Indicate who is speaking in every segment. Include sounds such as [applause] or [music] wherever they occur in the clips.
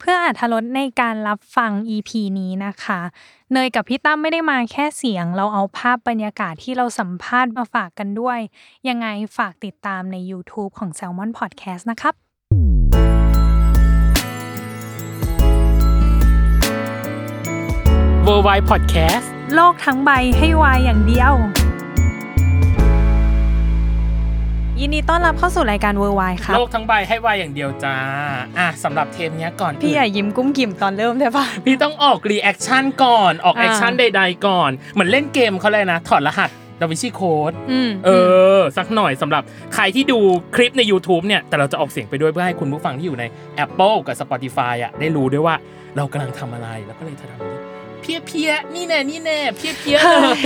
Speaker 1: เพื่ออาธรสในการรับฟัง EP นี้นะคะ เนยกับพี่ตั้มไม่ได้มาแค่เสียง เราเอาภาพบรรยากาศที่เราสัมภาษณ์มาฝากกันด้วย ยังไงฝากติดตามใน YouTube ของ Salmon Podcast นะครับ
Speaker 2: w o r l d w i d e Podcast
Speaker 1: โลกทั้งใบให้วายอย่างเดียว ยินดีต้อนรับเข้าสู่รายการเวอร์ไวครับ
Speaker 2: โลกทั้งใบให้วายอย่างเดียวจ้า อ่ะสำหรับเทปเนี้ยก่อน
Speaker 1: พี่อย่ายิ้มกุ้มกิ่มตอนเริ่มได้ปะ
Speaker 2: พี่ต้องออกรีแอคชั่นก่อน ออก
Speaker 1: อ่า
Speaker 2: แอคชั่นใดๆก่อน เหมือนเล่นเกมเขาเลยนะ ถอดรหัสดาวินชีโค้ด
Speaker 1: อืม
Speaker 2: เออ สักหน่อยสำหรับใครที่ดูคลิปใน YouTube เนี่ย แต่เราจะออกเสียงไปด้วยเพื่อให้คุณผู้ฟังที่อยู่ใน Apple กับ Spotify อ่ะได้รู้ด้วยว่าเรากำลังทำอะไรแล้วก็เลยทำแบบนี้เพี้ยเพี้ยๆนี่แน่นี่แน่เพี้ยเพี้ยๆเลย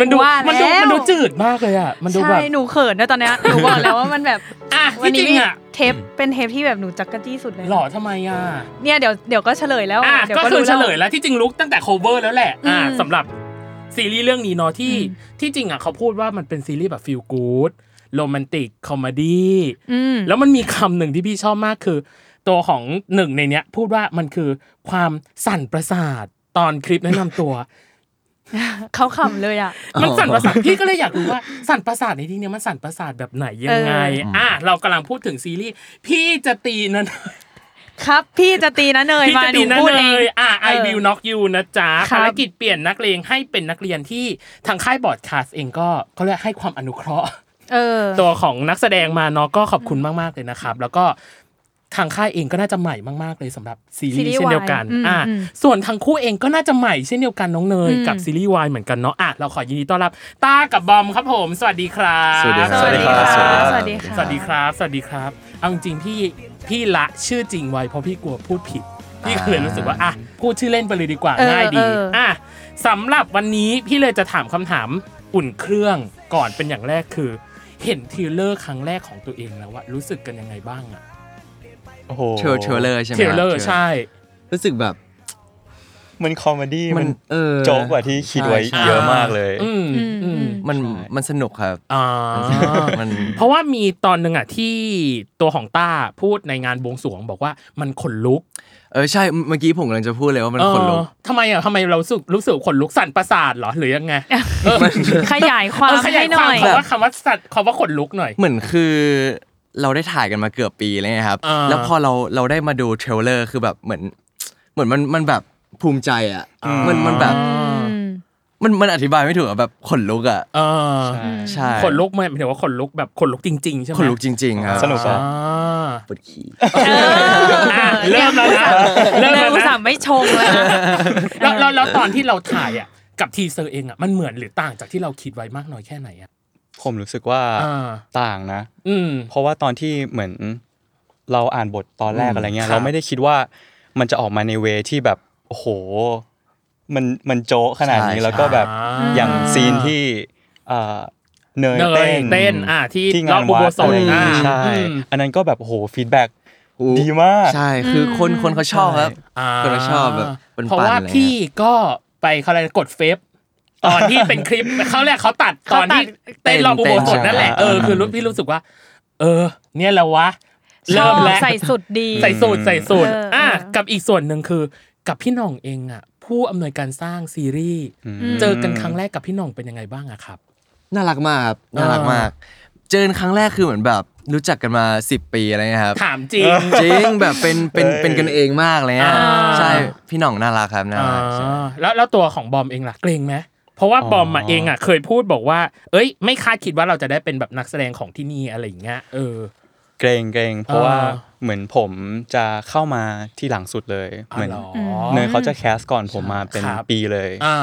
Speaker 2: มันดู
Speaker 1: ว่า
Speaker 2: มันดู
Speaker 1: แล้ว
Speaker 2: มันดูจืดมากเลยอ่ะมันดูแบ
Speaker 1: ใช่
Speaker 2: บ
Speaker 1: หนูเขินนะตอนเนี้ยหนูบอกแล้วว่ามันแบบ
Speaker 2: อ่ะ
Speaker 1: วั
Speaker 2: ที่จริงอ่ะ
Speaker 1: เทปเป็นเทปที่แบบหนูจักกะจี้สุดเลย
Speaker 2: หล่อทำไมอ่ะ
Speaker 1: เนี่ยเดี๋ยวเดี๋ยวก็เฉลยแล้ว
Speaker 2: อ่ะ
Speaker 1: ดี๋ยว
Speaker 2: ก็คือ
Speaker 1: รู้
Speaker 2: เฉ
Speaker 1: แว
Speaker 2: ลยแล้วที่จริงลุกตั้งแต่ cover แล้วแหละอ่ะ
Speaker 1: อืม
Speaker 2: สำหรับซีรีส์เรื่องนี้เนาะที่
Speaker 1: อื
Speaker 2: ที่จริงอ่ะเขาพูดว่ามันเป็นซีรีส์แบบ feel good โรแมนติกคอมดี้
Speaker 1: อืม
Speaker 2: แล้วมันมีคำหนึ่งที่พี่ชอบมากคือ ตัวของหนึ่งในเนี้ย พูดว่ามันคือความสั่นประสาทตอนคลิปแนะนำตัว
Speaker 1: เขาขำเลยอ่ะ
Speaker 2: มันสั่นประสาทพี่ก็เลยอยากรู้ว่าสั่นประสาทในที่เนี้ยมันสั่นประสาทแบบไหนยังไง อ่ะเรากำลังพูดถึงซีรีส์พี่จะตีนั้น
Speaker 1: ครับพี่จะตีนะเนย
Speaker 2: พี่
Speaker 1: มา
Speaker 2: จะ
Speaker 1: หนู
Speaker 2: ดีนะ
Speaker 1: พูด
Speaker 2: เล
Speaker 1: เอง
Speaker 2: ยอ่ะ I
Speaker 1: เออ
Speaker 2: will knock you นะจ๊ะ
Speaker 1: ครับ
Speaker 2: ภารกิจเปลี่ยนนักเลงให้เป็นนักเรียนที่ทางค่ายบอร์ดคาสเองก็เขาเรียกให้ความอนุเค
Speaker 1: [laughs]
Speaker 2: ราะห์
Speaker 1: เออ
Speaker 2: ตัวของนักแสดงมาเนาะก็ขอบคุณมาก ๆ เลยนะครับ แล้วก็ทางค่ายเองก็น่าจะใหม่มาก ๆ เลยสำหรับซีรี
Speaker 1: ซีรี
Speaker 2: ส์
Speaker 1: ส์
Speaker 2: เช่นเดียวกัน
Speaker 1: วายอืม
Speaker 2: อ่ะ
Speaker 1: อืม
Speaker 2: ส่วนทางคู่เองก็น่าจะใหม่เช่นเดียวกันน้องเนยกับซีรีส์วายเหมือนกันเนาะอ่ะเราขอยินดีต้อนรับตากับบอมครับผม สวัสดีครับ
Speaker 3: สวัสดีครับ
Speaker 1: สวัสดีครับส
Speaker 2: ส
Speaker 1: วัส
Speaker 2: วัส
Speaker 1: ดี
Speaker 2: ดีค
Speaker 1: ครั
Speaker 2: รับ บ สวัสดีครับ สวัสดีครับ เอาจริงๆพี่พี่ละชื่อจริงไว้เพราะพี่กลัวพูดผิด พี่ก็เลยรู้สึกว่าอ่ะพูดชื่อเล่นไปเลยดีกว่า
Speaker 1: เออ
Speaker 2: ง่ายดี
Speaker 1: เอออ่
Speaker 2: อ่ะสำหรับวันนี้พี่เลยจะถามคำถามอุ่นเครื่องก่อนเป็นอย่างแรกคือ เห็นทีเลอร์ครั้งแรกของตัวเองแล้วว่ารู้สึกกันยังไงบ้างอะ
Speaker 3: โอ้โห
Speaker 4: เทรลเทรลเลอร์ใช่ไหม
Speaker 2: เทเลอร์ใช่
Speaker 4: รู้สึกแบบ
Speaker 3: มันคอมเมดี้
Speaker 4: มั
Speaker 3: มัน น
Speaker 4: เออ
Speaker 3: โจ๊กกว่าที่คิดไว้
Speaker 4: ใช่
Speaker 3: เยอะมากเลย
Speaker 2: อืม
Speaker 1: อืมอื
Speaker 2: อืม
Speaker 1: ม
Speaker 4: มันมันสนุกครับ
Speaker 2: อ่า
Speaker 4: มัน
Speaker 2: เพราะว่ามีตอนหนึ่งอะที่ตัวของต้าพูดในงานบวงสรวงบอกว่ามันขนลุก
Speaker 4: เออใช่เมื่อกี้ผมกำลังจะพูดเลยว่ามันขนลุก
Speaker 2: เออทำไมอะทำไมเรารู้สึกรู้สึกขนลุกสั่นประสาทเหรอหรือยังไงเออ
Speaker 1: ขยายความ
Speaker 2: เออขยา
Speaker 1: ให้
Speaker 2: ย
Speaker 1: ห
Speaker 2: ค
Speaker 1: น่
Speaker 2: วาม
Speaker 1: อย
Speaker 2: คำว่าคำว่าสั่นคำว่าขนลุกหน่อย
Speaker 4: เหมือนคือเราได้ถ่ายกันมาเกือบปีเลยนะครับ
Speaker 2: อ่า
Speaker 4: แล้วพอเราเราได้มาดูเทรลเลอร์คือแบบเหมือน เหมือนมันมันแบบภูมิใจอ่ะมันมันแบบ
Speaker 1: อืม
Speaker 4: มันมันอธิบายไม่ถูกอะแบบขนลุกอ่ะ
Speaker 2: เออ
Speaker 4: ใช่
Speaker 2: ขนลุกไหมหมายถึงว่าขนลุกแบบขนลุกจริงๆใช่ไหม
Speaker 4: ขนลุกจริงๆครับ
Speaker 3: สนุก
Speaker 2: อ่
Speaker 3: อะ
Speaker 2: า
Speaker 4: ปวดขี้
Speaker 2: อ่ะเริ่มแล้วนะ
Speaker 1: เริ่
Speaker 2: เริ่
Speaker 1: ม
Speaker 2: มแล้ว
Speaker 1: อุตส่า
Speaker 2: นะ
Speaker 1: ห์ไม่ชงแล้วนะ
Speaker 2: แล้วแล้วแล้วตอนที่เราถ่ายอ่ะกับทีเซอร์เองอ่ะมันเหมือนหรือต่างจากที่เราคิดไว้มากน้อยแค่ไหนอ่ะ
Speaker 3: ผมรู้สึกว่า
Speaker 2: อ่า
Speaker 3: ต่างนะ
Speaker 2: อืม
Speaker 3: เพราะว่าตอนที่เหมือนเราอ่านบทตอนแรกอะไรเงี้
Speaker 2: ครั
Speaker 3: ย
Speaker 2: บ
Speaker 3: เราไม่ได้คิดว่ามันจะออกมาในเวที่แบบโอ้โห มันมันโจ๊ะขนาดนี้
Speaker 4: ใช่
Speaker 3: แล้วก็แบบ
Speaker 2: อ่า
Speaker 3: อย่างซีนที่เอ่อเนย
Speaker 2: เนย
Speaker 3: เต้น
Speaker 2: เต้นอ่ะที่รงอ
Speaker 3: ที่า
Speaker 2: บ
Speaker 3: น
Speaker 2: อุ
Speaker 3: วั
Speaker 2: โบ
Speaker 3: ด
Speaker 2: สถ
Speaker 3: อะไรอย่าง
Speaker 2: อ่า
Speaker 3: งี้ใช่
Speaker 2: อืม
Speaker 3: อันนั้นก็แบบโอ้โหฟีดแบ็ก ดีมาก
Speaker 4: ใช่คือคนคนเขาชอบครับ
Speaker 2: อ่า
Speaker 4: คนเราชอบแบบเป็น
Speaker 2: เพราะ
Speaker 4: ปั่น
Speaker 2: ว่า
Speaker 4: อะไรเงี้ย
Speaker 2: พี่ก็ไปเขาเลยกดเฟซตอนที่เป็นคลิป [laughs] เขาเรียกเขาตัดตอนที่เต้นรอบอุโบสถนั่นแหละเออคือรู้พี่รู้สึกว่า เออ เนี่ยแหละวะ
Speaker 1: ช
Speaker 2: เริ่
Speaker 1: อ
Speaker 2: ม
Speaker 1: บ
Speaker 2: แล้ว
Speaker 1: ใส่สุดดี
Speaker 2: ใส่สูตรใส่สูตร
Speaker 1: เอออ่
Speaker 2: อ่ะ
Speaker 1: เออ
Speaker 2: กับอีกส่วนหนึ่งคือกับพี่หน่องเองอ่ะผู้อำนวยการสร้างซีรีส์
Speaker 3: อืม
Speaker 2: เจอกันครั้งแรกกับพี่หน่องเป็นยังไงบ้างอะครับ
Speaker 4: น่ารักมากครับน่ารักมาก เจอกันครั้งแรกคือเหมือนแบบรู้จักกันมา 10 ปีอะไรเงี้ยครับ
Speaker 2: ถามจริง
Speaker 4: จริงแบบเป็นเป็นเป็นกันเองมากเลย
Speaker 2: อ่
Speaker 4: ฮะ
Speaker 2: า
Speaker 4: ใช่พี่หน่องน่ารักครับน่ารักใช่
Speaker 2: อ่าแล้วแล้วตัวของบอมเองล่ะเกรงไหมเพราะว่า
Speaker 3: อ๋อ
Speaker 2: บอมอะเองอ่ะเคยพูดบอกว่า เอ้ย ไม่คาดคิดว่าเราจะได้เป็นแบบนักแสดงของที่นี่อะไรอย่างเงี้ยเออ
Speaker 3: เกรงเกรงเพราะว่า
Speaker 2: อ่า
Speaker 3: เหมือนผมจะเข้ามาที่หลังสุดเลยเหมือน
Speaker 2: อ๋อ
Speaker 3: เนยเขาจะแคสก่อนผมมาเป็น
Speaker 2: ครับ
Speaker 3: ปีเลย
Speaker 2: อ่า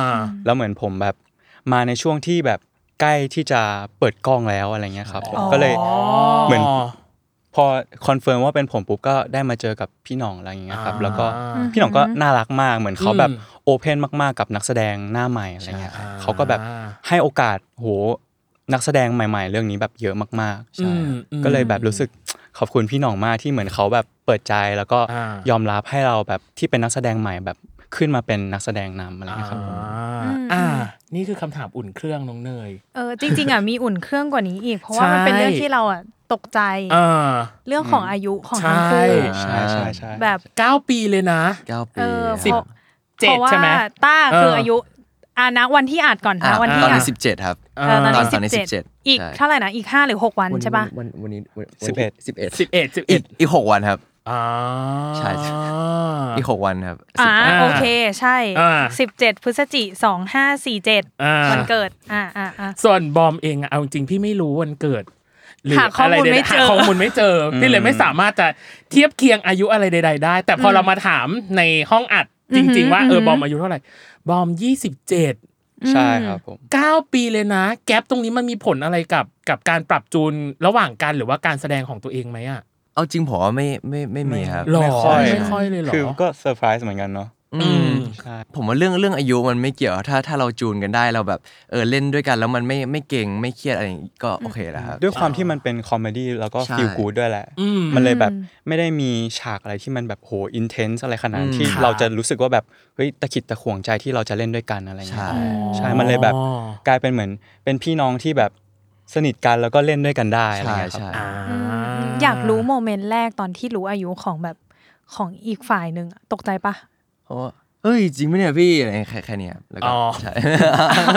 Speaker 3: แล้วเหมือนผมแบบมาในช่วงที่แบบใกล้ที่จะเปิดกล้องแล้วอะไรเงี้ยครับผมก็เลย เหมือน พอคอนเฟิร์มว่าเป็นผมปุ๊บก็ได้มาเจอกับพี่หน่องอะไรอย่างเงี้ยครับ
Speaker 2: อ่า
Speaker 3: แล้วก็
Speaker 1: อืม
Speaker 3: พี่หน่องก็น่ารักมากเหมือนเขา
Speaker 2: อืม
Speaker 3: แบบโอเพนมากๆกับนักแสดงหน้าใหม่อะไรเงี้ยครับ
Speaker 2: ใช่
Speaker 3: เขาก็แบบให้โอกาสโหนักแสดงใหม่ ๆ เรื่องนี้แบบเยอะมากๆ
Speaker 2: อื
Speaker 3: ใช่
Speaker 2: มอืม
Speaker 3: ก็เลยแบบรู้สึกขอบคุณพี่หน่องมากที่เหมือนเขาแบบเปิดใจแล้วก็
Speaker 2: อ่าย ย
Speaker 3: อมรับให้เราแบบที่เป็นนักแสดงใหม่แบบขึ้นมาเป็นนักแสดงนำอะไรเงี้ยครับผม
Speaker 2: อ่าอ่า นี่คือคำถามอุ่นเครื่องน้องเนย
Speaker 1: เออจริงๆอ่ะมีอุ่นเครื่องกว่านี้อีก เพราะว่ามันเป็นเรื่องที่เราอ่ะตกใจ
Speaker 2: อ่า
Speaker 1: เรื่องของอายุของ
Speaker 2: ใช่
Speaker 1: ทั้งคู่
Speaker 3: ใช่ใช่ใช่
Speaker 1: แบบ
Speaker 2: เก้าปีเลยนะ
Speaker 4: เก้าปี
Speaker 1: เออ
Speaker 4: ครั
Speaker 1: เพ
Speaker 4: บ
Speaker 1: ราะ
Speaker 2: เจ็ด
Speaker 1: เพราะว่า
Speaker 2: ใช่ไหม
Speaker 1: ต้าคือ
Speaker 2: เอออ
Speaker 1: อายุอานะวันที่อาจก่อน
Speaker 4: อ่ะ
Speaker 1: นะวัน
Speaker 4: ต
Speaker 1: ที่
Speaker 4: อน
Speaker 1: อา
Speaker 4: นี้
Speaker 1: จ
Speaker 4: สิบเจ็ดครับ
Speaker 1: เออตอนนี้
Speaker 4: ตอนนี้
Speaker 1: สิบ
Speaker 4: สิบเจ็
Speaker 1: เจ็ด
Speaker 4: ด
Speaker 1: อีก
Speaker 4: ใช่
Speaker 1: เท่าไหร่นะอีกห้าหรือหกวันใช่ปะ
Speaker 4: วันวันนี้วันวัน
Speaker 3: สิบเอ็ด
Speaker 4: สิบเอ็ด
Speaker 2: สิบเอ็ดสิบเอ็
Speaker 4: อี
Speaker 2: ด
Speaker 4: กอีกหกวันครับ
Speaker 2: อ่า
Speaker 4: ใช่ อีกหกวันครับ
Speaker 1: อ่า
Speaker 4: สิบเอ็ด
Speaker 1: โอเคใช่
Speaker 2: อ่า
Speaker 1: สิบเจ็ดพฤศจิสองห้าสี่เจ็ด
Speaker 2: อ่า
Speaker 1: วันเกิดอ่าอ่าอ่า
Speaker 2: ส่วนบอมเองอะเอาจริงๆพี่ไม่รู้วันเกิด
Speaker 1: หาข้อมูลไม่
Speaker 2: ใดๆ
Speaker 1: เจอ
Speaker 2: หาข้อมูลไม่เจออ
Speaker 3: ม
Speaker 2: พี่เลยไม่สามารถจะเทียบเคียงอายุอะไรใด ๆ ได้ แต่พออ
Speaker 1: ม
Speaker 2: เรามาถามในห้องอัดจริง ๆ ว่า
Speaker 1: อือ
Speaker 2: เอ
Speaker 1: หือ
Speaker 2: อบอมอายุเท่าไหร่บอมยี่สิบเจ็ด
Speaker 3: ใช่ครับผม
Speaker 2: เก้าปีเลยนะ แกลบตรงนี้มันมีผลอะไรกับกับการปรับจูนระหว่างกันหรือว่าการแสดงของตัวเองไหมอะ
Speaker 4: เอาจริงผมว่าไม่ไม่ไม่มีครับ
Speaker 2: หรอ
Speaker 3: ไม่ค่อย
Speaker 2: ไม่ค่อยเลยเหรอ
Speaker 3: คือก็เซอร์ไพรส์เหมือนกันเนาะ
Speaker 2: อืม
Speaker 3: ใช่
Speaker 4: ผมว่าเรื่องเรื่องอายุมันไม่เกี่ยวถ้าถ้าเราจูนกันได้เราแบบเออเล่นด้วยกันแล้วมันไม่ไม่เก่งไม่เครียดอะไรอย่างงี้ก็โอเคแล้วครับ
Speaker 3: ด้วยความที่มันเป็นคอมเมดี้แล้วก็
Speaker 4: ใช่
Speaker 3: ฟีลกูดด้วยแหละ
Speaker 2: อืม
Speaker 3: มันเลยแบบไม่ได้มีฉากอะไรที่มันแบบโหอินเทนส์อะไรขนาดนั้นที่
Speaker 2: ครับ
Speaker 3: เราจะรู้สึกว่าแบบเฮ้ยตะขิดตะขวงใจที่เราจะเล่นด้วยกันอะไรเงี้
Speaker 4: ใช่
Speaker 3: ย ใช่ มันเลยแบบกลายเป็นเหมือนเป็นพี่น้องที่แบบสนิทกันแล้วก็เล่นด้วยกันได้อะไร
Speaker 4: ใช่
Speaker 3: เงี้ยครับ
Speaker 4: ใช่
Speaker 2: อ่า
Speaker 1: อยากรู้โมเมนต์แรกตอนที่รู้อายุของแบบของอีกฝ่ายหนึ่งอะตกใจปะ
Speaker 4: เพราะว่าเอ้ย จริงไหมเนี่ยพี่อะไรแค่แค่เนี้ยแล้ว
Speaker 2: อ๋
Speaker 4: ก็
Speaker 2: อ
Speaker 4: ใช่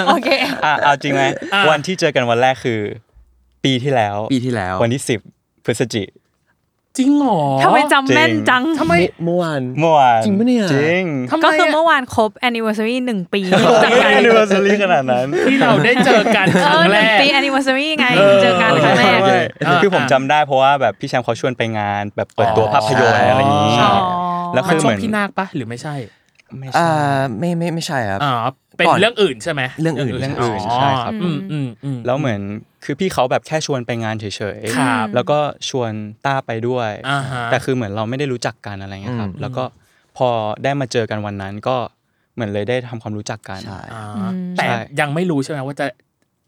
Speaker 1: โอเค
Speaker 3: อ่ะเอาจริงไหมวันที่เจอกันวันแรกคือ ปีที่แล้ว
Speaker 4: ปีที่แล้ว
Speaker 3: วันที่สิบพฤศจิ
Speaker 2: จริงเหรอ
Speaker 1: ทำไมจำแม่นจัง
Speaker 2: ทำไม
Speaker 4: เมื่อวาน
Speaker 3: เมื่อวาน
Speaker 4: จริงปะเนี่ย
Speaker 3: จริง
Speaker 2: ทำไม
Speaker 1: ก็คือ
Speaker 2: อะ
Speaker 1: เมื่อวานครบ anniversary หนึ่งปี
Speaker 3: ไม่
Speaker 1: จาก
Speaker 3: ได้
Speaker 1: กัน
Speaker 3: anniversary ขนาดนั้น
Speaker 2: ที่เราได้เจอกันค
Speaker 1: เอ
Speaker 2: รั้ง
Speaker 1: อห
Speaker 2: แร
Speaker 1: นึ่ง
Speaker 2: ก
Speaker 1: ปี anniversary ไง
Speaker 2: เออ
Speaker 1: เจอกันครั้งแรก
Speaker 4: โอเค
Speaker 2: อ่า
Speaker 3: คือผม
Speaker 2: อ่า
Speaker 3: จำได้เพราะว่าแบบพี่แชมป์เขาชวนไปงานแบบเปิดตัวภาพยนตร์อะไรอย่างนี้
Speaker 1: อ๋อ
Speaker 3: แล้ว
Speaker 2: มั
Speaker 3: คื
Speaker 2: น
Speaker 3: อ
Speaker 2: ช่
Speaker 3: เห
Speaker 2: ว
Speaker 3: มื
Speaker 2: ง
Speaker 3: อน
Speaker 2: พี่นาคปะหรือไม่ใช่
Speaker 3: ไม่
Speaker 4: อ่า
Speaker 3: ใช่
Speaker 4: ไม่ไม่ไม่ใช่ครับ
Speaker 2: อ๋อ เป็นเรื่องอื่นใช่ไหม
Speaker 4: เรื่องอื่น
Speaker 3: เรื่องอื่นใช่ครับ
Speaker 2: อืมอืมอืม
Speaker 3: แล้วเหมือนคือพี่เขาแบบแค่ชวนไปงานเฉย
Speaker 2: ครับ
Speaker 3: แล้วก็ชวนต้าไปด้วย
Speaker 2: อ่าฮะ
Speaker 3: แต่คือเหมือนเราไม่ได้รู้จักกันอะไรเงี้ยครับ
Speaker 4: อืม
Speaker 3: แล้วก็พอได้มาเจอกันวันนั้นก็เหมือนเลยได้ทำความรู้จักกัน
Speaker 4: ใช่
Speaker 2: อ่า
Speaker 1: อืม
Speaker 2: แต่
Speaker 3: ใช่
Speaker 2: ยังไม่รู้ใช่ไหมว่าจะ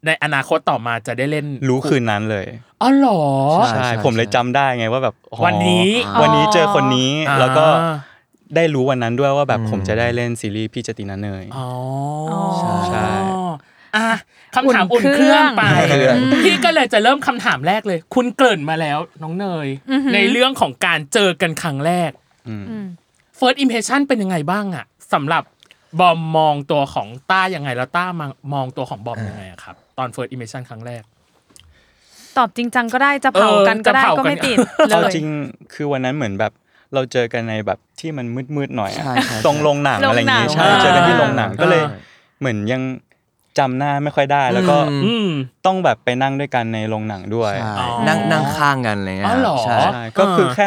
Speaker 2: ในอนาคตต่อมาจะได้เล่น
Speaker 3: รู้คืนนั้นเลย
Speaker 2: อ๋อเหรอ
Speaker 4: ใช่
Speaker 3: ใช่
Speaker 4: ใช่
Speaker 3: ผมเลยจำได้ไงว่าแบบอ๋อ
Speaker 2: วันนี้
Speaker 3: วันนี้เจอคนนี้แล้วก็
Speaker 2: อ่า
Speaker 3: ได้รู้วันนั้นด้วยว่าแบบผมจะได้เล่นซีรีส์พี่จตินาเนย
Speaker 2: อ๋อ
Speaker 1: ใช่
Speaker 3: ใช่
Speaker 2: อ่ะคำถามอุ่นเครื่องไป พี่ก็เลยจะเริ่มคำถามแรกเลย คุณเกริ่นมาแล้วน้องเนย
Speaker 1: อือหือ
Speaker 2: ในเรื่องของการเจอกันครั้งแรก
Speaker 3: อืม
Speaker 1: อืม
Speaker 2: First Impression เป็นยังไงบ้างอะสำหรับบอมมองตัวของต้ายังไงแล้วต้ามามองตัวของบอมยังไงอะครับ ตอน First Impression ครั้งแรก
Speaker 1: ตอบจริงจังก็ได้จะเผากันก็ได้
Speaker 2: เออจะเผากัน
Speaker 1: ก็ไม่ติดเล
Speaker 3: เอา
Speaker 1: ย
Speaker 3: จริงคือวันนั้นเหมือนแบบเราเจอกันในแบบที่มันมืดๆหน่อยอะ
Speaker 4: ใช่ใช่
Speaker 3: ตรงโรงหนัง
Speaker 1: โรงหนัง
Speaker 3: อะไรอย่างงี้
Speaker 1: อ่า
Speaker 3: ใช่เจอกันที่โรงหนังก็เลย
Speaker 2: อ่า
Speaker 3: เหมือนยังจำหน้าไม่ค่อยได้แล้วก็
Speaker 4: อื
Speaker 2: อืม
Speaker 3: ต้องแบบไปนั่งด้วยกันในโรงหนังด้วย
Speaker 4: ใช่
Speaker 2: อ๋อ
Speaker 4: นั่งนั่งข้างกันอะไรเลย
Speaker 2: อ๋อเหรอ
Speaker 4: ใช่
Speaker 3: ใช่ก็คือแค่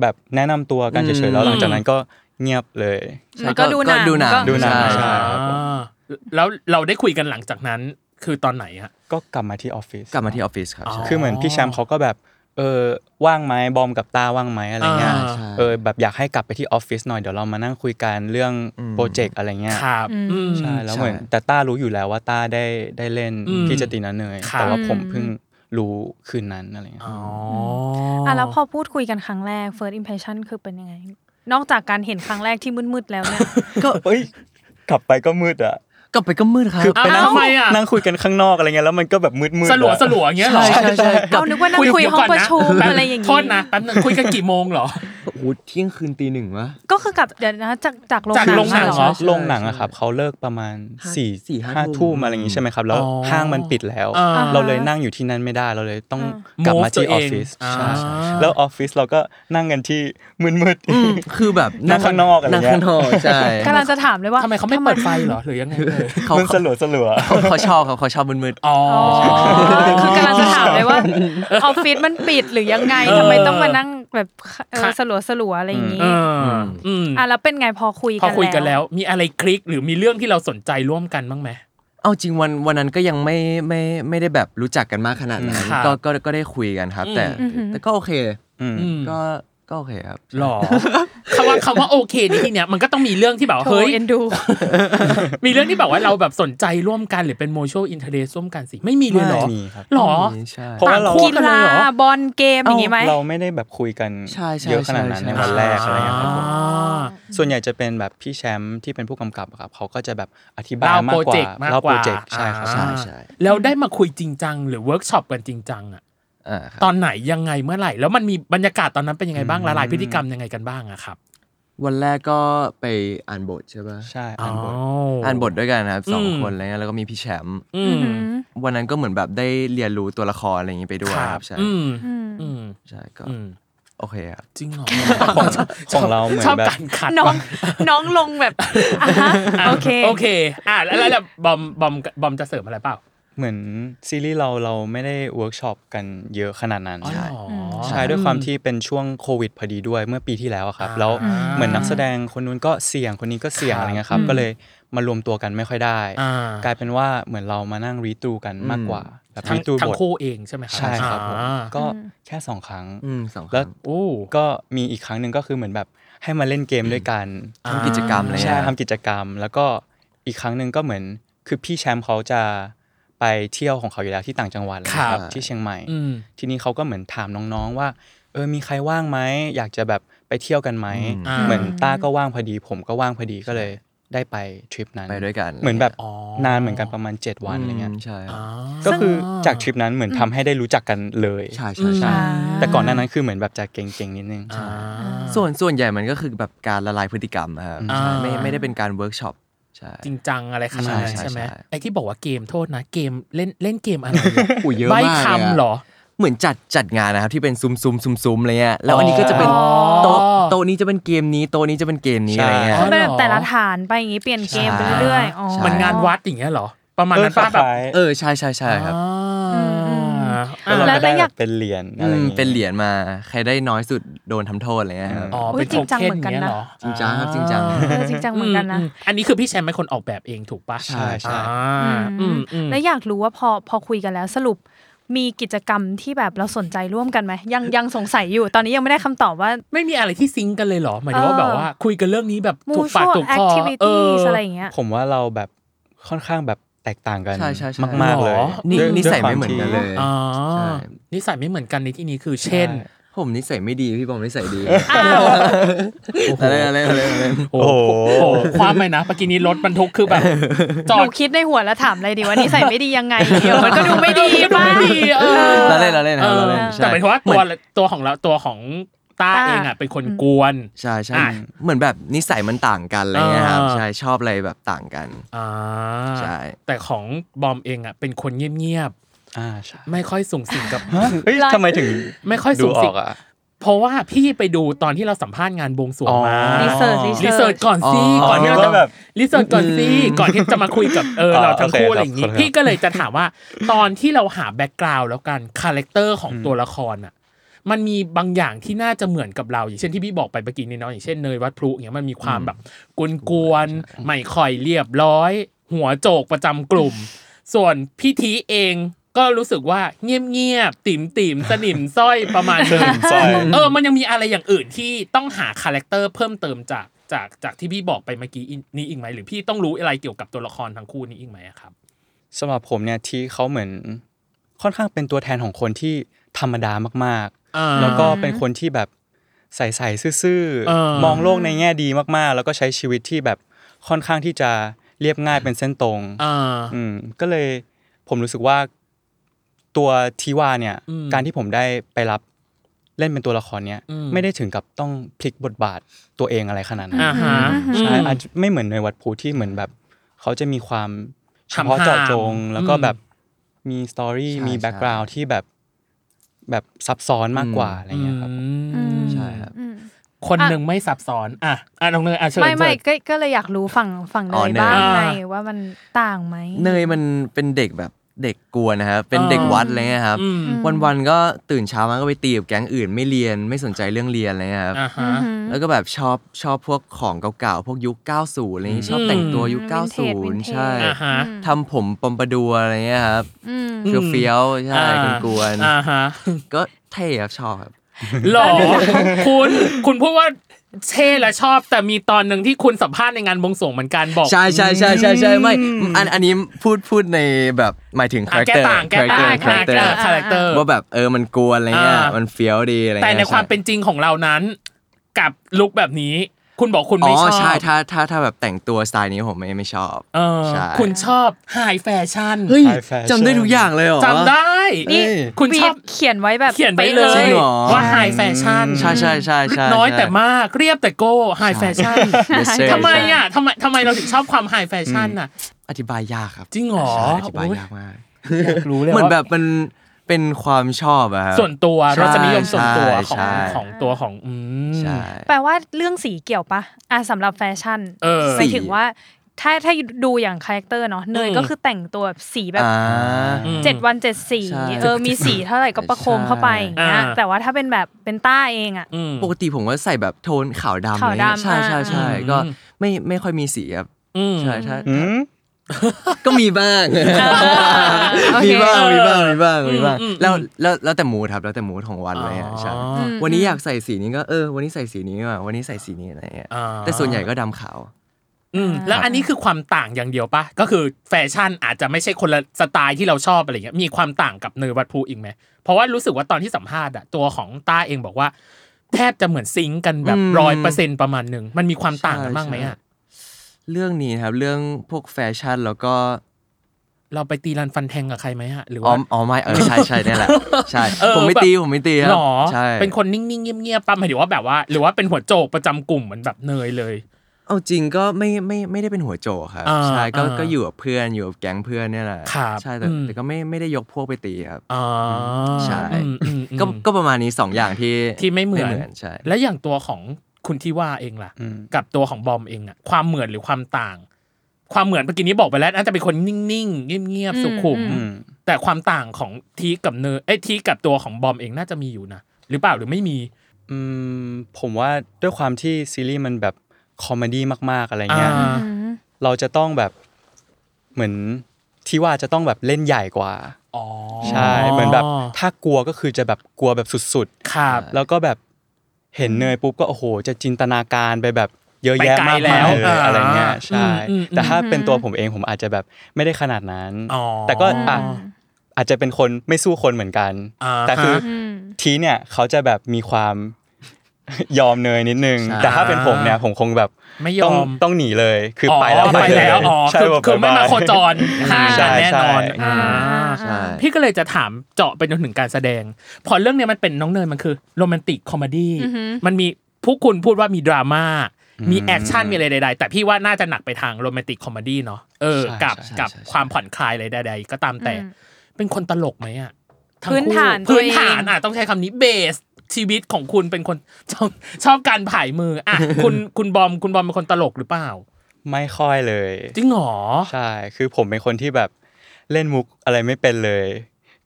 Speaker 3: แบบแนะนำตัวกันเฉยๆแล้ว
Speaker 2: อืม
Speaker 3: หลังจากนั้นก็เงียบเลย
Speaker 4: ใช่
Speaker 1: มันก็ดูหนัง
Speaker 4: ก็ดูหนัง
Speaker 1: ก็
Speaker 3: ดูหนัง
Speaker 4: ใช่
Speaker 3: ใช่ครับผม
Speaker 2: อ่าแล้วเราได้คุยกันหลังจากนั้นคือตอนไหนฮะ
Speaker 3: ก็กลับมาที่ออฟฟิศ
Speaker 4: กลับมาที่ออฟฟิศครับใช่
Speaker 2: อ๋
Speaker 3: คือเหมือนพี่แชมป์เขาก็แบบเออว่างไหมบอมกับตาว่างไหมอะไรเงี้ย
Speaker 2: อ่า
Speaker 4: ใช่
Speaker 3: เออแบบอยากให้กลับไปที่ออฟฟิศหน่อยเดี๋ยวเรามานั่งคุยกันเรื่อง
Speaker 4: อืม
Speaker 3: โปรเจกต์อะไรเงี้ย
Speaker 2: ครับอืม
Speaker 3: ใช่แล้วเหมือน
Speaker 4: ใช่
Speaker 3: แต่ต้ารู้อยู่แล้วว่าต้าได้ได้เล่น
Speaker 2: อืม
Speaker 3: พี่จตินาเนย
Speaker 2: ครับ
Speaker 3: แต่ว่าผม
Speaker 1: อืม
Speaker 3: เพิ่งรู้คืนนั้นอะไรเงี้ย
Speaker 2: อ๋อ
Speaker 1: อ่ะแล้วพอพูดคุยกันครั้งแรก first impression คือเป็นยังไง นอกจากการเห็นครั้งแรกที่มืดๆแล้วเนี่ย [laughs]
Speaker 4: ก็
Speaker 3: เอ้ยกลับไปก็มืดอ่ะ
Speaker 4: กลับไปก็มืดครับ
Speaker 3: คือไปนั่ง
Speaker 2: ทำไมอะ
Speaker 3: นั่งคุยกันข้างนอกอะไรเงี้ยแล้วมันก็แบบมืดมืด
Speaker 2: สลัวสลัวอย่างเงี้ยเหรอ
Speaker 4: ใช่ใช่ใช่
Speaker 1: เอานึกว่านั่งคุย
Speaker 2: เดี๋ว
Speaker 1: ห้อง
Speaker 2: ก่
Speaker 1: ป
Speaker 2: น
Speaker 1: ระชุม
Speaker 2: แป๊บ
Speaker 1: อะไรอย่าง
Speaker 2: โทษนะแป๊บนึงคุยกันกี่โมงเหรอ
Speaker 4: โหเที่ยงคืนตีหนึ่งวะ
Speaker 1: ก็คือกลับเดี๋ยวนะจากจากโรง
Speaker 2: จากโรงหนัง
Speaker 1: เหร
Speaker 2: เหร
Speaker 1: อ
Speaker 2: อ
Speaker 3: โรงหนังอะครับเขาเลิกประมาณ
Speaker 4: ห้า
Speaker 3: สี่
Speaker 4: สี่ห้า
Speaker 3: ห้า
Speaker 4: ทุ่
Speaker 3: ทุ่
Speaker 4: ม
Speaker 3: มอะไรอย่างงี้ใช่ไหมครับ แล้ว
Speaker 2: อ๋อ
Speaker 3: ห้างมันปิดแล้ว
Speaker 2: อ่า
Speaker 3: เราเลยนั่งอยู่ที่นั่นไม่ได้เราเลยต้อง
Speaker 2: อ่าก ก
Speaker 3: ลับมาที่อ
Speaker 2: ตั
Speaker 3: อ
Speaker 2: ว
Speaker 3: ฟ
Speaker 2: เอง
Speaker 3: ฟิศ
Speaker 2: อ่า
Speaker 3: ใช่ใช่แล้วออฟฟิศเราก็นั่งกันที่มืดๆ
Speaker 4: อืมคือแบบ
Speaker 3: นั่งข้างนอกอะไรเงี้ย
Speaker 4: นั่งข้างนอกใช่
Speaker 1: กำลังจะถามเลยว่า
Speaker 2: ทำไมเขาไม่เปิดไฟเหรอหรือยังไงเอ่ย
Speaker 4: เขา
Speaker 3: มันสลัวสลัวๆ
Speaker 4: เขาเขาชอบเขา [laughs] เขาชอบมืดๆ
Speaker 2: อ๋อ
Speaker 1: อ๋อคือกำลังจะถามเลย
Speaker 2: [laughs]
Speaker 1: ว่าออฟฟิศมันปิดหรือยังไง
Speaker 2: เออ
Speaker 1: ทำไมต้องมานั่งแบบเออ
Speaker 2: ค่ะ
Speaker 1: สลัวสลัวๆอะไรอย่างนี้
Speaker 2: เอออืม
Speaker 1: อ่ะแล้วเป็นไงพอคุย
Speaker 2: พ
Speaker 1: กั
Speaker 2: อน คุยกันแล้วมีอะไรคลิกหรือมีเรื่องที่เราสนใจร่วมกันบ้างไหม
Speaker 4: เอาจริงวันวันนั้นก็ยังไม่ไม่ไม่ได้แบบรู้จักกันมากขนาดนั้น
Speaker 2: อืมครับ
Speaker 4: ก็ก็ก็ได้คุยกันครับ
Speaker 2: อืม
Speaker 4: แต่แต่ก็โอเค
Speaker 2: อืม
Speaker 4: ก็ก็โอเคครับ
Speaker 2: หรอ
Speaker 3: [laughs]
Speaker 2: คำว่าคำว่าโอเคในที่เนี้ยมันก็ต้องมีเรื่องที่แบบว่า
Speaker 1: โทร
Speaker 2: เฮ้ย
Speaker 1: เอ็นดู
Speaker 2: มีเรื่องที่แบบว่าเราแบบสนใจร่วมกันหรือเป็น mutual interest ร่วมกันสิ ไม่มีเลยเหรอ
Speaker 3: ไม่มีครับ
Speaker 2: หรอ
Speaker 4: ใช่
Speaker 3: เพราะว่าเรา
Speaker 2: ต่งคู่
Speaker 1: กี
Speaker 2: กันเล
Speaker 1: ฬาย
Speaker 2: เหรอ
Speaker 1: บอลเกมอย่างนี้ไหม
Speaker 3: เราไม่ได้แบบคุยกัน
Speaker 4: ใช่ใช่
Speaker 3: เยอะขนาดนั้น
Speaker 4: ใช่
Speaker 3: ใน
Speaker 4: ใช่
Speaker 3: วันแรกอะไรเงี้ยครับผม
Speaker 2: อ่า
Speaker 3: ส่วนใหญ่จะเป็นแบบพี่แชมป์ที่เป็นผู้กำกับอะครับเขาก็จะแบบอธิบาย
Speaker 2: เล่าม
Speaker 3: าก
Speaker 2: โปร
Speaker 3: กว่า
Speaker 2: เจกต์มาก
Speaker 3: เล่าก
Speaker 2: ว่า
Speaker 3: โปรเจกต์ใช่ครับ
Speaker 2: อ่า
Speaker 3: ใช่
Speaker 4: ใช่ใช่
Speaker 2: แล้วได้มาคุยจริงจังหรือเวิร์กช็อปกันจริงจังอะ
Speaker 4: อ่าครับ
Speaker 2: ตอนไหนยังไงเมื่อไหร่ แล้วมันมีบรรยากาศตอนนั้นเป็นยังไงบ้างละลายพฤติกรรมยังไงกันบ้างอะครับ
Speaker 4: วันแรกก็ไปอ่านบทใช่ป่ะ
Speaker 3: ใช่อ่านบท
Speaker 4: อ่านบทด้วยกันนะครับสอง
Speaker 2: อืม
Speaker 4: คนอะไรเงี้ยแล้วก็มีพี่แชมป์
Speaker 2: อืม
Speaker 4: วันนั้นก็เหมือนแบบได้เรียนรู้ตัวละครอะไรอย่างงี้ไปด้วยครับใช่
Speaker 2: อืม
Speaker 1: อืม
Speaker 2: อืม
Speaker 4: ใช่ก็
Speaker 2: อืม
Speaker 4: โอเคครับ
Speaker 2: จริงเหรอ
Speaker 3: [laughs] ของเราเหมือน
Speaker 2: ชอบ
Speaker 3: แบบ
Speaker 2: การขัด
Speaker 1: น้อง
Speaker 2: ว่ะ
Speaker 1: น้องลงแบบ [laughs] อ่ะฮะโอเค
Speaker 2: โอเค อ่ะแล้วแล้วแล้วบอมบอมบอมจะเสริมอะไรเปล่า
Speaker 3: เหมือนซีรีส์เราเราไม่ได้เวิร์กช็อปกันเยอะขนาดนั้น
Speaker 2: อ๋อเหรอ
Speaker 3: ใช่ด้วยความที่เป็นช่วงโควิดพอดีด้วยเมื่อปีที่แล้วอะครับ
Speaker 2: อ่า
Speaker 3: แล้วเหมือนนักแสดงคนนู้นก็เสี่ยงคนนี้ก็เสี่ยง
Speaker 2: ครับ
Speaker 3: อะไรเงี้ยครับ ก็เลยมารวมตัวกันไม่ค่อยได้
Speaker 2: อ่าก
Speaker 3: กลายเป็นว่าเหมือนเรามานั่งรีตูกันมากกว่าแบบ
Speaker 2: ทั้ง
Speaker 3: รีตู
Speaker 2: ทั้
Speaker 3: บ
Speaker 2: ง
Speaker 3: ท
Speaker 2: คู่เองใช่ไหมครั
Speaker 3: ใช่ครับผม
Speaker 2: อ่า
Speaker 3: ก็แค่สองครั้ง
Speaker 4: อืมสองค
Speaker 3: แล้ว
Speaker 4: รั้ง
Speaker 2: โอ้
Speaker 3: ก็มีอีกครั้งหนึ่งก็คือเหมือนแบบให้มาเล่นเกมด้วยกัน
Speaker 2: อ่า
Speaker 4: ทำกิจกรรมอะไร
Speaker 3: ใช่
Speaker 4: เงี้ยครับ
Speaker 3: ทำกิจกรรม แล้วก็อีกครั้งหนึ่งก็เหมือนคือพี่แชมป์เขาจะไปเที่ยวของเขาอยู่แล้วที่ต่างจังหวัดนะไรเงี้ย
Speaker 2: ค
Speaker 3: ค
Speaker 2: รั
Speaker 3: รับบ ที่เชียงใหม่
Speaker 2: อืม
Speaker 3: ทีนี้เขาก็เหมือนถามน้องๆว่า เออมีใครว่างไหมอยากจะแบบไปเที่ยวกันไหม
Speaker 2: อืม
Speaker 3: เหมือนต้าก็ว่างพอดี ผมก็ว่างพอดีก็เลยได้ไปทริปนั้น
Speaker 4: ไปด้วยกัน
Speaker 3: เหมือนแบบ
Speaker 2: อ๋อ
Speaker 3: นานเหมือนกันประมาณ 7 วันอะไรเงี้ย
Speaker 4: มใช่ครับ
Speaker 2: อ่า
Speaker 3: ก็คือจากทริปนั้นเหมือนทำให้ได้รู้จักกันเลย
Speaker 4: ใช่ใช่ใช่
Speaker 3: แต่ก่อนหน้านั้นคือเหมือนแบบจะเก่งๆนิดนึงใช่
Speaker 4: ส่วนส่วนใหญ่มันก็คือแบบการละลายพฤติกรรมอะครับ
Speaker 2: อ่า
Speaker 4: ใช่ไม่ไม่ได้เป็นการเวิร์กช็อปใช่
Speaker 2: จริงจังอะไรขนาดนั้น
Speaker 4: ใช่
Speaker 2: ใช่ไหม
Speaker 4: ใช่
Speaker 2: ไอ้ที่บอกว่าเกมโทษนะ เกมเล่นเล่นเกมอะไร
Speaker 4: อุ้ยเยอะ
Speaker 2: ใบ
Speaker 4: มากเลย
Speaker 2: คำเหร
Speaker 4: อะ
Speaker 2: อ
Speaker 4: เหมือนจัดจัดงานนะครับที่เป็นซุ้มซุ้มซุ้มซุ้มอะไรเงี้ยแล้วอันนี้ก็จะเป็น
Speaker 2: อ๋อ
Speaker 4: โต๊ะโต๊ะนี้จะเป็นเกมนี้โต๊ะนี้จะเป็นเกมนี้อะ
Speaker 3: ใช่
Speaker 4: ไรเงี้ย
Speaker 1: เขาแบบ
Speaker 2: อ๋อเหรอ
Speaker 1: แต่ละฐานไปอย่างนี้เปลี่ยนเกมไปเรื่อยๆอ๋อ
Speaker 4: ใช่
Speaker 2: มันงานวัดอย่างเงี้ยเหรอ ประมาณ
Speaker 3: เออ
Speaker 2: นั้น
Speaker 3: ค
Speaker 2: ป้าแบบ
Speaker 3: ล้าย
Speaker 4: เออใช่ใช่ใช่ครับ
Speaker 2: อ่า
Speaker 1: อืม
Speaker 3: ๆแล้วเรา
Speaker 1: แล้ว
Speaker 3: ก็ได้
Speaker 1: อ
Speaker 3: แบ
Speaker 1: ยาก
Speaker 3: บเป็นเหรียญ
Speaker 4: อื
Speaker 3: อะไร
Speaker 4: ม
Speaker 3: อย่างงี้
Speaker 4: เป็นเหรียญมาใครได้น้อยสุดโดนทำโทษอะไรเงี้ยครับ
Speaker 2: อ๋อ
Speaker 1: อุ๊ย
Speaker 2: เป็น
Speaker 1: จริงจัง
Speaker 2: โทค
Speaker 1: เหมือนกันนะ
Speaker 2: ย่าย
Speaker 4: จริงจังครับจริงจัง
Speaker 1: เออจริงจังเหมือนกันนะ
Speaker 2: มมอันนี้คือพี่แชมป์เป็นคนออกแบบเองถูกปะ
Speaker 3: ใช่ใช่
Speaker 2: อ่า
Speaker 1: อื
Speaker 2: อื
Speaker 1: ม
Speaker 2: มอืม
Speaker 1: แล้วอยากรู้ว่าพอพอคุยกันแล้วสรุปมีกิจกรรมที่แบบเราสนใจร่วมกันไหมยังยังสงสัยอยู่ตอนนี้ยังไม่ได้คำตอบว่า
Speaker 2: ไม่มีอะไรที่ซิงก์กันเลยเหรอ หมายถึงว่า
Speaker 1: เออ
Speaker 2: แบบว่าคุยกันเรื่องนี้แบบถูกปาก
Speaker 1: mutual
Speaker 2: ถูกคอเออ
Speaker 1: activities อะไรอย่างเงี้ย
Speaker 3: ผมว่าเราแบบค่อนข้างแบบแตกต่างกัน
Speaker 4: ใช่ใช่ใช่
Speaker 3: มากๆเลย
Speaker 2: หรอ
Speaker 4: นี่
Speaker 3: ด้วย
Speaker 4: นิสัย
Speaker 3: ด้วยค
Speaker 4: ไม่เห
Speaker 3: วา
Speaker 4: มือนกัน
Speaker 3: ที่
Speaker 4: เลย
Speaker 2: อ๋อ
Speaker 4: ใช่
Speaker 2: นิสัยไม่เหมือนกันในที่นี้คือเช่น
Speaker 3: ใช่
Speaker 4: ผมนิสัยไม่ดีพี่บอมนิสัยดี
Speaker 1: อ้าว
Speaker 4: อะไรอะไรอะไรอะไร
Speaker 2: โอ้โหความไปนะปกินี้รถบรรทุกคือแบบจอ
Speaker 1: ห
Speaker 2: ด
Speaker 1: นูคิดในหัวแล้วถามอะไรดีว่านิสัยไม่ดียังไงเดี๋ยว
Speaker 2: [laughs]
Speaker 1: มันก็ดูไม่ดี
Speaker 2: ไม่
Speaker 1: ป้า
Speaker 2: ดีเออ
Speaker 4: เราเล่นเราเล่นนะครับเราเล่นใช่
Speaker 2: แต่หมายถึงว่าตัวตัวของเราตัวของต้า
Speaker 1: ต้า
Speaker 2: เองอ่ะเป็นคนกวน
Speaker 4: ใช่ใช่
Speaker 2: อ่ะ
Speaker 4: เหมือนแบบนิสัยมันต่างกันอะไรเงี้ยครับ
Speaker 2: อ่า
Speaker 4: ใช่ชอบอะไรแบบต่างกัน
Speaker 2: อ่า
Speaker 4: ใช่
Speaker 2: แต่ของบอมเองอ่ะเป็นคนเงียบ
Speaker 3: อ่าใช่
Speaker 2: ๆไม่ค่อยสูงสิงกับ
Speaker 3: เฮ้ยทำไมถึง
Speaker 2: ไม่ค่อยสู
Speaker 3: ดู
Speaker 2: ง
Speaker 3: อ
Speaker 2: สิ
Speaker 3: อง กอ่ะ
Speaker 2: เพราะว่าพี่ไปดูตอนที่เราสัมภาษณ์งานบวงสรวงมา
Speaker 3: อ๋อ
Speaker 1: รีเสิร์ช
Speaker 2: รี
Speaker 1: รี
Speaker 2: เสิ
Speaker 1: เสิ
Speaker 2: ร์
Speaker 1: ร์
Speaker 2: ช
Speaker 1: ช
Speaker 2: ก่อนสิ
Speaker 3: อ๋อ
Speaker 2: ก่อนที่เรา
Speaker 3: นึก
Speaker 2: จะ
Speaker 3: ว่าแบบ
Speaker 2: รีเสิร์ชก่อนสิก่อนที่จะมาคุยกับเออ
Speaker 3: อ๋อ
Speaker 2: เราทั้งคู่
Speaker 3: โอเค
Speaker 2: อะไรอย่างนี้
Speaker 3: ครับ
Speaker 2: พี่ก็เลยจะถามว่าตอนที่เราหาแบ็กกราวด์แล้วกันคาแรคเตอร์ของตัวละครอ่ะมันมีบางอย่างที่น่าจะเหมือนกับเรา อย่างเช่นที่พี่บอกไปเมื่อกี้นี่เนาะอย่างเช่นเนยวัดพลุอย่างเงี้ยมันมีความแบบกวนๆไม่ค่อยเรียบร้อย หัวโจกประจำกลุ่ม ส่วนพี่ทีเองก็รู้สึกว่าเงียบๆติ่มติมๆสนิมสร้อยประมาณนึง
Speaker 3: ใช่
Speaker 2: เออ มันยังมีอะไรอย่างอื่นที่ต้องหาคาแรคเตอร์เพิ่มเติมจากจากจากที่พี่บอกไปเมื่อกี้นี้อีกไหมหรือพี่ต้องรู้อะไรเกี่ยวกับตัวละครทั้งคู่นี้อีกไหมอะครับ
Speaker 3: สำหรับผมเนี่ยที่เขาเหมือนค่อนข้างเป็นตัวแทนของคนที่ธรรมดามาก
Speaker 2: อ่า
Speaker 3: ๆ แล้วก็เป็นคนที่แบบใส่ใส่ซื่อ
Speaker 2: เออ
Speaker 3: ๆ มองโลกในแง่ดีมากๆ แล้วก็ใช้ชีวิตที่แบบค่อนข้างที่จะเรียบง่ายเป็นเส้นตรง
Speaker 2: อ่า
Speaker 3: อืมก็เลยผมรู้สึกว่าตัวทีวาเนี่ย
Speaker 2: อืม
Speaker 3: การที่ผมได้ไปรับ เล่นเป็นตัวละครเนี้ย
Speaker 2: อืม
Speaker 3: ไม่ได้ถึงกับต้องพลิกบทบาทตัวเองอะไรขนาดนั้น
Speaker 2: อ่าฮะ
Speaker 3: ใช่
Speaker 2: อืม
Speaker 3: อาจจะไม่เหมือนในวัดภูที่เหมือนแบบ เขาจะมีความเฉพาะเจาะจง
Speaker 2: หำๆ
Speaker 3: แล้วก็
Speaker 2: อืม
Speaker 3: แบบมีสตอรี่
Speaker 4: ใช่
Speaker 3: มี
Speaker 4: ใช่
Speaker 3: แบ็กกราวด์ที่แบบแบบซับซ้อนมากกว่าอะไรเงี้ยครับ
Speaker 2: อืม
Speaker 4: ใช่ครับ
Speaker 1: อืม
Speaker 2: คนหนึ่งไม่ซับซ้อนอ่ะอ่ะน้องเนยอ่ะเชิญ
Speaker 1: ไม่ไม่
Speaker 2: เชิญ
Speaker 1: ก็ก็เลยอยากรู้ฝั่งฝั่งเน
Speaker 4: อ๋อย เนย
Speaker 1: บ้าง
Speaker 2: อ่า
Speaker 1: ไงว่ามันต่างไหม
Speaker 4: เนยมันเป็นเด็กแบบเด็กกลัวนนะครับเป็นเด็กวัดอะไรเงี้ยครับ
Speaker 2: อืม
Speaker 4: วันวันๆก็ตื่นเช้ามาก็ไปตีกับแก๊งอื่นไม่เรียนไม่สนใจเรื่องเรียนอะไรเงี้ยครับ
Speaker 2: อ่าฮะ
Speaker 4: แล้วก็แบบชอบชอบพวกของเก่าๆ พวกยุค 90 อะไรอย่างงี้ชอบแต่งตัวยุค
Speaker 1: อืม vintage
Speaker 4: 90 ใช่
Speaker 2: อ่าฮะ
Speaker 4: ทำผมปอมปาดัวอะไรเงี้ยครับ
Speaker 1: อืม
Speaker 2: อืม
Speaker 4: เฟี้ยวๆใช่กวน
Speaker 2: อ่าฮะ
Speaker 4: ๆก็เท่ครับชอบครับ
Speaker 1: [laughs]
Speaker 2: หล่อคุณคุณพูดว่าเท่และชอบแต่มีตอนหนึ่งที่คุณสัมภาษณ์ในงานบวงสรวงเหมือนกันบอก
Speaker 4: ใช่ใช่ใช่ใช่ใช่ไม่อันอันนี้พูดพูดในแบบหมายถึงคา
Speaker 2: อ่ะ
Speaker 4: แรค
Speaker 2: แก้
Speaker 4: เตอร์
Speaker 2: ต่างแก้
Speaker 4: คาแรคเตอ
Speaker 2: ต่าง
Speaker 4: ร์คาแรคเตอร์
Speaker 1: อ่ะ
Speaker 2: คาแรคเตอร์
Speaker 4: ว่าแบบเออมันกวนอะไรเงี้ย
Speaker 2: อ่ามั
Speaker 4: มันเฟี้ยวดีอะไรเงี้ย
Speaker 2: แต่ในความเป็นจริงของเรานั้น กับลุคแบบนี้ คุณบอกคุณ
Speaker 4: อ๋
Speaker 2: ไม่ช
Speaker 4: อ
Speaker 2: อบ
Speaker 4: ใช่ถ้าถ้าถ้าแบบแต่งตัวสไตล์นี้ผมไม่ไม่ชอบ
Speaker 2: เออ
Speaker 4: ใช่
Speaker 2: คุณชอบไฮแฟชั่น
Speaker 4: เฮ้ย
Speaker 3: High fashion
Speaker 4: จำได้ทุกอย่างเลยเหรอ
Speaker 2: จำได้
Speaker 4: นี่
Speaker 2: คุณชอบ
Speaker 1: เขียนไว้แบบ
Speaker 2: เขียนไว้
Speaker 1: ป๊ะ
Speaker 2: เล
Speaker 4: จริ
Speaker 2: ย
Speaker 4: งเหรอ
Speaker 2: ว่าไฮแฟชั่น
Speaker 4: ใช่ใช่ใช่ใช่
Speaker 2: น้อย
Speaker 4: ใช่
Speaker 2: แต่มากเรียบแต่โก้ไฮแฟชั่น
Speaker 4: Yes sir
Speaker 2: [laughs] ทำไมอ่ะทำไมทำไมเราถึงชอบความไฮแฟชั่นน่ะ
Speaker 4: อธิบายยากครับ
Speaker 2: จริงเหรอ
Speaker 4: ใช่อธิบายยากมาก
Speaker 2: รู้เลย
Speaker 4: เหมือน
Speaker 2: ว่า
Speaker 4: แบบมันเป็นความชอบอะครับ
Speaker 2: ส่วนตัว
Speaker 4: ใช่
Speaker 2: รสนิยมส่วนตัวข
Speaker 4: ใช่
Speaker 2: อง
Speaker 4: ใช่
Speaker 2: ของตัวของอืม
Speaker 4: ใช่
Speaker 1: แปลว่าเรื่องสีเกี่ยวปะอ่ะสำหรับแฟชั่น
Speaker 2: เออ
Speaker 1: หมายถึงว่า ถ้าถ้าดูอย่างคาแรคเตอร์เนาะเนยก็คือแต่งตัวแบบสีแบบ
Speaker 4: อ่า
Speaker 2: อืม
Speaker 1: เจ็ดวันเจ็ดสี
Speaker 4: ใช่
Speaker 1: เออมีสีเท่าไหร่ก็ประโคมเข้าไปอย่างเงี้ย
Speaker 2: อ่า
Speaker 1: แต่ว่าถ้าเป็นแบบเป็นต้าเองอ่ะ
Speaker 2: อืม
Speaker 4: ปกติผมก็ใส่แบบโทนขาวดำ
Speaker 1: ขาวดำ
Speaker 4: อะไรเงี้ยใช่
Speaker 1: อ่า
Speaker 4: ใช่ใช่
Speaker 2: อืม
Speaker 4: ก็ไม่ไม่ค่อยมีสีครับ
Speaker 2: อืม
Speaker 4: ใช่ใช่
Speaker 3: อืม
Speaker 4: ก็มีบ้าง
Speaker 1: โอเค
Speaker 4: มีบ้างมีบ้างมีบ้าง
Speaker 2: อืม
Speaker 4: มีบ้าง
Speaker 2: อืม
Speaker 4: แล้วแล้วแล้วแต่มูดครับแล้วแต่มูดของวัน
Speaker 2: อ๋อ
Speaker 4: เลยอะใช่
Speaker 1: อืม
Speaker 4: วันนี้อยากใส่สีนี้ก็เออวันนี้ใส่สีนี้ว่ะวันนี้ใส่สีนี้อะไรเงี้ย
Speaker 2: อ่า
Speaker 4: แต่ส่วนใหญ่ก็ดำขาว
Speaker 2: อืมแล้วอันนี้คือความต่างอย่างเดียวปะก็คือแฟชั่นอาจจะไม่ใช่คนละสไตล์ที่เราชอบอะไรเงี้ยมีความต่างกับเนยวัดภูอีกไหมเพราะว่ารู้สึกว่าตอนที่สัมภาษณ์อะตัวของต้าเองบอกว่า แทบจะเหมือนซิงค์กันแบบ
Speaker 4: อืม
Speaker 2: ร้อยเปอร์เซ็นต์ประมาณหนึ่งมันมีความต่างกันบ้างไหมอะ
Speaker 4: เรื่องนี้นะครับเรื่องพวกแฟชั่นแล้วก็
Speaker 2: เราไปตีรันฟันแทงกับใครไหมอะหรือ
Speaker 4: อ๋อ
Speaker 2: ว่า
Speaker 4: อ๋อไม่เออใช่ใช่นี่แหละใช่
Speaker 2: เออ
Speaker 4: ผมไม่
Speaker 2: แบบ
Speaker 4: ตีผมไม่ตีครั
Speaker 2: ห
Speaker 4: บ
Speaker 2: รอ
Speaker 4: ใช่
Speaker 2: เป็นคนนิ่งๆเงียบๆปะหมายถึงว่าแบบว่า หรือว่าเป็นหัวโจกประจำกลุ่มเหมือนแบบเนยเลย
Speaker 4: เอาจริงก็ไม่ไม่ไม่ได้เป็นหัวโจกครับ
Speaker 2: อ่า
Speaker 4: ใช่ก็
Speaker 2: อ่า
Speaker 4: ก็อยู่กับเพื่อนอยู่กับแก๊งเพื่อนเนี่ยแหละ
Speaker 2: ครับ
Speaker 4: ใช่แต่
Speaker 2: อืม
Speaker 4: แต่ก็ไม่ไม่ได้ยกพวกไปตีครับ
Speaker 2: อ๋อ
Speaker 4: ใช่
Speaker 2: อืมอืมอืม
Speaker 4: ก็ก็ประมาณนี้สองอย่างที่
Speaker 2: ที่ไม่เหมือน
Speaker 4: ใช่
Speaker 2: แล้วอย่างตัวของคุณที่ว่าเองล่ะ
Speaker 3: อืม
Speaker 2: กับตัวของบอมเองอะความเหมือนหรือความต่าง ความเหมือนเมื่อกี้นี้บอกไปแล้วน่าจะเป็นคนนิ่งๆเงียบ
Speaker 1: อืม
Speaker 2: ๆสุขุม
Speaker 1: อื
Speaker 3: อืม
Speaker 2: แต่ความต่างของทีกับเนยเอ้ยทีกับตัวของบอมเองน่าจะมีอยู่นะหรือเปล่าหรือไม่มี
Speaker 3: อืมผมว่าด้วยความที่ซีรีส์มันแบบคอมเมดี้มาก ๆ อะไรเงี้ย
Speaker 2: อ่า
Speaker 1: อืม
Speaker 3: เราจะต้องแบบเหมือนที่ว่าจะต้องแบบเล่นใหญ่กว่า
Speaker 2: อ๋อ
Speaker 3: ใช่ เหมือนแบบถ้ากลัวก็คือจะแบบกลัวแบบสุด
Speaker 2: ครับ
Speaker 3: ๆ แล้วก็แบบเห็นเนยปุ๊บก็โอ้โห จะจินตนาการไปแบบเยอะ
Speaker 2: ไป
Speaker 3: แยะ
Speaker 2: ไกล
Speaker 3: มาก
Speaker 2: แล้
Speaker 3: มายว เลยอะไรเงี้ยใช่
Speaker 2: อืมอืม
Speaker 3: แต่ถ้าเป็นตัวผมเองผมอาจจะแบบไม่ได้ขนาดนั้น
Speaker 2: อ๋อ
Speaker 3: แต่ก็อ่ะอาจจะเป็นคนไม่สู้คนเหมือนกัน
Speaker 2: อ่าฮะ
Speaker 3: แต่คืออ
Speaker 1: ม
Speaker 3: ทีเนี่ยเขาจะแบบมีความ ยอมเนยนิดนึง แต่ถ้าเป็นผมเนี่ยผมคงแบบ
Speaker 2: ไม่ยอ
Speaker 3: ต้อง
Speaker 2: ม
Speaker 3: ต้องหนีเลย คืออไปแล้ว
Speaker 2: ไปแล้วอ๋อ
Speaker 3: ใช่
Speaker 2: คือ
Speaker 3: แบบ
Speaker 2: คือไม่มา
Speaker 3: บ๊ยบย
Speaker 2: โคจร
Speaker 3: ใช่
Speaker 2: ห่างกันแน่นอน
Speaker 3: ใช่
Speaker 2: อ่า
Speaker 4: ใช่
Speaker 2: พี่ก็เลยจะถามเจาะไปจนถึงการแสดง พอเรื่องเนี้ยมันเป็นน้องเนยมันคือโรแมนติกคอมเมดี้มันมีพวกคุณพูดว่ามีดราม่ามีแอคชั่นมีอะไรใดๆ แต่พี่ว่าน่าจะหนักไปทางโรแมนติกคอมเมดี้เนาะเออ
Speaker 3: ใช่
Speaker 2: กับ
Speaker 3: ใช่
Speaker 2: กับความผ่อนคลายอะไรใด ๆ ก็ตามแต่
Speaker 1: อืม
Speaker 2: เป็นคนตลกไหมอ่ะทั้ง
Speaker 1: พื้น
Speaker 2: คู่
Speaker 1: ฐานตัว
Speaker 2: พื้น
Speaker 1: เอง
Speaker 2: ฐานอ่ะต้องใช้คำนี้เบสชีวิตของคุณเป็น [laughs] คนชอบชอบการผายมืออ่ะคุณคุณบอมคุณบอมเป็นคนตลกหรือเปล่า
Speaker 3: ไม่ค่อยเลย
Speaker 2: จริงเหรอ
Speaker 3: ใช่ คือผมเป็นคนที่แบบเล่นมุกอะไรไม่เป็นเลย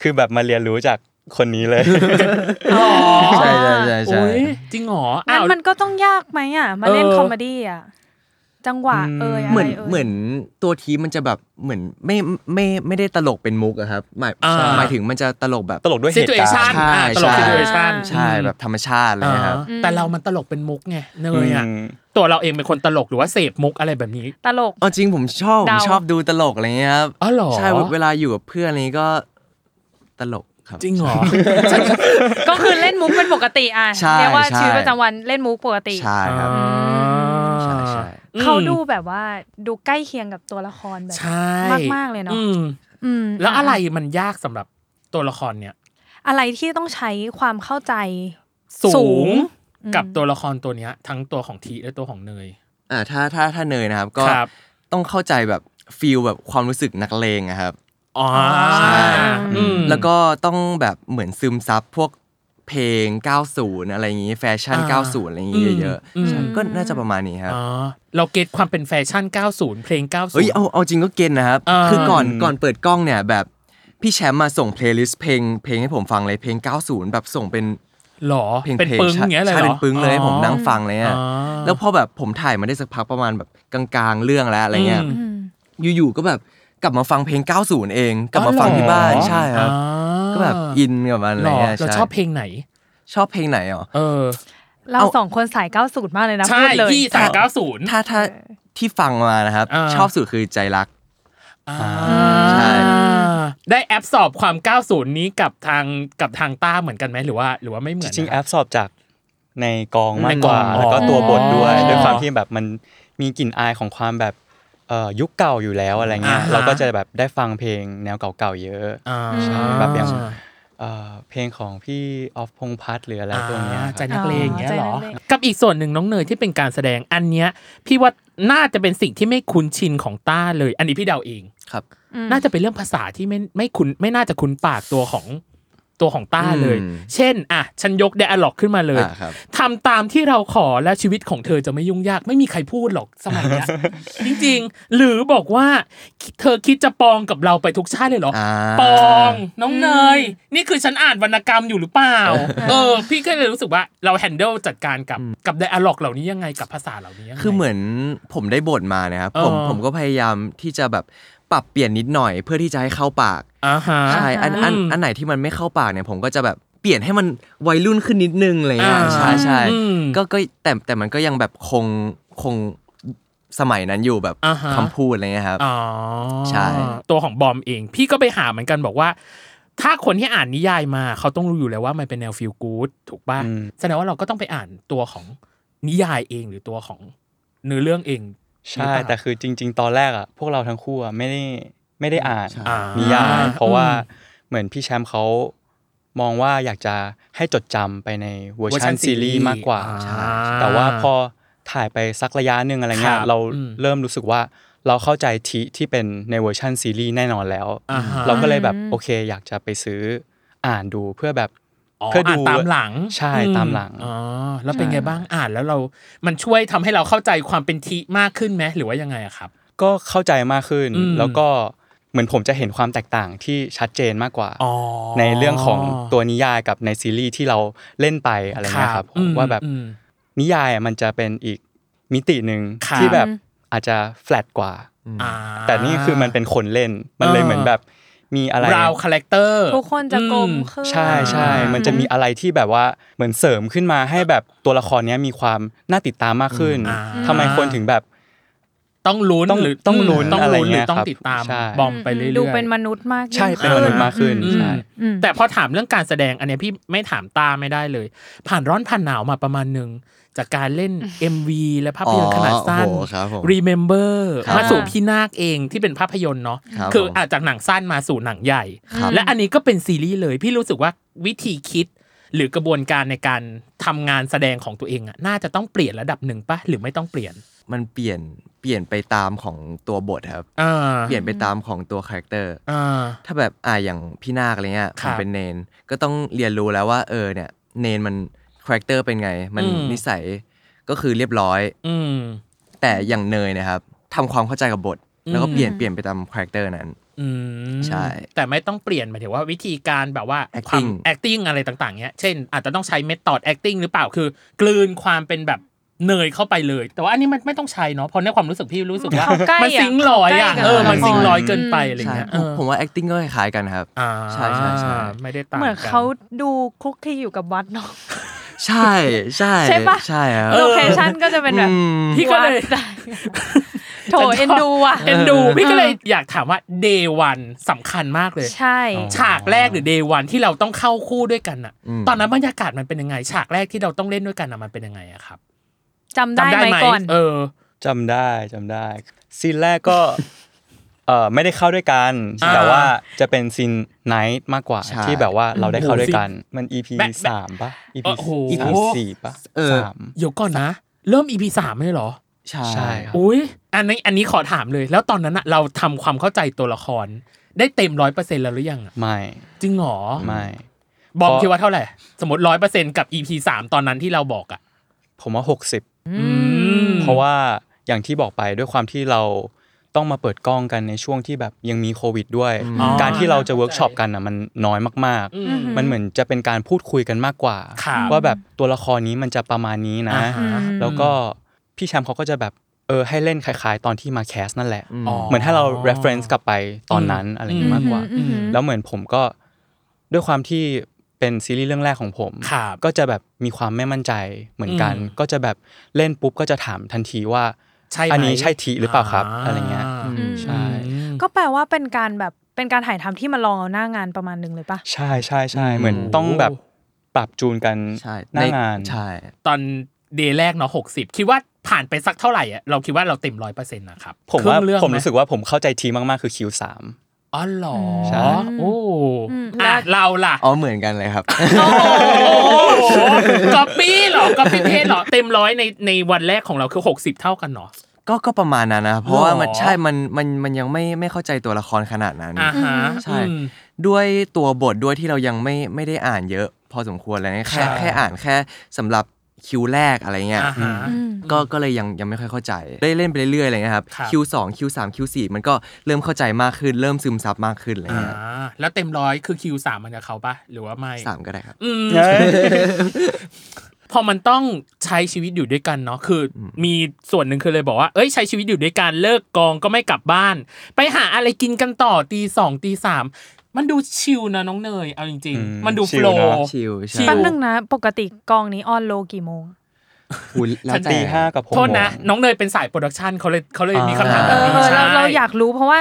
Speaker 3: คือแบบมาเรียนรู้จากคนนี้เลย
Speaker 4: ใช่ใช่ใช่ใช่
Speaker 2: โอ้ยจริงเหรอ
Speaker 1: งั้
Speaker 2: อ้าน ว
Speaker 1: มันก็ต้องยากไหมอ่ะ มาเล่น
Speaker 2: เออ
Speaker 1: คอมเมดี้อ่ะ จังหวะ
Speaker 3: อืม
Speaker 1: เอยอะไร
Speaker 4: เหมือน
Speaker 1: ย
Speaker 4: เหมือนตัวทีมมันจะแบบเหมือนไม่ไม่ไม่ได้ตลกเป็นมุกอะครับหมาย
Speaker 2: อ่า
Speaker 4: หมายถึงมันจะตลกแบบ
Speaker 3: ตลกด้วยเหตุการ
Speaker 2: situation
Speaker 3: ณ์
Speaker 4: ใช่
Speaker 2: อ่ะตลก
Speaker 4: ใช่
Speaker 2: situation
Speaker 4: ใช่แบบธรรมชาติอะไรเลยครับ
Speaker 2: อ่าแต่เรามันตลกเป็นมุกไงเนยอ่ะ
Speaker 3: อืม
Speaker 2: ตัวเราเองเป็นคนตลกหรือว่าเสพมุกอะไรแบบนี้
Speaker 1: ตลก
Speaker 4: เอาจริงผมชอบผม
Speaker 1: เดา
Speaker 4: ชอบดูตลกอะไรเงี้ยครับ
Speaker 2: อ๋อเหรอ
Speaker 4: ใช่เวลาอยู่กับเพื่อนอะไรนี้ก็ตลกครับ
Speaker 2: จริงเหรอ
Speaker 1: ก็คือเล่นมุกเป็นปกติอ่ะ
Speaker 4: ใช่
Speaker 1: เรียกว่า
Speaker 4: ใช่
Speaker 1: ชีวิตประจำวันเล่นมุกปกติ
Speaker 4: ใช่ครับ
Speaker 2: อ่า
Speaker 4: ใช่ใช่
Speaker 1: เขาดูแบบว่าดูใกล้เคียงกับตัวละครแบบ
Speaker 2: ใช่
Speaker 1: มากๆเลยเนอะ
Speaker 2: อืม
Speaker 1: อืม
Speaker 2: แล้วอะไรมันยากสำหรับตัวละครเนี่ย
Speaker 1: อะไรที่ต้องใช้ความเข้าใจ สู
Speaker 2: สูง
Speaker 1: ง
Speaker 2: กับตัวละครตัวเนี้ย ทั้งตัวของทีและตัวของเนย
Speaker 4: อ่าถ้าถ้าถ้าเนยนะครับ ก็
Speaker 2: ครับ
Speaker 4: ต้องเข้าใจแบบฟีลแบบความรู้สึกนักเลงอะครับ
Speaker 2: อ๋อ
Speaker 4: ใช่
Speaker 2: อืม
Speaker 4: แล้วก็ต้องแบบเหมือนซึมซับพวกเพลง 90 อะไรอย่างนี้ แฟชั่น
Speaker 2: อ่า
Speaker 4: 90 อะไรอย่างนี้เยอะ
Speaker 2: อืม
Speaker 4: ๆใช่ก็น่าจะประมาณนี้ครับ
Speaker 2: อ๋อเราเก็ตความเป็นแฟชั่น 90 เพลง 90
Speaker 4: เฮ้ยเอาเอาจริงก็เกณฑ์นะครับ
Speaker 2: อ่า
Speaker 4: คือก่อนก่อนเปิดกล้องเนี่ย แบบพี่แชมป์มาส่งเพลย์ลิสต์เพลงเพลงให้ผมฟังเลยเพลง 90 แบบส่งเป็น
Speaker 2: หรอ
Speaker 4: เพลง
Speaker 2: เป็นปึ้งอย่างเงี้ยเลย
Speaker 4: ใช่
Speaker 2: หรอ
Speaker 4: เป็นปึ้งเลยให้ผมนั่งฟังเลย
Speaker 2: อ๋อ
Speaker 4: อะแล้วพอแบบผมถ่ายมาได้สักพักประมาณแบบกลางๆเรื่องแล้วอะไรเงี้ย
Speaker 2: อื
Speaker 1: อืม
Speaker 4: อยู่ๆก็แบบกลับมาฟังเพลง 90 เองกลับมาฟัง
Speaker 2: อ๋อเหรอ
Speaker 4: ที่บ้านใช่ครับ
Speaker 2: อ๋อ
Speaker 4: ก็แบบอินกับมันอะไร
Speaker 2: หรอ
Speaker 4: เงี้ย
Speaker 2: เรา
Speaker 4: ใช่
Speaker 2: ชอบเพลงไหน
Speaker 4: ชอบเพลงไหนอ๋อ
Speaker 2: เออ
Speaker 1: เรา
Speaker 4: เอา
Speaker 1: สองคนสายเก้าสูตรมากเลยนะ
Speaker 2: ใช่
Speaker 1: พูดเลย
Speaker 2: พี่สาย90
Speaker 4: ถ้าถ้าที่ฟังมานะครับ
Speaker 2: อ่า
Speaker 4: ชอบสุดคือใจรัก
Speaker 2: อ่า
Speaker 4: ใช่
Speaker 2: ได้แอปสอบความ 90 นี้กับทางกับทางต้าเหมือนกันไหมหรือว่า หรือว่าไม่เหมื
Speaker 3: จ
Speaker 2: อน
Speaker 3: ริงๆแอ
Speaker 2: นะ
Speaker 3: ปสอบจากในกองมา
Speaker 2: ใน
Speaker 3: ก
Speaker 2: ก
Speaker 3: ก
Speaker 2: อง
Speaker 3: ว่าแล้วก็
Speaker 2: อ๋อ
Speaker 3: ตัวบทด้วย
Speaker 2: อ๋อ
Speaker 3: ด้วยความที่แบบมันมีกลิ่นอายของความแบบเอ่อยุคเก่าอยู่แล้วอะไรเงี้ย
Speaker 2: อ่าฮะ
Speaker 3: เราก็จะแบบได้ฟังเพลงแนวเก่าๆเยอะ
Speaker 2: อ่า
Speaker 3: ใช่แบบอย่าง เอ่อเพลงของพี่ออฟพงษ์พัฒน์หรืออะไร
Speaker 2: อ่า
Speaker 3: พวกเนี้ยครับ
Speaker 2: ใจนักเลงอย่างเงี้ยเหรอ
Speaker 1: อ๋อใจนักเลง
Speaker 2: กับอีกส่วนหนึ่งน้องเนยที่เป็นการแสดงอันเนี้ยพี่ว่าน่าจะเป็นสิ่งที่ไม่คุ้นชินของต้าเลย อันนี้พี่เดาเอง
Speaker 4: ครับ
Speaker 2: น่าจะเป็นเรื่องภาษาที่ไม่ไม่คุ้นไม่น่าจะคุ้นปากตัวของตัวของต้าเลย
Speaker 4: อืม
Speaker 2: เช่น อ่ะ ฉันยกไดอะล็อกขึ้นมาเลย
Speaker 4: อ่าครับ
Speaker 2: ทำตามที่เราขอและชีวิตของเธอจะไม่ยุ่งยาก ไม่มีใครพูดหรอกสมัยเนี้ย
Speaker 4: [laughs]
Speaker 2: จริงๆ หรือบอกว่าเธอคิดจะปองกับเราไปทุกชาติเลยเหรอ
Speaker 4: อ่า
Speaker 2: ปอง น้องเนย นี่คือฉันอ่านวรรณกรรมอยู่หรือเปล่า เออ พี่ก็เลยรู้สึกว่าเราแฮนเดิลจัดการกับกับไดอะล็อกเหล่านี้ยังไงกับภาษาเหล่านี้ยังไง
Speaker 4: คือเหมือนผมได้บทมานะครับ ผม
Speaker 2: เออ
Speaker 4: ผมก็พยายามที่จะแบบปรับเปลี่ยนนิดหน่อย เพื่อที่จะให้เข้าปาก
Speaker 2: อ่าฮะ
Speaker 4: ใช่อันอัน
Speaker 2: อืม
Speaker 4: อันไหนที่มันไม่เข้าปากเนี่ย ผมก็จะแบบเปลี่ยนให้มันวัยรุ่นขึ้นนิดนึงอะไรเงี้ย
Speaker 2: อ่า
Speaker 4: ใช่ใช่
Speaker 2: อืม
Speaker 4: ก็ก็แต่แต่มันก็ยังแบบคงคงสมัยนั้นอยู่แบบ
Speaker 2: อ่าฮะ
Speaker 4: คำพูดอะไรเงี้ยครับ
Speaker 2: อ๋อ
Speaker 4: ใช่
Speaker 2: ตัวของบอมเอง พี่ก็ไปหาเหมือนกันบอกว่า ถ้าคนที่อ่านนิยายมาเขาต้องรู้อยู่แล้วว่ามันเป็นแนวฟิลกู๊ดถูกป่ะ
Speaker 3: อืม
Speaker 2: แสดงว่าเราก็ต้องไปอ่านตัวของนิยายเองหรือตัวของเนื้อเรื่องเอง
Speaker 3: ใช่
Speaker 2: หรือเปล่า
Speaker 3: แต่คือจริง ๆ ตอนแรกอ่ะพวกเราทั้งคู่อ่ะไม่ได้ไม่ได้อ่าน
Speaker 2: อ่านิ
Speaker 3: นิยายเพราะว่า
Speaker 2: อืม
Speaker 3: เหมือนพี่แชมป์เขามองว่าอยากจะให้จดจำไปในเวอร์ชันซีรีส์มากกว่า
Speaker 2: อ่า
Speaker 3: ใช่แต่ว่าพอถ่ายไปสักระยะหนึ่งอะไร
Speaker 2: ค
Speaker 3: เงี้ย
Speaker 2: รับ
Speaker 3: เรา
Speaker 2: อืม
Speaker 3: เริ่มรู้สึกว่าเราเข้าใจทิที่เป็นในเวอร์ชันซีรีส์แน่นอนแล้ว
Speaker 2: อ่าฮะ
Speaker 3: เราก็เลยแบบโอเค อยากจะไปซื้ออ่านดูเพื่อแบบ
Speaker 2: อ๋อ
Speaker 3: เพื่อดู
Speaker 2: านตามหลัง
Speaker 3: ใช่
Speaker 2: อื
Speaker 3: ตามหลัง
Speaker 2: อ๋อแล้วเป็นไงบ้างอ่านแล้วเรา มันช่วยทำให้เราเข้าใจความเป็นทีมากขึ้นไหมหรือว่ายังไงอะครับ
Speaker 3: ก็เข้าใจมากขึ้น
Speaker 2: อืม
Speaker 3: แล้วก็เหมือนผมจะเห็นความแตกต่างที่ชัดเจนมากกว่า
Speaker 2: อ๋อ
Speaker 3: ในเรื่องของตัวนิยายกับในซีรีส์ที่เราเล่นไปอะไรเงี้ยครับผมว่าแบบนิยายอ่ะมันจะเป็นอีกมิติหนึ่ง
Speaker 2: ครับ
Speaker 3: ที่แบบอาจจะแฟลตกว่า
Speaker 2: อ่า
Speaker 3: แต่นี่คือมันเป็นคนเล่นมันเลย
Speaker 2: อ่า
Speaker 3: เหมือนแบบมีอะไร
Speaker 2: ราวคาแรคเตอร์
Speaker 1: ทุกคนจะกลมขึ้น
Speaker 3: ใช่ใช่มันจะมีอะไรที่แบบว่าเหมือนเสริมขึ้นมาให้แบบตัวละครเนี้ยมีความน่าติดตามมากขึ้น
Speaker 2: อ่า
Speaker 3: ทำไมคนถึงแบบ
Speaker 2: ต้องลุ้น
Speaker 3: ต้อง
Speaker 2: หรือ
Speaker 3: ต้องลุ้น
Speaker 2: ต้อง
Speaker 3: อะไร
Speaker 2: ลุ้นห
Speaker 3: เงี้
Speaker 2: รื
Speaker 3: ย
Speaker 2: อต้อง
Speaker 3: ครับ
Speaker 2: ติดตาม
Speaker 3: ใช่
Speaker 2: บอมไปเรื่อยๆ
Speaker 1: ดูเป็นมนุษย์มากยิ่ง
Speaker 3: ใช่เป็นมนุษย์มากขึ้น
Speaker 2: อืม
Speaker 3: ใช่
Speaker 1: อืม
Speaker 2: แต่พอถามเรื่องการแสดงอันเนี้ยพี่ไม่ถามตาไม่ได้เลย ผ่านร้อนผ่านหนาวมาประมาณหนึ่งจากการเล่
Speaker 1: [laughs]
Speaker 2: น MV และภาพยนตร์ขนาดสั้น
Speaker 4: อ๋อโอ้โหครับผม
Speaker 2: Remember
Speaker 4: ครับ
Speaker 2: มาสู่พี่นาคเองที่เป็นภาพยนตร์เนาะ
Speaker 4: ครับ
Speaker 2: คือ
Speaker 4: ผม
Speaker 2: อาจจากหนังสั้นมาสู่หนังใหญ่
Speaker 4: ครับ
Speaker 2: และอันนี้ก็เป็นซีรีส์เลย พี่รู้สึกว่าวิธีคิด หรือกระบวนการในการทำงานแสดงของตัวเองอะน่าจะต้องเปลี่ยนระดับหนึ่งปะหรือไม่ต้องเปลี่ยน
Speaker 4: มันเปลี่ยนเปลี่ยนไปตามของตัวบทครับ
Speaker 2: อ่า
Speaker 4: เปลี่ยนไปตามของตัวคาแรคเตอร์
Speaker 2: อ่า
Speaker 4: ถ้าแบบอ่าอย่างพี่นาคอะไรเงี้ย
Speaker 2: ค
Speaker 4: ผ
Speaker 2: รับ
Speaker 4: มเป็นเนน ก็ต้องเรียนรู้แล้วว่าเออเนี่ยเนนมันคาแรคเตอร์เป็นไง มัน
Speaker 2: อืม
Speaker 4: นิสัยก็คือเรียบร้อย
Speaker 2: อืม
Speaker 4: แต่อย่างเนยนะครับทำความเข้าใจกับบท แล้วก็เปลี่ยน
Speaker 1: อืม
Speaker 4: เปลี่ยนไปตามคาแรคเตอร์นั้น
Speaker 2: อืม
Speaker 4: ใช่
Speaker 2: แต่ไม่ต้องเปลี่ยนหมายถึงว่าวิธีการแบบว่า
Speaker 4: Acting
Speaker 2: ความ acting อะไรต่างๆเนี้ย เช่น อาจจะต้องใช้เม t h o d acting หรือเปล่าคือกลืนความเป็นแบบเนยเข้าไปเลย แต่ว่าอันนี้มันไม่ต้องใช้เนาะเพราะในความรู้สึกพี่รู้สึกว่า
Speaker 1: เข้าใกล้
Speaker 2: มัซิงค์ร้อย
Speaker 1: เข้า
Speaker 2: อ่ะ
Speaker 1: ใกล้กับ
Speaker 2: เออมัน
Speaker 1: ละคร
Speaker 2: ซิงค์ร้อยเกินไปอะไร
Speaker 4: ใช่
Speaker 2: เงี้ย
Speaker 4: ผ
Speaker 2: เอ
Speaker 4: ม
Speaker 2: อ
Speaker 4: ผมว่า acting ก็คล้ายๆกันครับ
Speaker 2: อ่า
Speaker 4: ใช่ใช่ใช่
Speaker 2: ไม่ได้ต่าง
Speaker 1: เหมือนเขา
Speaker 2: กั
Speaker 1: ดูคลุกคลีอยู่กับวัดเนาะ
Speaker 4: ใช่ใช่
Speaker 1: ใช่ปะ
Speaker 4: ใช่ครับ
Speaker 1: โลเคชั่นก็จะเป็นแบบ
Speaker 4: อืม
Speaker 2: พี่ก็เลย
Speaker 1: วัดโถเอ็นดูอ่ะ
Speaker 2: เอ็นดูพี่ก็เลยอยากถามว่า day one สำคัญมากเลย
Speaker 1: ใช่
Speaker 2: ฉากแรกหรือ day one ที่เราต้องเข้าคู่ด้วยกันอ่ะ
Speaker 4: อืม
Speaker 2: ตอนนั้นบรรยากาศมันเป็นยังไง ฉากแรกที่เราต้องเล่นด้วยกันอ่ะมันเป็นยังไงอะครับ
Speaker 1: จำได้ไหมก่อน
Speaker 2: เออ
Speaker 3: จำได้จำได้ ซีนแรกก็ เอ อ่อไม่ได้เข้าด้วยกัน
Speaker 2: อ่า
Speaker 3: แต่ว่าจะเป็นซีนไนท์มากกว่า
Speaker 4: ใช่
Speaker 3: ที่แบบว่าเราได้เข้าด้วยกันมัน EP
Speaker 2: แบะแบะ
Speaker 3: สามปะ EP
Speaker 2: โอ้โห
Speaker 3: EP สี่ปะ
Speaker 4: เออ
Speaker 3: สาม
Speaker 2: เดี๋ยวก่อนนะ เริ่ม EP สามเลยเหรอ
Speaker 4: ใช่
Speaker 3: ใช่ครับ
Speaker 2: อุ้ยอันนี้อันนี้ขอถามเลย แล้วตอนนั้นอะเราทำความเข้าใจตัวละคร ได้เต็มร้อยเปอร์เซ็นต์แล้วหรือยังอะ
Speaker 3: ไม่
Speaker 2: จริงเหรอ
Speaker 3: ไม่
Speaker 2: บอม
Speaker 3: เพราะ
Speaker 2: คิดว่าเท่าไหร่ สมมติร้อยเปอร์เซ็นต์กับ EP สามตอนนั้นที่เราบอกอะ
Speaker 3: ผมว่า 60
Speaker 2: อืม
Speaker 3: เพราะว่าอย่างที่บอกไปด้วยความที่เราต้องมาเปิดกล้องกันในช่วงที่แบบยังมีโควิดด้วย
Speaker 2: อ๋อ
Speaker 3: การที่เราจะ
Speaker 2: เข้าใจ
Speaker 3: เวิร์กช็อปกันอ่ะมันน้อยมาก
Speaker 2: อืม
Speaker 3: ๆ มันเหมือนจะเป็นการพูดคุยกันมากกว่า
Speaker 2: ครับ
Speaker 3: ว่าแบบตัวละครนี้มันจะประมาณนี้นะ
Speaker 2: อ่าฮะ
Speaker 3: แล้วก็พี่แชมป์เขาก็จะแบบเออให้เล่นคล้าย ๆ ตอนที่มาแคสนั่นแหละ
Speaker 4: อืม
Speaker 3: เหมือนให้เรา reference กลับไปตอนนั้นอะไรอย่าง
Speaker 2: อื
Speaker 3: นี้
Speaker 2: ม
Speaker 3: มากกว่า
Speaker 5: อืมอืม
Speaker 3: แล้วเหมือนผมก็ด้วยความที่เป็นซีรีส์เรื่องแรกของผม
Speaker 2: ครับ
Speaker 3: ก็จะแบบมีความไม่มั่นใจเหมือนกัน
Speaker 2: อืม
Speaker 3: ก็จะแบบเล่นปุ๊บก็จะถามทันทีว่า
Speaker 2: ใช่ไหม
Speaker 3: อันนี้ใช่ทีหรือเปล่าครับอะไรเงี้ย
Speaker 2: า
Speaker 5: อืม
Speaker 3: ใช่
Speaker 2: อืม
Speaker 1: ก็แปลว่าเป็นการแบบเป็นการถ่ายทำที่มาลองเอาหน้างานประมาณหนึงเลยปะ
Speaker 3: ใช่ใช่ใช่
Speaker 2: อืม
Speaker 3: เหมือนต้องแบบปรับจูนกัน
Speaker 4: ใช่
Speaker 3: หน้างาน
Speaker 4: ใช่
Speaker 2: ตอนเดย์แรกเนาะหกสิบคิดว่าผ่านไปสักเท่าไหร่อะเราคิดว่าเราเต็มร้อยเปอร์เซ็นต์นะครับ
Speaker 3: ผม
Speaker 2: ครึ่
Speaker 3: ว่าง
Speaker 2: เรื่อง
Speaker 3: ผม
Speaker 2: ไห
Speaker 3: รู้สึกว่าผมเข้าใจทีมมากๆคือคิวสาม
Speaker 2: อ๋อเหรอ
Speaker 3: ใช่
Speaker 2: โอ้
Speaker 1: อืม
Speaker 2: อ่ะเราล่ะ
Speaker 4: อ๋อเหมือนกันเลยครับ
Speaker 2: โอ้โหก๊อปปี้เหรอก๊อปปี้เพจเหรอ เต็มร้อยในในวันแรกของเราคือ 60 เท่ากันเนาะ
Speaker 4: ก็ก็ประมาณนั้นนะครับเพราะว่ามัน
Speaker 2: หรอ
Speaker 4: ใช่ มันมันมันยังไม่ไม่เข้าใจตัวละครขนาดนั้น
Speaker 2: อ่าฮะ
Speaker 4: ใช่
Speaker 2: อืม
Speaker 4: ด้วยตัวบทด้วยที่เรายังไม่ไม่ได้อ่านเยอะ พอสมควรอะไรเงี้ยแค่
Speaker 2: ใช่
Speaker 4: แค่อ่านแค่สำหรับคิวแรกอะไรเงี้ย
Speaker 2: อ่าฮะ
Speaker 4: ก็ก็เลยยังยังไม่ค่อยเข้าใจ ได้เล่นไปเรื่อยๆอะไรเงี้ยครับ
Speaker 2: ครับ
Speaker 4: คิวสองคิวสามคิวสี่มันก็เริ่มเข้าใจมากขึ้น เริ่มซึมซับมากขึ้นอะไร
Speaker 2: อ่า
Speaker 4: เงี้ย
Speaker 2: แล้วเต็มร้อยคือคิวสามมันกับเขาปะหรือว่าไม่
Speaker 4: สามก็ได้ครับ
Speaker 2: อืมพอมันต้องใช้ชีวิตอยู่ด้วยกันเนาะคืออมีส่วนหนึ่งคือเลยบอกว่าเอ้ยใช้ชีวิตอยู่ด้วยกันเลิกกองก็ไม่กลับบ้าน ไปหาอะไรกินกันต่อตีสองตีสามมันดูชิลนะน้องเนยเอาจริง
Speaker 3: อืม
Speaker 2: ๆ มันดู
Speaker 3: ชิ
Speaker 2: โฟ
Speaker 3: ล
Speaker 2: ล
Speaker 3: เนอะ
Speaker 2: ว์
Speaker 4: ชิลใช่
Speaker 2: ชิ
Speaker 1: แป๊บนึงนะปกติกองนี้ออนโลกี่โมง
Speaker 4: คุณแล้วแต่
Speaker 3: ตีห้ากับผม
Speaker 2: โทษนะ
Speaker 3: ผม
Speaker 2: น้องเนยเป็นสายโปรดักชันเขาเลยเขาเลย
Speaker 3: อ่ามี
Speaker 2: มีคำถาม
Speaker 1: เออเอ
Speaker 2: แบบนี้
Speaker 1: อ
Speaker 2: ใช่
Speaker 1: เราเราอยากรู้เพราะว่า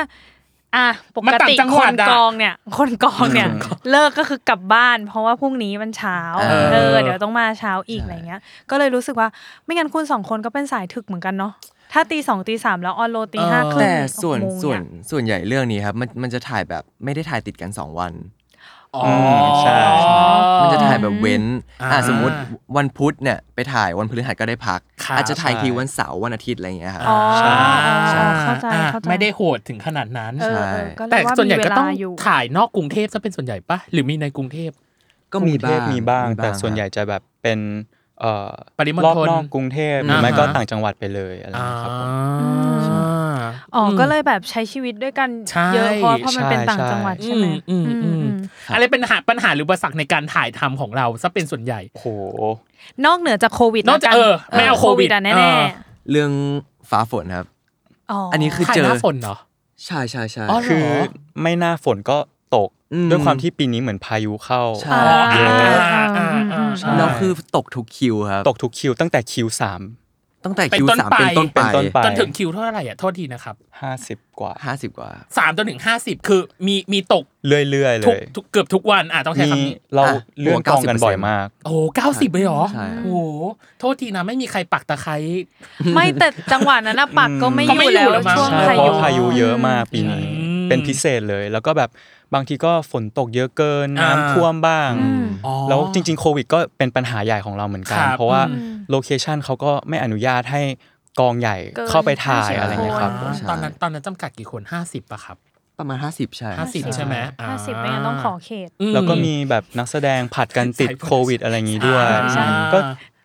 Speaker 1: อ่ะป
Speaker 2: มัน
Speaker 1: ก
Speaker 2: ต่าง
Speaker 1: ติ
Speaker 2: จังห
Speaker 1: ค
Speaker 2: วัด
Speaker 1: น
Speaker 2: อะ
Speaker 1: กองเนี่ย [laughs] คนกองเนี่ย เลิกก็คือกลับบ้าน เพราะว่าพรุ่งนี้มันเช้า
Speaker 4: เออ
Speaker 1: เออเดี๋ยวต้องมาเช้าอีก
Speaker 4: ใช่
Speaker 1: อะไรเงี้ย ก็เลยรู้สึกว่าไม่งั้นคุณสองคนก็เป็นสายถึกเหมือนกันเนาะถ้าตีสองตีสามแล้วออนโลตีห้า
Speaker 2: เออ
Speaker 1: ครึ่ง
Speaker 4: แต่ส่วน
Speaker 1: หกโมงเย
Speaker 4: ส่วนส่วนใหญ่เรื่องนี้ครับมันมันจะถ่ายแบบไม่ได้ถ่ายติดกัน 2 วัน
Speaker 2: อ๋อ
Speaker 3: ใช่
Speaker 4: มันจะถ่ายแบบเว้น
Speaker 2: อ่า
Speaker 4: อ่ะสมมติวันพุธเนี่ยไปถ่ายวันพฤหัสก็ได้พัก
Speaker 2: ครับ
Speaker 4: อาจจะถ่ายทีวันเสาร์วันอาทิตย์อะไรอย่างเงี้ยครับ
Speaker 1: อ๋อ
Speaker 2: ใช่
Speaker 1: เข้าใจ
Speaker 2: อ่ะ
Speaker 1: เข้าใจ
Speaker 2: ไม่ได้โหดถึงขนาดนั้น
Speaker 1: เออเออ
Speaker 4: ใช่
Speaker 1: ก็เลย
Speaker 2: แต่
Speaker 1: ว่า
Speaker 2: ส่วนใหญ่
Speaker 1: มี
Speaker 2: ก็
Speaker 1: เว
Speaker 2: ต้อง
Speaker 1: ลาอยู่
Speaker 2: ถ่ายนอกกรุงเทพซะเป็นส่วนใหญ่ปะหรือมีในกรุงเทพ
Speaker 4: ก็
Speaker 3: กรุ
Speaker 4: มี
Speaker 3: งเท
Speaker 4: บ้า
Speaker 3: พ
Speaker 4: ง
Speaker 3: มีบ้าง
Speaker 4: มี
Speaker 3: แต่ส่วนใหญ่จะแบบเป็นเอ่อ
Speaker 2: ปริมณฑล
Speaker 3: รอบนอกกรุงเทพหรือไม่
Speaker 2: อ่าฮะ
Speaker 3: ก็ต่างจังหวัดไปเลยอะไรอย่างเงี้ยครับผม
Speaker 1: ใช่ อ๋ออก็เลยแบบใช้ชีวิตด้วยกัน
Speaker 2: ใช่
Speaker 1: เยอะเพราะเพราะมันเป็นต่างจังหวัด
Speaker 2: อื
Speaker 1: ใช่ไหม
Speaker 2: มอืมอืม
Speaker 1: อืม
Speaker 2: อะไรเป็นหาปัญหาหรืออุปสรรคในการถ่ายทำของเราซะเป็นส่วนใหญ่
Speaker 3: โห
Speaker 1: นอกเหนือจากโควิด
Speaker 2: นอกจาก
Speaker 1: แล้ว
Speaker 2: เออไม่เอาโควิด
Speaker 1: อะ
Speaker 2: เอ
Speaker 1: แน่
Speaker 2: อ
Speaker 4: เรื่องฟ้าฝนครับ
Speaker 1: ๆอ๋ออั
Speaker 4: นนี้คือ
Speaker 2: ถ่าย
Speaker 4: เจ
Speaker 2: หน้าฝนเหรอ
Speaker 4: ใช่ใช่ใช่
Speaker 2: อ๋อเหร
Speaker 3: คือไม่หน้าฝนก็ตก
Speaker 4: อืม
Speaker 3: ด้วยความที่ปีนี้เหมือนพายุเข้า
Speaker 4: ใช่
Speaker 1: อ่า
Speaker 2: เยอะ
Speaker 1: อ่า
Speaker 2: อ่าอ่าอ่า
Speaker 3: ใช่
Speaker 4: แล้วคือตกทุกคิวครับ
Speaker 3: ตกทุกคิวตั้งแต่คิวสาม
Speaker 4: ตั้งแต่
Speaker 2: เป็น
Speaker 4: คิว
Speaker 2: ต้น
Speaker 4: สาม
Speaker 2: ไป
Speaker 4: เป็นต้นไป
Speaker 3: เป็นต้นไป
Speaker 2: จนถึงคิวเท่าไหร่อ่ะโทษทีนะครับ
Speaker 3: ห้าสิบกว่า
Speaker 4: ห้าสิบกว่า
Speaker 2: สามจนถึงห้าสิบคือมีมีตก
Speaker 3: เรื่อยๆเล
Speaker 2: ทุก
Speaker 3: ย
Speaker 2: ทุกเกือบทุกวันอ่ะต้องใช้
Speaker 3: มี
Speaker 2: คำนี้
Speaker 3: เรา
Speaker 4: อ่ะ
Speaker 3: เลื่อ
Speaker 4: บ
Speaker 3: น
Speaker 4: วก
Speaker 3: กองกัน
Speaker 4: 90%
Speaker 3: บ่อยมาก
Speaker 2: โอ้เก้าสิบเลยเหรอ
Speaker 4: ใช่
Speaker 2: โอ้โหโทษทีนะไม่มีใครปักตะไคร้
Speaker 1: ไม่แต่จังหวะนั้นน่ะปักก็ไม่
Speaker 2: ก็
Speaker 1: อ
Speaker 2: ไม่
Speaker 1: ยู่
Speaker 2: อยู่
Speaker 1: แล้ว
Speaker 2: แล้วมั้ง
Speaker 1: ช่วง
Speaker 3: ใช่
Speaker 1: พายุ
Speaker 3: เพราะว่าพายุเยอะมากปีนี้
Speaker 2: อืม
Speaker 3: เป็นพิเศษเลย แล้วก็แบบบางทีก็ฝนตกเยอะเกิน
Speaker 2: อ่า
Speaker 3: น้ำท่วมบ้าง
Speaker 1: อืม
Speaker 2: อ๋อ
Speaker 3: แล้วจริง ๆ โควิดก็เป็นปัญหาใหญ่ของเราเหมือนกัน
Speaker 2: ครับ
Speaker 3: เพราะว่า
Speaker 2: อืม
Speaker 3: โลเคชันเขาก็ไม่อนุญาตให้กองใหญ่เข้าไปถ่าย
Speaker 1: เกิน
Speaker 3: อะไรเงี้ยครับ
Speaker 2: อ๋อ
Speaker 4: ใช่
Speaker 2: ตอนนั้นตอนนั้นจำกัดกี่คนห้าสิบป่ะครับ
Speaker 4: ประมาณห้าสิบใช่
Speaker 2: ห้าสิบใช่ไหมอ่
Speaker 1: ห้าสิบไม่งั้นต้องขอเขต
Speaker 2: อื
Speaker 3: แล้วก็มีแบบนักแสดงผัดกันติด
Speaker 2: สายโปรดักชั่น
Speaker 3: โควิดอะไรอย่างงี้ด้วย
Speaker 2: อ่า
Speaker 1: ใช่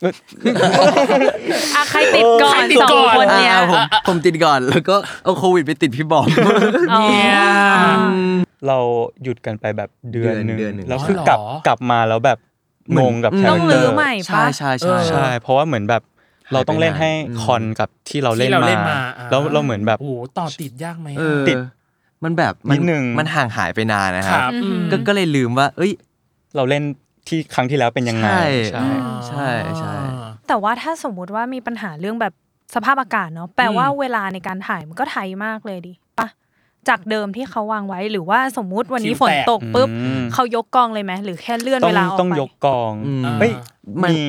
Speaker 3: ก็
Speaker 1: อ่ะใครติดก่อ
Speaker 2: ใคร
Speaker 1: น
Speaker 2: ติด
Speaker 1: สอ
Speaker 2: ก่
Speaker 1: ง
Speaker 2: อน
Speaker 1: คนเนี่ย
Speaker 4: อ่าผมผมติดก่อนแล้วก็เอาโควิดไปติดพี่บอม
Speaker 1: อ๋อ
Speaker 3: เราหยุดกันไปแบบเดือนหนึ่ง
Speaker 4: เดือนหนึ่ง
Speaker 3: แล้วคือ
Speaker 2: ใช่
Speaker 3: กลับ
Speaker 2: เหรอ
Speaker 3: กลับมาแล้วแบบงงกับคา
Speaker 1: ต้อง
Speaker 3: แรคเตอ
Speaker 1: ลื้อ
Speaker 3: ร์
Speaker 1: ใหม่
Speaker 4: ใช่
Speaker 1: ปะ
Speaker 4: ใช่ใช่
Speaker 3: ใช่ เพราะว่าเหมือนแบบเราต้องเล่นให้
Speaker 4: อืม
Speaker 3: คอนกับที่เราเล่
Speaker 2: ที่เราเล่นมาอ่า
Speaker 3: แล้วเราเหมือนแบบ
Speaker 2: โอ้โหต่อติดยากไหมะ
Speaker 4: เออ
Speaker 3: ติด
Speaker 4: มันแบบ
Speaker 3: นิดนึง
Speaker 4: มันห่างหายไปนานนะ
Speaker 2: ค
Speaker 4: ครั
Speaker 2: รั
Speaker 4: บบ
Speaker 2: อืม
Speaker 4: ก็ก็เลยลืมว่า เอ้ย
Speaker 3: เราเล่นที่ครั้งที่แล้วเป็นยังไง
Speaker 4: ใช่
Speaker 3: ใช่
Speaker 4: ใช่ใช่
Speaker 1: แต่ว่าถ้าสมมุติว่ามีปัญหาเรื่องแบบสภาพอากาศเนาะแปลว่า
Speaker 2: อืม
Speaker 1: เวลาในการถ่ายมันก็ไทยมากเลยดิปะจากเดิมที่เขาวางไว้หรือว่าสมมุติวันนี้ฝนตกปุ๊บ
Speaker 3: อืม
Speaker 1: เขายกกองเลยไหมหรือแค่เลื่อน
Speaker 3: ต้อ
Speaker 1: เว
Speaker 3: ง
Speaker 1: ลาออกไป
Speaker 3: ต้องยกกอง
Speaker 4: อืม
Speaker 3: เฮ้ย
Speaker 4: มัน
Speaker 3: มี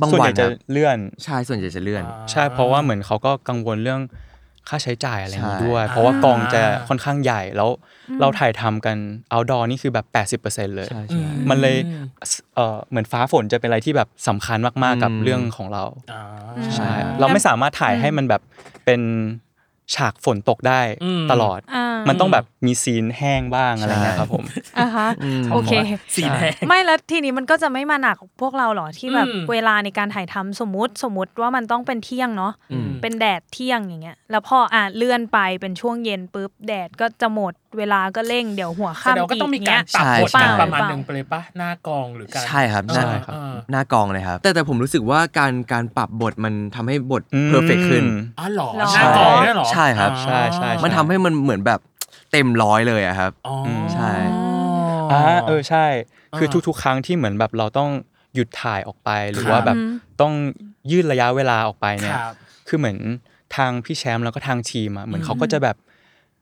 Speaker 4: บาง
Speaker 3: ส่วน
Speaker 4: วั
Speaker 3: ให
Speaker 4: น
Speaker 3: ญ่จะ
Speaker 4: ครับ
Speaker 3: เลื่อน
Speaker 4: ใชายส่วนใหญ่จะเลื่อน
Speaker 2: อ่า
Speaker 3: ใช่เพราะว่าเหมือนเขาก็กังวลเรื่อง ค่าใช้จ่ายอะไรอย่างนี้
Speaker 4: ใช่
Speaker 3: ด้วย เพราะว่ากองจะ
Speaker 2: อ่า
Speaker 3: ค่อนข้างใหญ่แล้วเราถ่ายทำกันเอาดอนี่คือแบบ 80%เลย
Speaker 4: ใช่ใช่
Speaker 3: มันเลยเอ่อเหมือนฟ้าฝนจะเป็นอะไรที่แบบสำคัญมากๆกับ
Speaker 4: อืม
Speaker 3: เรื่องของเรา
Speaker 2: อ่า
Speaker 3: ใช่
Speaker 4: ใช่
Speaker 3: เราไม่สามารถถ่ายให้มันแบบเป็นฉากฝนตกได้
Speaker 2: อืม
Speaker 3: ตลอด
Speaker 1: อ่า
Speaker 3: มันต้องแบบมีซีนแห้งบ้างอะไรเงี้ยครับผม
Speaker 1: อ่าฮะโอเค
Speaker 2: สีแดง
Speaker 1: [laughs] ไม่แล้วทีนี้มันก็จะไม่มาหนักพวกเราหรอที่แบบ
Speaker 2: อืม
Speaker 1: เวลาในการถ่ายทำสมมติสมมติว่ามันต้องเป็นเที่ยงเนาะ
Speaker 4: อืม
Speaker 1: เป็นแดดเที่ยงอย่างเงี้ย แล้วพออ่ะเลื่อนไปเป็นช่วงเย็นปุ๊บแดดก็จะหมดเวลาก็เร่งเดี๋ยวหัว
Speaker 2: แต่
Speaker 1: ค่ำ
Speaker 2: เราก็
Speaker 1: อีก
Speaker 2: ต้องมีกา
Speaker 1: เงี้ย
Speaker 2: รปรับ
Speaker 4: ใช่
Speaker 2: บท
Speaker 4: ใช่
Speaker 2: กันประมาณ
Speaker 1: เปล่า
Speaker 2: หนึ่งไปเลยปะหน้ากองหรือการ
Speaker 4: ใช่ครับ
Speaker 2: เออ
Speaker 4: หน้า
Speaker 3: ครับ
Speaker 2: เออ
Speaker 4: หน้ากองเลยครับ แต่แต่ผมรู้สึกว่าการการปรับบทมันทำให้บท
Speaker 3: อืม
Speaker 4: เพอร์เฟกขึ้น
Speaker 2: อ๋อเหรอ
Speaker 1: หรอ
Speaker 2: หน้ากองเนี่ยเหรอ
Speaker 4: ใช่ครับ
Speaker 2: อ๋อ
Speaker 3: ใช่ใช่
Speaker 4: มันทำให้มันเหมือนแบบเต็มร้อยเลยอะครับ
Speaker 2: อ๋ออ
Speaker 3: ม
Speaker 4: ใช่
Speaker 3: อ่าเออใช่ คืออา ทุกๆ ครั้งที่เหมือนแบบเราต้องหยุดถ่ายออกไปหรือว่าแบบ
Speaker 1: อืม
Speaker 3: ต้องยืดระยะเวลาออกไป
Speaker 2: ค
Speaker 3: เนี่ย
Speaker 2: รับ
Speaker 3: คือเหมือนทางพี่แชมป์แล้วก็ทางทีมอะเหมือนเขาก็จะแบบ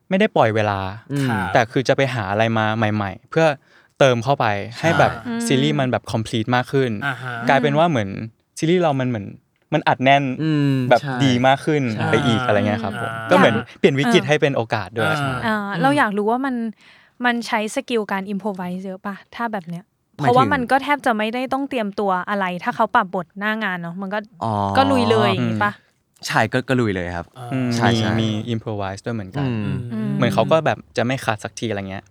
Speaker 3: ไม่ได้ปล่อยเวลา
Speaker 4: อืม
Speaker 2: ครับ
Speaker 3: แต่คือจะไปหาอะไรมาใหม่ ๆ เพื่อเติมเข้าไปให้แบบ
Speaker 1: อืม
Speaker 3: ซีรีส์มันแบบ complete มากขึ้น
Speaker 2: อ่าฮะ
Speaker 3: กลายเป็นว่าเหมือนซีรีส์เรามันเหมือนมันอัดแน่น
Speaker 4: อืม
Speaker 3: แบบ
Speaker 4: ใช่
Speaker 3: ดีมากขึ้น
Speaker 4: ใช่
Speaker 3: ไปอีกอะไรเงี้ยครับผม
Speaker 2: อ่า
Speaker 3: ก็เหมือนเปลี่ยนวิกฤต
Speaker 1: เออ
Speaker 3: ให้เป็นโอกาสด้วย
Speaker 2: อ่า
Speaker 1: อ่าเราอยากรู้ว่ามันมันใช้สกิลการอิมพอไวเยอะปะถ้าแบบเนี้ย
Speaker 4: หมายถึง
Speaker 1: เพราะว่ามันก็แทบจะไม่ได้ต้องเตรียมตัวอะไร ถ้าเขาปรับบทหน้างานเนาะมันก็
Speaker 4: อ๋อ
Speaker 1: ก็ลุยเลยอย่างงี้ปะ
Speaker 4: ใช่ก็ก็ลุยเลยครับ
Speaker 3: อืม
Speaker 4: ใช่
Speaker 3: มี
Speaker 4: ใช่
Speaker 3: มี improvise ด้วยเหมือนกัน
Speaker 4: อืม
Speaker 1: ม
Speaker 3: เหมือนเขาก็แบบจะไม่ขาดสักทีอะไรเงี้ย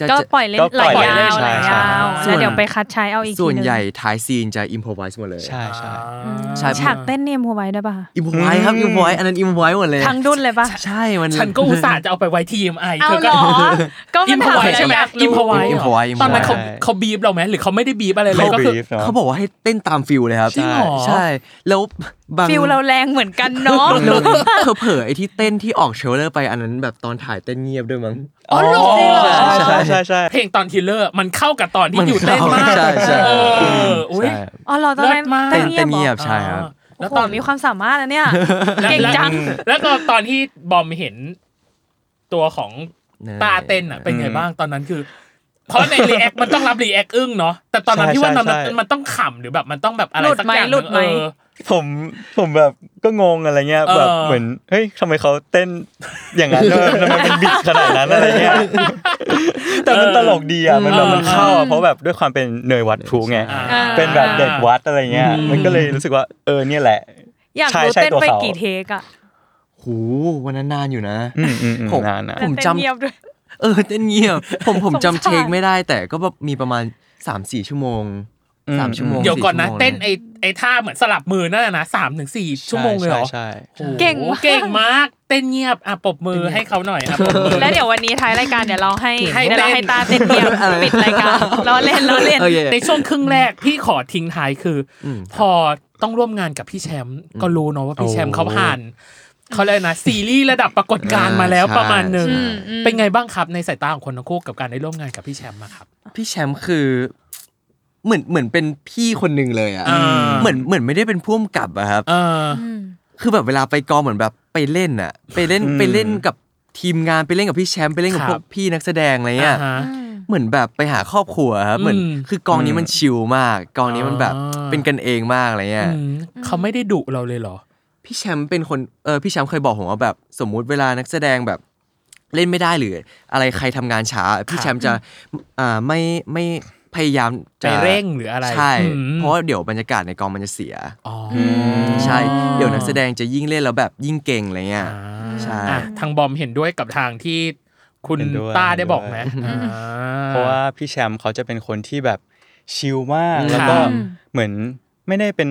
Speaker 4: จะ
Speaker 1: ก็
Speaker 4: จะ
Speaker 1: ปล่อยเล่น
Speaker 3: ก็
Speaker 1: ไหล
Speaker 3: ปล่อย
Speaker 1: ยา
Speaker 3: เล่น
Speaker 1: วไหล
Speaker 3: ใช่
Speaker 1: ยาว
Speaker 3: ใช่
Speaker 1: แล้วเดี๋ยวไปคัดใช้เอาอีกที
Speaker 4: ส่วน
Speaker 1: นึง
Speaker 4: ใหญ่ท้ายซีนจะอิมพอไวส์หมดเลย
Speaker 3: ใช่ใช่
Speaker 1: อืม
Speaker 4: ใช่
Speaker 1: ฉากเต้นเนมหัวไว้ได้ป่ะ
Speaker 4: อิมพอไวส์ครับอิมพอไวส์อันนั้นอิมพอไวส์หมดเลย
Speaker 1: ทั้งดุนเลยป่ะ
Speaker 4: ใช่ มัน
Speaker 2: ฉันก็อุตส่าห์จะเอาไปไว้ TMI
Speaker 1: เอา
Speaker 2: เธอ
Speaker 1: เหรอ
Speaker 2: ก็
Speaker 1: ก็
Speaker 2: อิ
Speaker 1: มัน
Speaker 2: มพอ
Speaker 1: ถาม
Speaker 2: ไว้ใช่ไหม
Speaker 1: อยากรู้
Speaker 2: อิมพอไว้เหร
Speaker 4: improvise
Speaker 2: ตอนนั้นเขา
Speaker 3: ใช่
Speaker 2: เขาบีบเราไหมหรือเขาไม่ได้บีบอะไรเลย
Speaker 3: เขา
Speaker 2: ก็คือ
Speaker 3: บีบ เนอะ
Speaker 4: เขาบอกว่าให้เต้นตามฟิลเลยครับ
Speaker 2: จริงเหรอ
Speaker 4: ใช่ แล้วบาง
Speaker 1: ฟิลเราแรงเหมือนกันเนาะ
Speaker 4: แล้วเผลอๆไอ้ที่เต้นที่ออกเชลเลอร์ไปอันนั้นแบบตอนถ่ายเต้นเงียบด้วยมั้ง
Speaker 2: อ๋อเหรอ
Speaker 3: ใช่ใช่ใช่ใช่
Speaker 2: เพลงตอนทิลเลอร์มันเข้ากับตอนที่
Speaker 4: มัน
Speaker 2: อยู่เต้นมาก
Speaker 4: ใช่ใช่
Speaker 2: เอออุ้ย
Speaker 4: ใช่
Speaker 1: อ๋อเหรอตอนนั้น
Speaker 2: เลิศมาก
Speaker 1: เต้
Speaker 4: เต้น
Speaker 1: น
Speaker 4: เต้น
Speaker 1: เงี
Speaker 4: เงี
Speaker 1: ย
Speaker 4: ย
Speaker 1: บบ
Speaker 4: ใช่ครับ
Speaker 1: แล้
Speaker 2: แล้ว
Speaker 1: วต
Speaker 2: ต
Speaker 1: อ
Speaker 2: อน น
Speaker 1: มีความสามารถนะเนี่ย เก่งจัง
Speaker 2: แล้วตอนตอนที่บอมเห็นตัวของตาเต้นอ่ะเป็นไงบ้างตอนนั้นคือ เพราะในรีแอคมันต้องรับรีแอคอึ้งเนาะแต่ตอนนั้น
Speaker 3: ใช่
Speaker 2: ที่ว่ามัน
Speaker 3: ใช่ใช่
Speaker 2: มันต้องขำหรือแบบมันต้องแบบอะไร
Speaker 1: หลุด
Speaker 2: สัก
Speaker 1: ไหม
Speaker 2: อย่างนึ่ง
Speaker 1: หลุดไหม
Speaker 2: เออ
Speaker 3: ผมผมแบบก็งงอะไรเงี้ย
Speaker 2: เออ
Speaker 3: แบบเหมือนเฮ้ยทำไมเขาเต้น [laughs] อย่างนั้นด้วยทำไมมันบิดขนาดนั้นอะไรเงี้ยแต่มันตลกดีอ่ะมันแบบมันเข้าอ่ะเพราะแบบด้วยความเป็นเนยวัดพลูไง
Speaker 2: อ่า
Speaker 3: เป็นแบบเด็กวัดอะไรเงี้ยมันก็เลยรู้สึกว่าเออเนี่ยแหละ
Speaker 1: อยาก
Speaker 3: ใช่
Speaker 1: รู้
Speaker 3: ใช่
Speaker 1: เต้น
Speaker 3: ตัว
Speaker 1: ไป
Speaker 3: เขา
Speaker 1: กี่เทคอะ
Speaker 4: หูวันนั้นนานอยู่นะ
Speaker 3: อืมอืมอืม
Speaker 4: ผม
Speaker 3: นานนะ
Speaker 4: ผม
Speaker 1: เต้น
Speaker 4: จำ
Speaker 1: เงียบด้วย
Speaker 4: เออเต้นเงียบ ผมผม
Speaker 1: สงสาร
Speaker 4: จำเทคไม่ได้ แต่ก็แบบมีประมาณ 3 4 ชั่วโมง
Speaker 3: อืม
Speaker 4: 3ชั่วโมง
Speaker 2: เดี๋ยวก่อนนะ
Speaker 4: สี่ชั่วโมง
Speaker 2: เต้นไอไอท่าเหมือนสลับมือนั่นน่ะนะสามถึงสี่ชั่วโมงเลยเหรอ
Speaker 3: ใช่ใช่
Speaker 2: โอ้โห
Speaker 1: เก่งมาก
Speaker 2: เก่งมาก เต้นเงียบอ่ะปรบมือให้เขาหน่อยอ่ะปรบมือ
Speaker 1: แล้วเดี๋ยววันนี้ท้ายรายการเดี๋ยวเราให้
Speaker 2: ให้
Speaker 1: เดี๋ยวเรา
Speaker 2: เต้น
Speaker 1: ให้ตาเต้นเงียบปิดรายการล้อเล่นล้อเล่น
Speaker 4: เออเย่
Speaker 2: ในช่วงครึ่งแรกพี่ขอทิ้งท้ายคืออ
Speaker 4: ม
Speaker 2: พอต้องร่วมงานกับพี่แชมป์ก็รู้เนาะว่าพี่แชมป์เขาผ่านเขาเลยกนะซีรีส์ระดับปรากฏการณ์มาแล้วประมาณหนึ่ง
Speaker 1: อืมอืม
Speaker 2: เป็นไงบ้างครับในสายตาของคนทั้งคู่กับการได้ร่วมงานกับพี่แชมป์มาครับ
Speaker 4: พี่แชมป์คือ เหมือนเหมือนเป็นพี่คนหนึ่งเลยอ่ะ
Speaker 2: อ่า
Speaker 4: เหมือนเหมือนไม่ได้เป็นพ่วงกับอะครับ
Speaker 2: เออ
Speaker 4: คือแบบเวลาไปกองเหมือนแบบไปเล่นอะไปเล่น
Speaker 3: อืม
Speaker 4: ไปเล่นกับทีมงานไปเล่นกับพี่แชมป์ไปเล่นกับ
Speaker 2: ครั
Speaker 4: พ
Speaker 2: บ
Speaker 4: วกพี่นักแสดงอะไรเงี้ย
Speaker 2: อ่าฮะ
Speaker 4: เหมือนแบบไปหาครอบครัวครับเหมือน
Speaker 2: อืม
Speaker 4: คือกองนี้มันชิลมาก กองนี้มันแบบ
Speaker 2: อ่า
Speaker 4: เป็นกันเองมากอะไรเงี้ย
Speaker 2: อืมเขาไม่ได้ดุเราเลยเหรอ
Speaker 4: พี่แชมป์เป็นคนเออพี่แชมป์เคยบอกผมว่าแบบ สมมุติเวลานักแสดงแบบเล่นไม่ได้หรือ อะไรใครทำงานช้า พี่แชมป์จะอ่าไม่ไม่พยายามจะ
Speaker 2: ไปเร่งหรืออะไร
Speaker 4: ใช่
Speaker 2: อืม
Speaker 4: เพราะว่าเดี๋ยวบรรยากาศในกองมันจะเสีย
Speaker 2: อ๋อ
Speaker 4: ใช่เดี๋ยวนักแสดงจะยิ่งเล่นแล้วแบบยิ่งเก่งอะไรเงี้ย
Speaker 2: อ่า
Speaker 4: ใช่
Speaker 2: อ่ะทางบอมเห็นด้วยกับทางที่คุณ
Speaker 3: เห็นด้วย
Speaker 2: ต้าได้บอก
Speaker 3: เห็น
Speaker 2: ไห
Speaker 3: ด้
Speaker 2: ม
Speaker 3: วย
Speaker 2: อ่
Speaker 3: เพราะว่าพี่แชมป์เขาจะเป็นคนที่แบบชิลมาก
Speaker 4: อืม
Speaker 3: แล้วก็
Speaker 2: ครับ
Speaker 3: เหมือนไม่ได้เป็น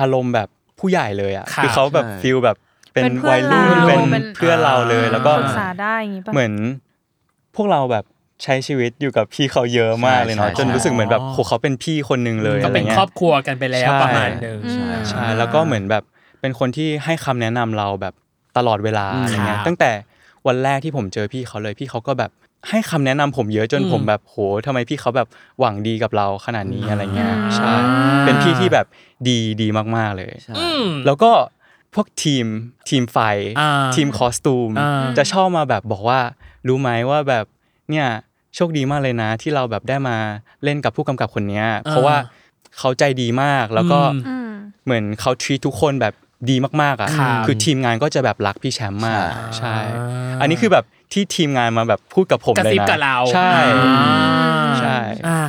Speaker 3: อารมณ์แบบผู้ใหญ่เลยอ่ะ
Speaker 2: ครับ
Speaker 3: คือเขาแบบ
Speaker 4: ใช่
Speaker 3: ฟิลแบบเป็น
Speaker 1: เป็นเพื่อน
Speaker 3: วัยรุ่น
Speaker 1: เรา
Speaker 3: เป็น
Speaker 1: เป็น
Speaker 3: เพื่อนเราเลย แล้วก็
Speaker 1: ปรึกษาได้อย่างงี้ปะ
Speaker 3: เหมือนพวกเราแบบใช้ชีวิตอยู่กับพี่เขาเยอะมากเลยเนาะ
Speaker 4: ใช่ใช่
Speaker 3: จนรู้สึกเหมือนแบบ
Speaker 2: อ๋อ
Speaker 3: โหเขาเป็นพี่คนหนึ่งเลย
Speaker 2: ก็
Speaker 3: อะไร
Speaker 2: เป็น
Speaker 3: เงี้
Speaker 2: ครอย บครัวกันไปแล้ว
Speaker 3: ใช่
Speaker 2: ประมาณหนึ่ง
Speaker 1: ใช่
Speaker 3: ใช่แล้วก็เหมือนแบบเป็นคนที่ให้คำแนะนำเราแบบตลอดเวลา
Speaker 4: อืม
Speaker 3: อะไรเงี้
Speaker 2: ค
Speaker 3: ย
Speaker 2: รับ
Speaker 3: ตั้งแต่วันแรกที่ผมเจอพี่เขาเลยพี่เขาก็แบบให้คำแนะนำผมเยอะจน
Speaker 2: อืม
Speaker 3: ผมแบบโหทำไมพี่เขาแบบหวังดีกับเราขนาดนี้อะไรเงี้ย
Speaker 1: อืม
Speaker 3: ใช่เป็นพี่ที่แบบดีดีมากๆเลย
Speaker 4: ใช่
Speaker 2: อืม
Speaker 3: แล้วก็พวกทีมทีมไฟ
Speaker 2: อ่า
Speaker 3: ทีมคอสตูม
Speaker 2: อ่า
Speaker 3: จะชอบมาแบบบอกว่า รู้ไหมว่าแบบเนี่ยโชคดีมากเลยนะ ที่เราแบบได้มาเล่นกับผู้กำกับคนเนี้ยเพราะว่าเขาใจดีมากแล้วก็
Speaker 2: อืม
Speaker 1: อืม
Speaker 3: เหมือนเขา treat ทุกคนแบบ ดีมากๆอ่ะ
Speaker 2: ครับ
Speaker 3: คือทีมงานก็จะแบบรักพี่แชมป์มาก
Speaker 4: ใช่
Speaker 3: ใช่ อันนี้คือแบบที่ทีมงานมาแบบพูดกับผม
Speaker 2: กระ
Speaker 3: เลย
Speaker 2: ซิบ
Speaker 3: นะ
Speaker 2: กับเรา
Speaker 3: ใช่
Speaker 2: อ่า
Speaker 3: ใช่
Speaker 2: อ่า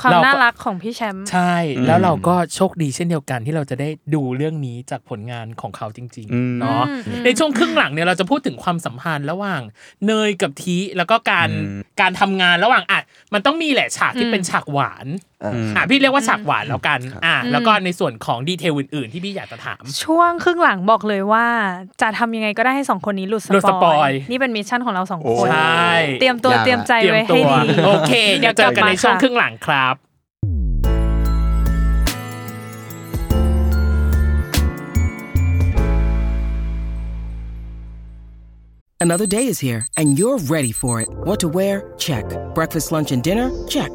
Speaker 1: ความ
Speaker 2: เราก็
Speaker 1: น่ารักของพี่แชมป์
Speaker 2: ใช่ แล้วเราก็โชคดีเช่นเดียวกันที่เราจะได้ดูเรื่องนี้จากผลงานของเขาจริง
Speaker 3: อืม
Speaker 2: ๆเนาะ
Speaker 1: อืมอืม
Speaker 2: ในช่วงครึ่งหลังเนี่ยเราจะพูดถึงความสัมพันธ์ระหว่างเนยกับทีแล้วก็การการทำงานระหว่างอ่ะมันต้องมีแหละฉากที่เป็นฉากหวานอ่ะพี่เรียกว่าฉากหวานแล้วกันอ่ะแล้วก็ในส่วนของดีเทลอื่น ๆ ที่พี่อยากจะถาม
Speaker 1: ช่วงครึ่งหลังบอกเลยว่า จะทำยังไงก็ได้ให้สองคนนี้หลุด
Speaker 2: หลุด
Speaker 1: ส
Speaker 2: ส
Speaker 1: ป
Speaker 2: ป
Speaker 1: อ
Speaker 2: อย ย
Speaker 1: นี่เป็นมิชชั่นของเราสองคน
Speaker 2: ใช่
Speaker 1: เตรียมตัว
Speaker 4: อยาก
Speaker 1: เตรียมใจ
Speaker 2: เตรียม
Speaker 1: ไว้
Speaker 2: ตั
Speaker 1: ให้
Speaker 2: ว
Speaker 1: ดี
Speaker 2: โอเคเดี๋ยวเจอกันในช่วง
Speaker 1: ค่ะ
Speaker 2: ครึ่งหลังครับ
Speaker 6: Another day is here, and you're ready for it. What to wear? Check. Breakfast, lunch, and dinner? Check.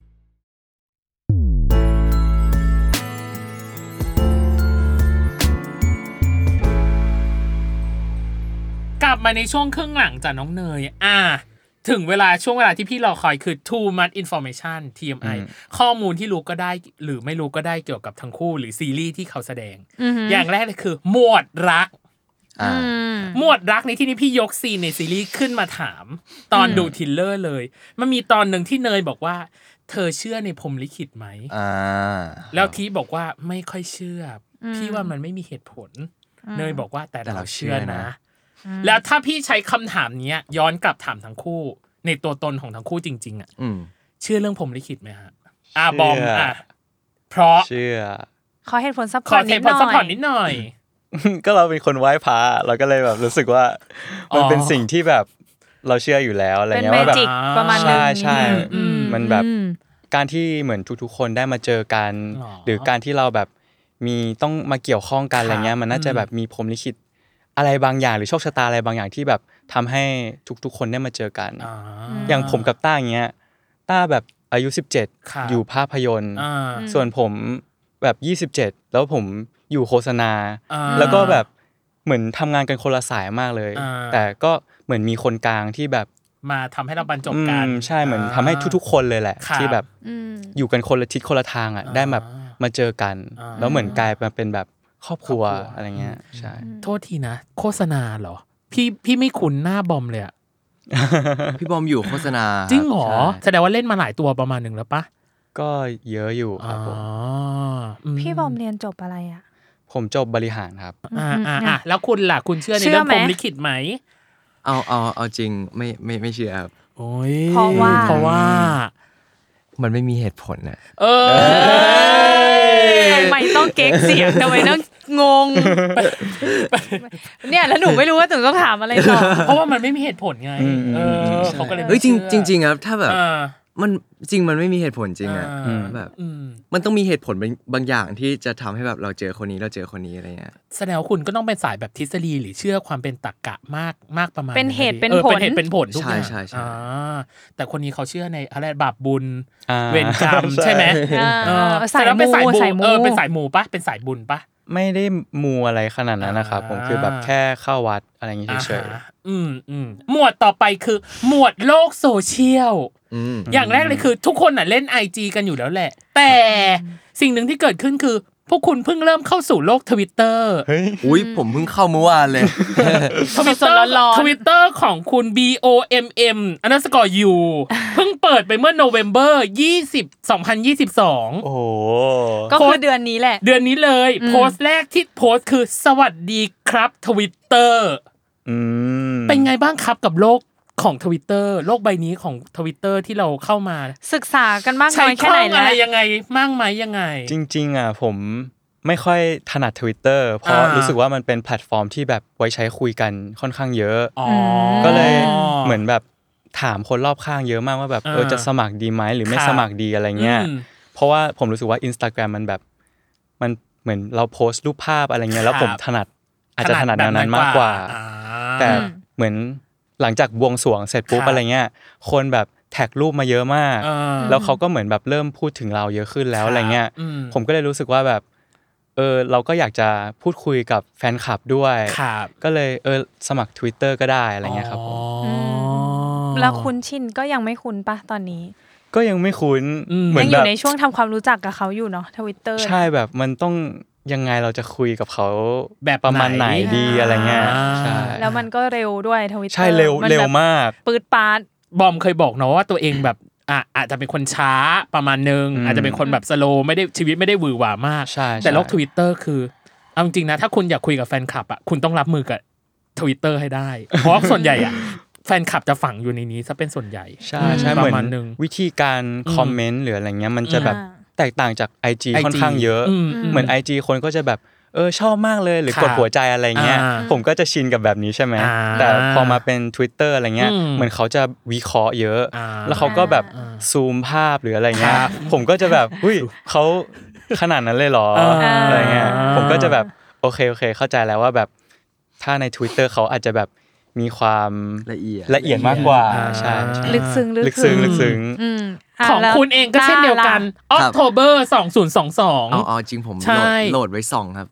Speaker 2: กลับมาในช่วงครึ่งหลังจากน้องเนย อ่า ถึงเวลาช่วงเวลาที่พี่รอคอยคือ too much information TMI ข้อมูลที่รู้ก็ได้ หรือไม่รู้ก็ได้เกี่ยวกับทั้งคู่หรือซีรีส์ที่เขาแสดง อย่างแรกเลยคือ หมวดรัก
Speaker 4: อ่า
Speaker 2: หมวดรักในที่นี้พี่ยกซีนในซีรีส์ขึ้นมาถาม ตอนดูทิลเลอร์เลย มันมีตอนหนึ่งที่เนยบอกว่า เธอเชื่อในพรหมลิขิตไหม
Speaker 4: อ่า
Speaker 2: แล้วทีบอกว่าไม่ค่อยเชื่ออพี่ว่ามันไม่มีเหตุผล เนยบอกว่าแต่
Speaker 4: แต่
Speaker 2: เรา
Speaker 4: เรา
Speaker 2: เชื่อ
Speaker 4: เชื่อนะ
Speaker 2: นะ แล้วถ้าพี่ใช้คำถามเนี้ย ย้อนกลับถามทั้งคู่ ในตัวตนของทั้งคู่จริง ๆอ่ะ
Speaker 4: อืม
Speaker 2: เชื่อเรื่องผมลิขิตไหมฮะอ่าบอม
Speaker 3: เชื่ออ่
Speaker 2: อ่ะเพราะ
Speaker 3: เชื่อ [laughs]
Speaker 1: ขอเหตุผลซัพพ
Speaker 2: ข
Speaker 1: อ
Speaker 2: อ
Speaker 1: ร์ต
Speaker 2: เท
Speaker 1: นิ
Speaker 2: ป
Speaker 1: ดห
Speaker 2: พอ
Speaker 1: น่
Speaker 2: สปอ
Speaker 1: อ
Speaker 2: ร์
Speaker 1: ย
Speaker 2: ตนิดหน่อย
Speaker 3: ก็เราเป็นคนไหว้พระเราก็เลยแบบรู้สึกว่า
Speaker 2: อ๋อ
Speaker 3: มันเป็นสิ่งที่แบบเราเชื่ออยู่แล้วอะไร
Speaker 1: เป็น
Speaker 3: เงี้ย
Speaker 1: เม
Speaker 3: ว่าแบบ
Speaker 1: จิกประมาณนึง
Speaker 3: ใช่ใช่
Speaker 1: นิดนึงอื
Speaker 3: มันแบบ
Speaker 1: อืม
Speaker 3: การที่เหมือนทุกๆ คนได้มาเจอกัน
Speaker 2: หรอ
Speaker 3: หรือการที่เราแบบมีต้องมาเกี่ยวข้องกัน
Speaker 2: ครับ
Speaker 3: อะไรเงี้ยมันน่าจะแบบมีพรหมลิขิตอะไรบางอย่าง หรือโชคชะตาอะไรบางอย่างที่แบบทำให้ทุกๆ คนได้มาเจอกัน
Speaker 2: า
Speaker 3: อย่างผมกับต้าอย่างเงี้ยต้าแบบอายุ
Speaker 2: ครับ
Speaker 3: 17 อยู่ภาพยนตร์
Speaker 2: อ่า
Speaker 3: ส่วนผมแบบ 27 แล้วผมอยู่โฆษณา
Speaker 2: อ่า
Speaker 3: แล้วก็แบบเหมือนทำงานกันคนละสายมากเลย
Speaker 2: อ่า
Speaker 3: แต่ก็เหมือนมีคนกลางที่แบบ
Speaker 2: มาทำให้เราบรรจบ
Speaker 3: อืม
Speaker 2: กัน
Speaker 3: ใช่เหมือนทำให้ทุกๆ คนเลยแหละ
Speaker 2: ครับ
Speaker 3: ที่แบบอยู่กันคนละทิศคนละทางอ่ะได้แบบมาเจอกัน
Speaker 2: อ่า
Speaker 3: แล้วเหมือนกลายมาเป็นแบบครอบครัวอะไรเงี้ยใช่
Speaker 2: โทษทีนะ โฆษณาเหรอ พี่พี่ไม่คุ้นหน้าบอมเลยอะ
Speaker 4: พี่บอมอยู่โฆษณาคบ
Speaker 2: จริงเหรอ
Speaker 4: ใช่
Speaker 2: แสดงว่าเล่นมาหลายตัวประมาณหนึ่งแล้วปะ
Speaker 3: ก็เยอะอยู่ครับผม
Speaker 2: อ๋ออืม
Speaker 1: พี่บอมเรียนจบอะไรอ่ะ
Speaker 3: ผมจบบริหารครับ
Speaker 2: อ่าอ่าอ่าแล้วคุณล่ะคุณเชื่อใน
Speaker 1: เชื่อ
Speaker 2: เรื่องพรห
Speaker 1: ไห
Speaker 2: ม
Speaker 1: ม
Speaker 2: ลิขิตไหม
Speaker 4: เอาเอาเอาจริงไม่ไม่ไม่เชื่อครับ
Speaker 2: โอ้ย
Speaker 1: เพราะว่า
Speaker 2: เพราะว่า
Speaker 4: มันไม่มีเหตุผลนะ
Speaker 2: เออ
Speaker 1: ทำไมต้องเก๊กเสียงทำไมต้องงง เนี่ยแล้วหนูไม่รู้ว่าถึงต้องถามอะไรต่อ
Speaker 2: เพราะว่ามันไม่มีเหตุผลไง เออเขาก็เลย
Speaker 4: เฮ้ยจริงจริง
Speaker 2: ๆ
Speaker 4: ๆ ครับ ถ้าแบบ
Speaker 2: อ่า
Speaker 4: มันจริงมันไม่มีเหตุผลจริงอ่ะ
Speaker 2: อ่า
Speaker 4: อืมแบบ
Speaker 2: อืม
Speaker 4: มันต้องมีเหตุผลบางบางอย่างที่จะทำให้แบบเราเจอคนนี้เราเจอคนนี้อะไรเงี้ย
Speaker 2: แสดงว่าคุณก็ต้องเป็นสายแบบทฤษฎีหรือเชื่อความเป็นตรรกะมากมากประมาณ
Speaker 1: เป็นเหตุ
Speaker 2: ง
Speaker 1: เป็นผล
Speaker 2: ออเป็นเหตุเป็นผลทุกอย่าง
Speaker 4: ใช่ใช่ใช่
Speaker 2: อ่าแต่คนนี้เขาเชื่อในอะไรบาปบุญ
Speaker 3: อ่า
Speaker 2: เวรกรรมใช่ไหมเออ
Speaker 1: สาย
Speaker 2: แสดง
Speaker 1: มู
Speaker 2: ว่เป็นสาย
Speaker 1: สายมู
Speaker 2: เออเป็นสายมูปะเป็นสายบุญปะ
Speaker 3: ไม่ได้มูอะไรขนาดนั้นนะครับ ผมคือแบบแค่เข้าวัดอะไรอย่างงี้เฉย
Speaker 2: อ่าฮะอืมอืมหมวดต่อไปคือ หมวดโลกโซเชียล
Speaker 4: อืม
Speaker 2: อย่างแรกเลยคือทุกคนน่ะเล่น IG กันอยู่แล้วแหละ แต่สิ่งหนึ่งที่เกิดขึ้นคือ พวกคุณเพิ่งเริ่มเข้าสู่โลกทวิตเตอร์
Speaker 4: อุ้ยผมเพิ่งเข้าเมื่อวานเลย
Speaker 2: ทวิตเตอร์ทวิตเตอร์ของคุณ B O M M อันนั้นสกอร์ [laughs] ยูเพิ่งเปิดไปเมื่อ November 20
Speaker 3: ๆโอ้
Speaker 2: 2022
Speaker 3: โห
Speaker 1: ก็คือเดือนนี้แหละ
Speaker 2: เดือนนี้เลย โพสต์แรกที่โพสต์คือสวัสดีครับทวิตเตอร์
Speaker 3: อืม
Speaker 2: เป็นไงบ้างครับกับโลกของทวิตเตอร์โลกใบนี้ของทวิตเตอร์ที่เราเข้ามา
Speaker 1: ศึกษากันมาก
Speaker 2: ใช้
Speaker 1: น้อย
Speaker 2: ข้
Speaker 1: แค่
Speaker 2: อ
Speaker 1: ไหน
Speaker 2: งอะ
Speaker 1: แล้
Speaker 2: ไร
Speaker 1: ว
Speaker 2: ยังไงมากไหมยังไง
Speaker 3: จริงๆอ่ะผมไม่ค่อยถนัด Twitter เพราะ
Speaker 2: อ่ารู้
Speaker 3: รู้สึกว่ามันเป็นแพลตฟอร์มที่แบบไว้ใช้คุยกันค่อนข้างเยอะ
Speaker 2: อ๋อ
Speaker 3: ก็เลยเหมือนแบบถามคนรอบข้างเยอะมากว่าแบบเออ
Speaker 2: อ่า
Speaker 3: จะสมัครดีไหมหรือไม่
Speaker 2: ครับ
Speaker 3: สมัครดีอะไรเงี้ย
Speaker 2: อืม
Speaker 3: เพราะว่าผมรู้สึกว่า Instagram มันแบบมันเหมือนเราโพสต์รูปภาพอะไรเงี้ยแล้ว
Speaker 2: ครับ
Speaker 3: ผมถนัดอาจจะถนัดแนวนั้นมากกว่า
Speaker 2: อ่า
Speaker 3: แต่เหมือน หลังจากบวงสรวงเสร็จปุ๊บ
Speaker 2: ครับ
Speaker 3: อะไรเงี้ยคนแบบแท็กรูปมาเยอะมาก
Speaker 2: เออ
Speaker 3: แล้วเขาก็เหมือนแบบเริ่มพูดถึงเราเยอะขึ้นแล้ว
Speaker 2: ครับ
Speaker 3: อะไรเงี้ย
Speaker 2: อืม
Speaker 3: ผมก็เลยรู้สึกว่าแบบ เออเราก็อยากจะพูดคุยกับแฟนคลับด้วย
Speaker 2: ครับ
Speaker 3: ก็เลยเออสมัคร Twitter ก็ได้อะไรเงี้ยครับผม
Speaker 2: อ๋อ
Speaker 1: แล้วคุณชินก็ยังไม่คุ้นปะตอนนี้
Speaker 3: ก็ยังไม่คุ้น
Speaker 2: อืม
Speaker 3: เหมื
Speaker 1: ยั
Speaker 3: อน
Speaker 1: งอ
Speaker 3: แบ
Speaker 1: ยู่
Speaker 3: บ
Speaker 1: ในช่วงทำความรู้จักกับเขาอยู่เนาะทวิตเตอร์
Speaker 3: ใช่แบบมันต้องยังไงเราจะคุยกับเขา
Speaker 2: แบบ
Speaker 3: ประมาณไหน
Speaker 2: ไหน
Speaker 3: ดีอะไรเงี้ย
Speaker 2: อ่า
Speaker 3: ใช่
Speaker 1: แล้วมันก็เร็วด้วยทวิตเตอร์
Speaker 3: ใช่เร็วเร็วมาก
Speaker 1: ปืดปาด
Speaker 2: บอมเคยบอกเนาะว่าตัวเองแบบอ่ะอาจจะเป็นคนช้าประมาณนึง
Speaker 3: อืม
Speaker 2: อาจจะเป็นคนแบบสโลไม่ได้ชีวิตไม่ได้หวือหวามาก
Speaker 3: ใช่ใช่
Speaker 2: แต่โลกทวิตเตอร์คือเอาจริงๆนะ ถ้าคุณอยากคุยกับแฟนคลับอ่ะคุณต้องรับมือกับทวิตเตอร์ให้ได้ เพราะส่วนใหญ่อ่ะแฟนคลับจะฝังอยู่ในนี้ซะเป็นส่วนใหญ่
Speaker 3: ใช่ใช่
Speaker 2: ป
Speaker 3: เหมือ
Speaker 2: ระ
Speaker 3: น
Speaker 2: มาณนึง
Speaker 3: วิธีการคอมเมนต์หรืออะไรเงี้ยมันจะแบบ
Speaker 1: อ่า
Speaker 3: แตกต่างจาก IG ค่อน
Speaker 2: IG
Speaker 3: ข้างเยอะ
Speaker 2: อืมอืม
Speaker 3: เหมือน IG คนก็จะแบบเออชอบมากเลยหรือ
Speaker 2: ครับ
Speaker 3: กดหัวใจอะไรเงี้ย
Speaker 2: อ่า
Speaker 3: ผมก็จะชินกับแบบนี้ใช่ไหม
Speaker 2: อ่า
Speaker 3: แต่พอมาเป็น Twitter อะไรเงี้ย
Speaker 2: อืม
Speaker 3: เหมือนเขาจะวิเคราะห์เยอะ
Speaker 2: อ่า
Speaker 3: แล้วเขาก็แบบซูมภาพหรืออะไรเงี้ย
Speaker 2: ครับ
Speaker 3: ผมก็จะแบบอุ้ยเขาขนาดนั้นเลยเหรอ
Speaker 2: อ่า
Speaker 3: อะไรเงี้ยผมก็จะแบบโอเคโอเค เข้าใจแล้วว่าแบบถ้าใน Twitter เขาอาจจะแบบมีความ
Speaker 4: [laughs] ละเอียด
Speaker 3: ละเอียดมากกว่า
Speaker 2: อ่า
Speaker 3: ใช่ใช่
Speaker 1: ลึกซึ้ง
Speaker 3: ลึกซึ้งลึกซึ้ง
Speaker 1: อืมะ
Speaker 2: ของ
Speaker 1: แล้ว
Speaker 2: คุณเองก็เช่นเดียวกันอ
Speaker 4: ครั
Speaker 2: อบ กโทเบอร์2022
Speaker 4: เอาเอาจริงผมโห
Speaker 2: ใช่
Speaker 4: ลดโหลดไว้สองครับ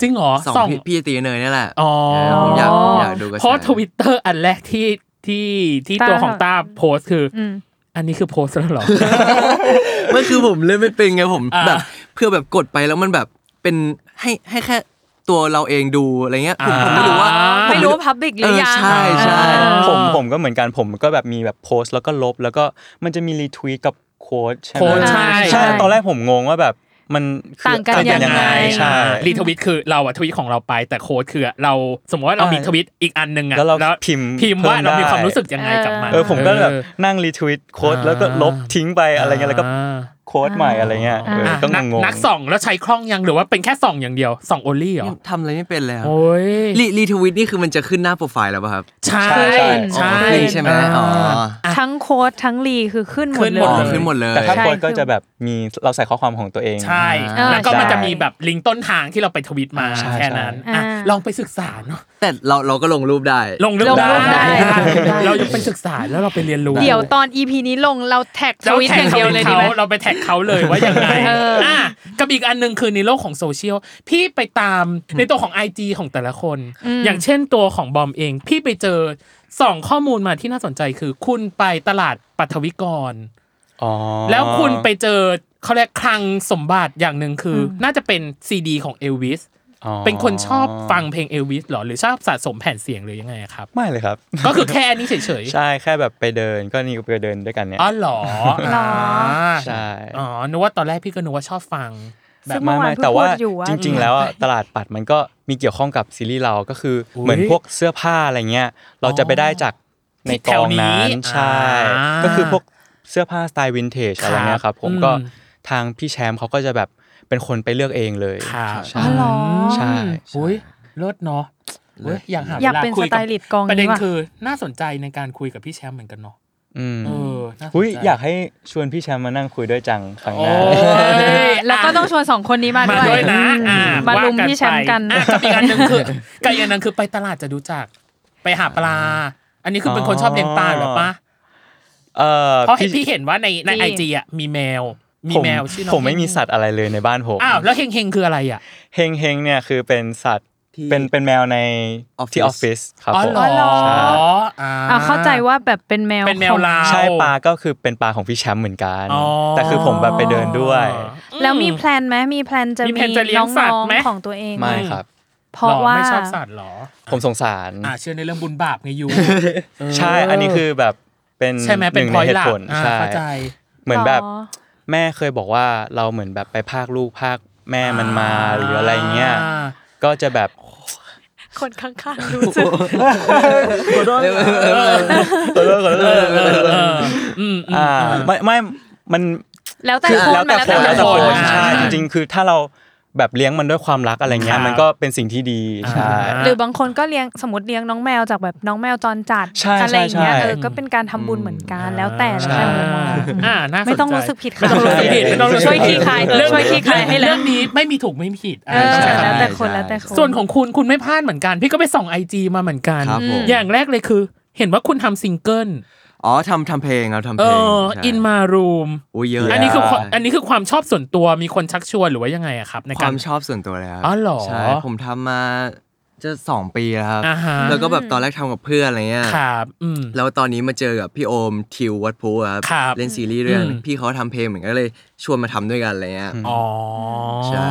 Speaker 2: จริงเหรอ
Speaker 4: สอง
Speaker 2: สอง
Speaker 4: พี่พี่ตีเนยนี่แหละ
Speaker 2: อ๋อ
Speaker 4: เออผมอยากอยากดูกระแส
Speaker 2: เพราะทวิตเตอร์อันแรกที่ที่ที่ตัวของต้าโพสต์คือ
Speaker 1: อืม
Speaker 2: อันนี้คือโพสต์แล้วเหรอ
Speaker 4: [laughs] ไม่คือผมเล่นไม่เป็นไงผม
Speaker 2: อ่า
Speaker 4: แบบเพื่อแบบกดไปแล้วมันแบบเป็นให้ให้แค่ตัวเราเองดูอะไรเงี้ยผมผมไม่รู้ว่า
Speaker 2: อ่า
Speaker 4: ผ
Speaker 1: ไม่รู้ว่าพับบิกห
Speaker 4: เอ
Speaker 1: รือ
Speaker 4: อ
Speaker 1: ยัง
Speaker 4: ใช่ใช่
Speaker 2: อ่า
Speaker 3: ผมผมก็เหมือนกันผมก็แบบมีแบบโพสต์แล้วก็ลบแล้วก็มันจะมีรีทวีตกับโค้ดใช่ไหม
Speaker 2: โค้ดใช่
Speaker 3: ใช่ตอนแรกผมงงว่าแบบมันคือ
Speaker 1: ต่างกันยั ไง
Speaker 3: ใช่
Speaker 2: รีทวิตคือเราอะทวิตของเราไปแต่โค้ดคือเราสมมติว่าเรามีทวิตอีกอันหนึ่งอะ
Speaker 3: แล้วเราพิมพ์
Speaker 2: พิมพ์ว่า
Speaker 3: เพิ่ม
Speaker 2: เรามี
Speaker 3: ได้
Speaker 2: ความรู้สึกยังไงกับมัน
Speaker 3: เออผมก็แบบ
Speaker 2: เออ
Speaker 3: นั่งรีทวีตโค้ด
Speaker 2: อ่า
Speaker 3: แล้วก็ลบทิ้งไปอะไรเงี้ยแล้วก็โค้ดใหม่อะไรเงี้ยเออ
Speaker 2: อ่ะ
Speaker 3: ก็
Speaker 2: นัก
Speaker 3: งงๆ
Speaker 2: นักส่องแล้วใช้คล่องยังหรือว่าเป็นแค่ส่องอย่างเดียวส่องโอลี่เหรอ
Speaker 4: นี่ทำอะไรไม่เป็นเลยครับ
Speaker 2: โอ้ย
Speaker 4: รีรีทวิตนี่คือมันจะขึ้นหน้าโปรไฟล์แล้วป่ะครับ
Speaker 2: ใช่
Speaker 3: ใช่
Speaker 2: ใช่
Speaker 4: อ๋อนี่ใช่ไหมอ๋อ
Speaker 1: ทั้งโค้ดทั้งรีคือขึ้นหมด
Speaker 2: ขึ้น
Speaker 1: เล
Speaker 2: หม
Speaker 4: อ๋
Speaker 2: ดเล
Speaker 4: อ
Speaker 2: ย
Speaker 4: ขึ้นหมดเลย
Speaker 3: แต่ถ้า
Speaker 1: ใช่
Speaker 3: โค้ดก็
Speaker 1: คือ
Speaker 3: จะแบบมีเราใส่ข้อความของตัวเอง
Speaker 2: ใช่
Speaker 1: อ่า
Speaker 2: แล้วก็มันจะมี
Speaker 1: ใช่
Speaker 2: แบบลิงก์ต้นทางที่เราไปทวิตมา
Speaker 3: ใช่
Speaker 2: แค่นั้น
Speaker 1: อ่า
Speaker 2: อ่ะลองไปศึกษาเนาะ
Speaker 4: แต่เราเราก็ลงรูปได้
Speaker 2: ลงลึก
Speaker 1: ลง
Speaker 2: ได้
Speaker 1: รูปได้
Speaker 2: เรายังเป็นศึกษาแล้วเราไปเรียนรู้
Speaker 1: เดี๋ยวตอน EP นี้ลงเราแท็กท
Speaker 2: เรา
Speaker 1: วิต
Speaker 2: แท็
Speaker 1: อก ย่างเดียวเลยดี
Speaker 2: เขา
Speaker 1: ไหม
Speaker 2: เราไปแท็กเขาเลยว่ายังไง
Speaker 1: เอออ่
Speaker 2: ่ะกับอีกอันหนึ่งคือในโลกของโซเชียลพี่ไปตามในตัวของ IG ของแต่ละคน อย่างเช่นตัวของบอมเอง พี่ไปเจอสองข้อมูลมาที่น่าสนใจคือคุณไปตลาดปัทวิกร
Speaker 3: อ๋อ
Speaker 2: แล้วคุณไปเจอเขาเรียกคลังสมบัติอย่างหนึ่งคืออน่าจะเป็นซีดีของเอลวิส
Speaker 3: อ๋อ
Speaker 2: เป็นคนชอบฟังเพลงเอลวิสหรอหรือชอบสะสมแผ่นเสียงหรือยังไงอะ
Speaker 3: [laughs]
Speaker 2: ครับ
Speaker 3: ไม่เลยครับ
Speaker 2: ก็คือแค่อันนี้เฉยๆ
Speaker 3: [laughs] ใช่แค่แบบไปเดินก็นี่ก็ไปเดินด้วยกันเนี่ย
Speaker 2: อ๋อเหรอ
Speaker 1: หรอ
Speaker 3: ใช่
Speaker 2: อ๋อ นึกว่าตอนแรกพี่ก็นึกว่าชอบฟัง
Speaker 1: ซึ่งเมื่อวา
Speaker 3: ไม่ไม่
Speaker 1: น
Speaker 3: แต่ว่า
Speaker 1: เพิ่งพูดอยู่ว่า
Speaker 3: จริง ๆ แล้วอะตลาดปัดมันก็มีเกี่ยวข้องกับซีรีส์เราก็คืออย เหมือนพวกเสื้อผ้าอะไรเงี้ย เราจะไปได้จากในกองนั้
Speaker 2: แถวน นี้
Speaker 3: ใช่
Speaker 2: อ่า
Speaker 3: ก็คือพวกเสื้อผ้าสไตล์วินเทจอะไรเงี้ยครับ ผมก็
Speaker 2: อืม
Speaker 3: ทางพี่แชมป์เขาก็จะแบบเป็นคนไปเลือกเองเลย
Speaker 2: ครับ
Speaker 3: ใช่
Speaker 1: หรอ
Speaker 3: ใช่
Speaker 2: อุ้ยเลิศเนาะเว้ยอยากหา
Speaker 1: อยาก
Speaker 2: วล
Speaker 1: เป็น
Speaker 2: คุย
Speaker 1: สไตลิสต์กองนี้
Speaker 2: ประเด็น
Speaker 1: ว่ะ
Speaker 2: คือน่าสนใจในการคุยกับพี่แชมป์เหมือนกันเนาะ
Speaker 3: อืม
Speaker 2: เออน่าสนใจ
Speaker 3: อุ้ยอยากให้ชวนพี่แชมป์มานั่งคุยด้วยจังครั้งห
Speaker 2: โอ้
Speaker 3: น้า
Speaker 2: ย
Speaker 1: แล้วก็ต้องชวนสองคนนี้มา
Speaker 2: มา
Speaker 1: ด้
Speaker 2: ด้
Speaker 1: ว
Speaker 2: วย ยนะอ่า
Speaker 1: มา
Speaker 2: ว่า
Speaker 1: ลุมพี่แชมป์กัน
Speaker 2: ไปอ่ะกับอีกอันหนึ่งคือกับอีกอันหนึงคือไปตลาดจะดูจัก ไปหาปลา อันนี้คือเป็นคนชอบเลี้ยงปลาเหรอปะ
Speaker 3: เออ
Speaker 2: เพราะเห็นพี่เห็นว่าใน
Speaker 1: จ
Speaker 2: ใน
Speaker 1: ริง
Speaker 2: ไอจีอ่ะมีแมว มี
Speaker 3: ผม
Speaker 2: แมวชื่อน้อง
Speaker 3: ผมไม่มีสัตว์อะไรเลยในบ้านผม
Speaker 2: อ้าวแล้วเฮงเฮงคืออะไรอ่ะ
Speaker 3: เฮงเฮงเนี่ยคือเป็นสัตว์เป็นเป็นแมวใน
Speaker 4: ออฟฟิศ
Speaker 3: ที่ออฟฟิศครับ
Speaker 2: อ๋อ
Speaker 3: ผม
Speaker 2: เหรอ
Speaker 1: เหรอ
Speaker 3: ใช่
Speaker 2: อ่
Speaker 1: อ่ะเข้าใจว่าแบบเป็นแมว
Speaker 2: เป็นแมว
Speaker 1: ของ
Speaker 2: ลาว
Speaker 3: ใช่ปลาก็คือเป็นปลาของพี่แชมป์เหมือนกัน
Speaker 2: อ๋อ
Speaker 3: แต่คือผมแบบไปเดินด้วย
Speaker 1: แล้วมีแพลนไหมมีแพลนจะ
Speaker 2: มี
Speaker 1: มี
Speaker 2: แพลนจะเลี้ย
Speaker 1: น้
Speaker 2: งสัตว์
Speaker 1: อง
Speaker 2: ไหม
Speaker 1: ๆของตัวเอง
Speaker 3: ไม่ครับ
Speaker 1: เพราะว่า
Speaker 2: หอไม่ชอบสัตว์เหรอ
Speaker 3: ผมสงสาร
Speaker 2: อ่ะเชื่อในเรื่องบุญบาปไงยู
Speaker 3: ใช่อันนี้คือแบบเป็น
Speaker 2: ใช่ไหม
Speaker 3: ห
Speaker 2: เป็น
Speaker 3: นึ่ง
Speaker 2: พ
Speaker 3: ใน
Speaker 2: อย
Speaker 3: เห
Speaker 2: หลัก
Speaker 3: ตุผล
Speaker 2: อ่า
Speaker 3: ใช่
Speaker 2: เข้าใจ
Speaker 3: เหมือนแบบ
Speaker 1: หรอ
Speaker 3: แม่เคยบอกว่าเราเหมือนแบบไปภาคลูกภาคแม่มันมาหรืออะไรเงี้ย
Speaker 2: อ่า
Speaker 3: ก็จะแบบ
Speaker 1: คนข้างๆรู้สึก
Speaker 3: ขอโทษขอโทษ
Speaker 2: อืมอืม
Speaker 3: อ่าไม่ไม่มัน
Speaker 1: แล้วแต่
Speaker 3: คือ
Speaker 1: คน
Speaker 3: แล้วแต่
Speaker 1: มัน
Speaker 3: คน
Speaker 1: แล้ว
Speaker 3: แล้ว
Speaker 1: แต่
Speaker 3: แต่
Speaker 1: ค
Speaker 3: คน น
Speaker 2: อ่า
Speaker 3: ใช่จริงๆ คือถ้าเราแบบเลี้ยงมันด้วยความรักอะไรเงี้
Speaker 2: ครั
Speaker 3: ย
Speaker 2: บ
Speaker 3: มันก็เป็นสิ่งที่ดีใช่
Speaker 2: อ่า
Speaker 1: หรือบางคนก็เลี้ยงสมมติเลี้ยงน้องแมวจากแบบน้องแมวจรจัด
Speaker 3: ใช่
Speaker 1: อะไรอย่างเงี้ย
Speaker 3: ใช่
Speaker 1: เออก็เป็นการทำบุญเหมือนกันแล้วแต่แล้วแต่มุมมอง
Speaker 2: อ่าน่าสนใจ
Speaker 1: ไม่ต้องรู้สึกผิดค่ะ
Speaker 2: ไม่ต้องรู้สึกผิดไม่ต้องรู้สึก
Speaker 1: ช่วย
Speaker 2: ผิด
Speaker 1: ขี้คาย
Speaker 2: เรื่อง
Speaker 1: ช่วยขี้คายให้แล้ว
Speaker 2: เรื่องนี้ไม่มีถูกไม่มีผิด
Speaker 1: เอ
Speaker 2: อ่า
Speaker 1: อ
Speaker 2: ต้องใช้คำ
Speaker 1: แล้ว
Speaker 2: นี้
Speaker 1: แต่คนแล้วแต่คน
Speaker 2: ส่วนของคุณคุณไม่พลาดเหมือนกัน พี่ก็ไปส่องไอจีมาเหมือนกัน
Speaker 4: ครับผม
Speaker 2: อย่างแรกเลยคือ เห็นว่าคุณทำซิงเกิล
Speaker 4: อ๋อทำทำเพลงครับทำเพ
Speaker 2: เอ
Speaker 4: ลง
Speaker 2: อ
Speaker 4: ใช่
Speaker 2: in my room
Speaker 4: โอ้ยเยอะ
Speaker 2: อันนี้คือ
Speaker 4: ใช่
Speaker 2: อันนี้คือความชอบส่วนตัวมีคนชักชวนหรือว่ายังไงอะครับใน
Speaker 4: ค
Speaker 2: การ
Speaker 4: วามชอบส่วนตัวเลยครับ
Speaker 2: อ๋อเหรอ
Speaker 4: ใช่ผมทำมาจะสองปีแล้วครับ
Speaker 2: อ่าฮะ
Speaker 4: แล้วก็แบบตอนแรกทำกับเพื่อนอะไรเงี้ย
Speaker 2: ครับอืม
Speaker 4: แล้วตอนนี้มาเจอกับพี่โอมทิววัดพูครับ
Speaker 2: ครับ
Speaker 4: เล่นซีรีส์เรื่อง
Speaker 2: อืม
Speaker 4: พี่เขาทำเพลงเหมือนกันก็เลยชวนมาทำด้วยกันอะไรเงี้ย
Speaker 2: อ๋อ
Speaker 4: ใช่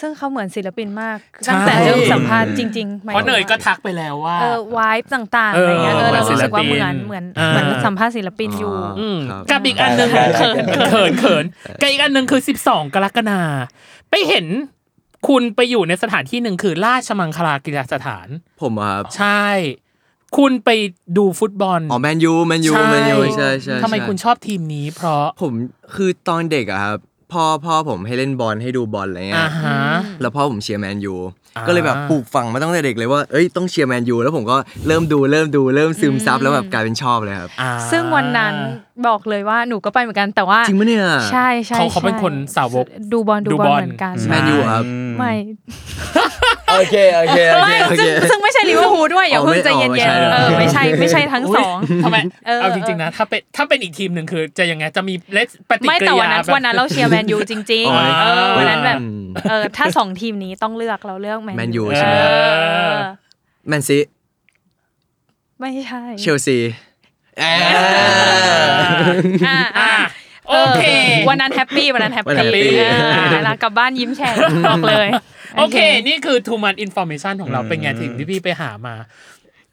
Speaker 1: ซึ่งเขาเหมือนศิลปินมาก
Speaker 2: ใช่
Speaker 1: ตั้งแต่เริ่มสัมภาษณ์จริงๆหมาย
Speaker 2: เพราะ
Speaker 1: ถึง
Speaker 2: เนยก็ทักไปแล้วว่า
Speaker 1: เออวายต่างๆ
Speaker 2: เออ
Speaker 1: อะไรเงี้ยเออเรารู้สึกว่า
Speaker 2: เห
Speaker 1: เหมื
Speaker 2: มือ
Speaker 1: อน น
Speaker 2: ศิลปิน
Speaker 1: เหมือน
Speaker 2: อ่า
Speaker 1: เหมือนสัมภาษณ์ศิลปินอยู่
Speaker 4: อ๋อ
Speaker 2: ม
Speaker 4: ครับ
Speaker 2: กับอีกอันหนึ่ง
Speaker 3: ได้ได้
Speaker 2: เขิน
Speaker 3: ได้
Speaker 2: เขินเขินกับอีกอันหนึ่งคือ 12 กรกฎาคมไปเห็นคุณไปอยู่ในสถานที่หนึ่งคือราชมังคลากีฬาสถาน
Speaker 4: ผมอะครับ
Speaker 2: ใช่ คุณไปดูฟุตบอล
Speaker 4: อ๋อแมนยูแมนยู
Speaker 2: ใช่
Speaker 4: แมนยูใช่ใช่
Speaker 2: ทำไม
Speaker 4: ใช่
Speaker 2: คุณชอบทีมนี้ เพราะ
Speaker 4: ผมคือตอนเด็กอะครับพ่อพ่อผมให้เล่นบอลให้ดูบอลอะไรเงี้
Speaker 2: อ่าย ฮะ
Speaker 4: แล้วพ่อผมเชียร์แมนยู
Speaker 2: อ่า
Speaker 4: ก็เลยแบบปลูกฝังมาตั้งแต่เด็กเลยว่าเอ้ยต้องเชียร์แมนยูแล้วผมก็เริ่มดูเริ่มดูเริ่มซึมซับแล้วแบบกลายเป็นชอบเลยครับ
Speaker 2: อ่า
Speaker 1: ซึ่งวันนั้นบอกเลยว่าหนูก็ไปเหมือนกันแต่ว่า
Speaker 4: จริงปะเนี่ย
Speaker 1: ใช่ใช่
Speaker 2: เขาเขาเป็น
Speaker 1: ใช่
Speaker 2: คนสาวก
Speaker 1: ดูบอลดู
Speaker 2: ดู
Speaker 1: บบ อล
Speaker 2: อล
Speaker 1: เหมือนกัน
Speaker 4: แมนยูอะครับ
Speaker 1: ไม่
Speaker 4: โอเคโอเคโอเค
Speaker 1: ไม่
Speaker 4: โอ
Speaker 1: ซึ่
Speaker 4: เค
Speaker 1: งซึ่งไม่ใช่ลิเวอร์พูลด้วยอย่า
Speaker 4: อ๋อ
Speaker 1: เพิ่งใจ
Speaker 4: ไม่
Speaker 1: เย็
Speaker 4: อ๋อนไม่ใช่เหรอ
Speaker 1: ๆเออไม่ใช่ไม่ใช่ทั้งสอง
Speaker 2: ทำไม
Speaker 1: เออ
Speaker 2: เอาจริงๆ
Speaker 1: เออ
Speaker 2: นะถ้าเป็นถ้าเป็นอีกทีมหนึ่งคือ จะยังไงจะมีเลสปฏิ
Speaker 1: ไม่
Speaker 2: กิ
Speaker 1: แต่
Speaker 2: ริ
Speaker 1: วัน
Speaker 2: ยา
Speaker 1: นั้น
Speaker 2: แบบ
Speaker 1: วันนั้นเราเชียร์แมนยูจริง
Speaker 2: อ๋อ
Speaker 1: ๆ เออวันนั้นแบบ
Speaker 4: อืม
Speaker 1: เออถ้าสองทีมนี้ต้องเลือกเราเลือกแมน
Speaker 4: แมนยู
Speaker 1: เอ
Speaker 4: ใช่ไหมครับ
Speaker 1: อ
Speaker 4: แมนซี
Speaker 1: ไม่ใช่
Speaker 4: เชลซีเอ้ย
Speaker 1: อ่า
Speaker 2: อ่ะ
Speaker 1: อ่า
Speaker 2: โอเค
Speaker 1: วันนั้นแฮปปี้วันนั้นแฮป
Speaker 4: วันนั้น
Speaker 1: ปี้
Speaker 4: happy
Speaker 1: เอออ่ะแล้วกลับบ้านยิ้มแฉ่ง
Speaker 2: [laughs]
Speaker 1: บอกเลย
Speaker 2: โอเค นี่คือ too much information ของเราเป็นไงถึงที่พี่ไปหามา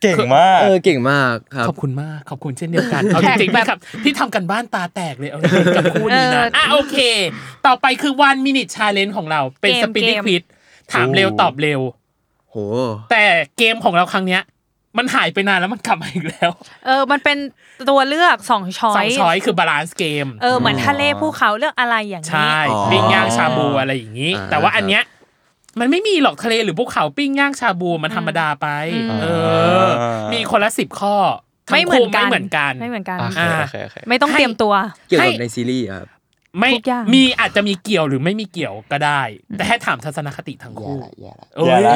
Speaker 3: เก่งมาก
Speaker 4: เออเก่งมากครับ
Speaker 2: ขอบคุณมาก ขอบคุณเช่นเดียวกัน เอาจริงๆพี่ครับพี่ทำกันบ้านตาแตกเลย เอาจริงๆกับคู่นี้นะ
Speaker 1: เอออ่
Speaker 2: อ่ะโอเค ต่อไปคือ one minute challenge ของเรา เป็น
Speaker 1: เกม
Speaker 2: speed
Speaker 1: เกม
Speaker 2: quiz ถามเร็วตอบเร็ว
Speaker 4: โห
Speaker 2: แต่เกมของเราครั้งเนี้ย มันหายไปนานแล้วมันกลับมาอีกแล้ว
Speaker 1: เออมันเป็นตัวเลือกสองช้อ
Speaker 2: สอง
Speaker 1: ย
Speaker 2: ช้อยคือบาลานซ์เกม
Speaker 1: เออเหมือนทะเลภูเขาเลือกอะไรอย่างนี้
Speaker 2: ใช่
Speaker 4: อ๋อ
Speaker 2: ปิ้งย่างชาบูอะไรอย่างนี้
Speaker 4: อ่า
Speaker 2: แต่ว่าอันเนี้ยมันไม่มีหรอกทะเลหรือภูเขาปิ้งย่างชาบูมันธรรมดาไป เออ
Speaker 3: อ่ามี
Speaker 2: มีคนละสิบข้อทั้ง
Speaker 1: ไม่เหมือนกัน
Speaker 2: คู่ไม่เหมือนกัน
Speaker 1: ไม่เหมือนกัน
Speaker 3: โอเค
Speaker 2: อ่า
Speaker 3: โอเคโอเค
Speaker 1: ไม่ต้องเตรียมตัว
Speaker 4: เกี่ยว
Speaker 2: ให้
Speaker 4: กับในซีรีส์ครับ
Speaker 2: ไม่
Speaker 1: ทุกอย่าง
Speaker 2: มีอาจจะมีเกี่ยวหรือไม่มีเกี่ยวก็ได้ แต่ให้ถามทัศนคติทั้งคู่โอ้ย
Speaker 3: แย่ละ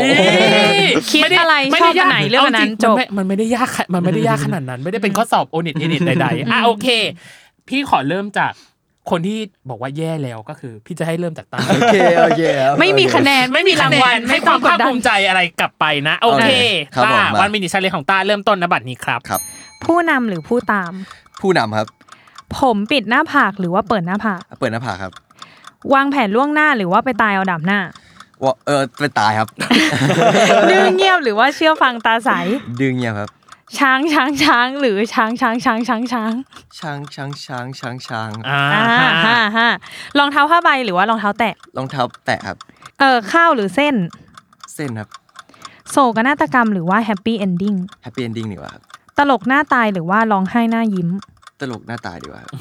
Speaker 1: คิดอะไร
Speaker 2: ม่
Speaker 1: ช
Speaker 2: ด้
Speaker 1: อบอันไหนเรื่องอันนั้น
Speaker 2: า
Speaker 1: จ
Speaker 2: ริง
Speaker 1: บ
Speaker 2: มันไม่มันไม่ได้ยากมันไม่ได้ยากขนาดนั้น ไม่ได้เป็นข้อสอบโอนิตเอนิตใดๆอ่ะโอเค พี่ขอเริ่มจากคนที่บอกว่าแย่แล้วก็คือ พี่จะให้เริ่มจากตา
Speaker 4: โอเคโอเคครับ
Speaker 1: ไม่มีคะแนนไม่มีรางวัล
Speaker 2: ให้
Speaker 1: ไม่
Speaker 2: ค
Speaker 1: ต้อ
Speaker 2: วาง ม
Speaker 1: ก
Speaker 2: ภา
Speaker 1: ด
Speaker 2: ค
Speaker 1: ดั
Speaker 2: ภู
Speaker 1: น
Speaker 2: มิใจอะไรกลับไปนะ โอเค
Speaker 4: ครับ
Speaker 2: ต้า
Speaker 4: ผมมา
Speaker 2: วันมินิชาเลนของต้าเริ่มต้นนะบัตรนี้ครับ
Speaker 1: ผู้นำหรือผู้ตาม
Speaker 4: ผู้นำครับ
Speaker 1: ผมปิดหน้าผากหรือว่าเปิดหน้าผาก
Speaker 4: เปิดหน้าผากครับ
Speaker 1: วางแผนล่วงหน้าหรือว่าไปตายเอาดับ
Speaker 2: [laughs]
Speaker 1: หน้า
Speaker 4: ว่าเออไปตายครับ
Speaker 1: ดื้อเงียบหรือว่าเชื่อฟังตาใส
Speaker 4: ดึงเงียบครับ
Speaker 1: ช้างช้างช้างหรือช้างช้างช้างช้างช้าง
Speaker 4: ช้างช้างช้างช้างช้าง
Speaker 2: อ่า
Speaker 1: อ่า
Speaker 2: ฮะ
Speaker 1: ฮ่าฮ่ารองเท้าผ้าใบหรือว่ารองเท้าแตะ
Speaker 4: รองเท้าแตะครับ
Speaker 1: เออข้าวหรือเส้น
Speaker 4: เส้นครับ
Speaker 1: โศกนาฏกรรมหรือว่าแฮปปี้เอนดิ้ง
Speaker 4: แฮปปี้เอนดิ้งดีกว่าครับ
Speaker 1: ตลกหน้าตายหรือว่าร้องไห้หน้ายิ้ม
Speaker 4: ตลกหน้าตายดีกว่าครับ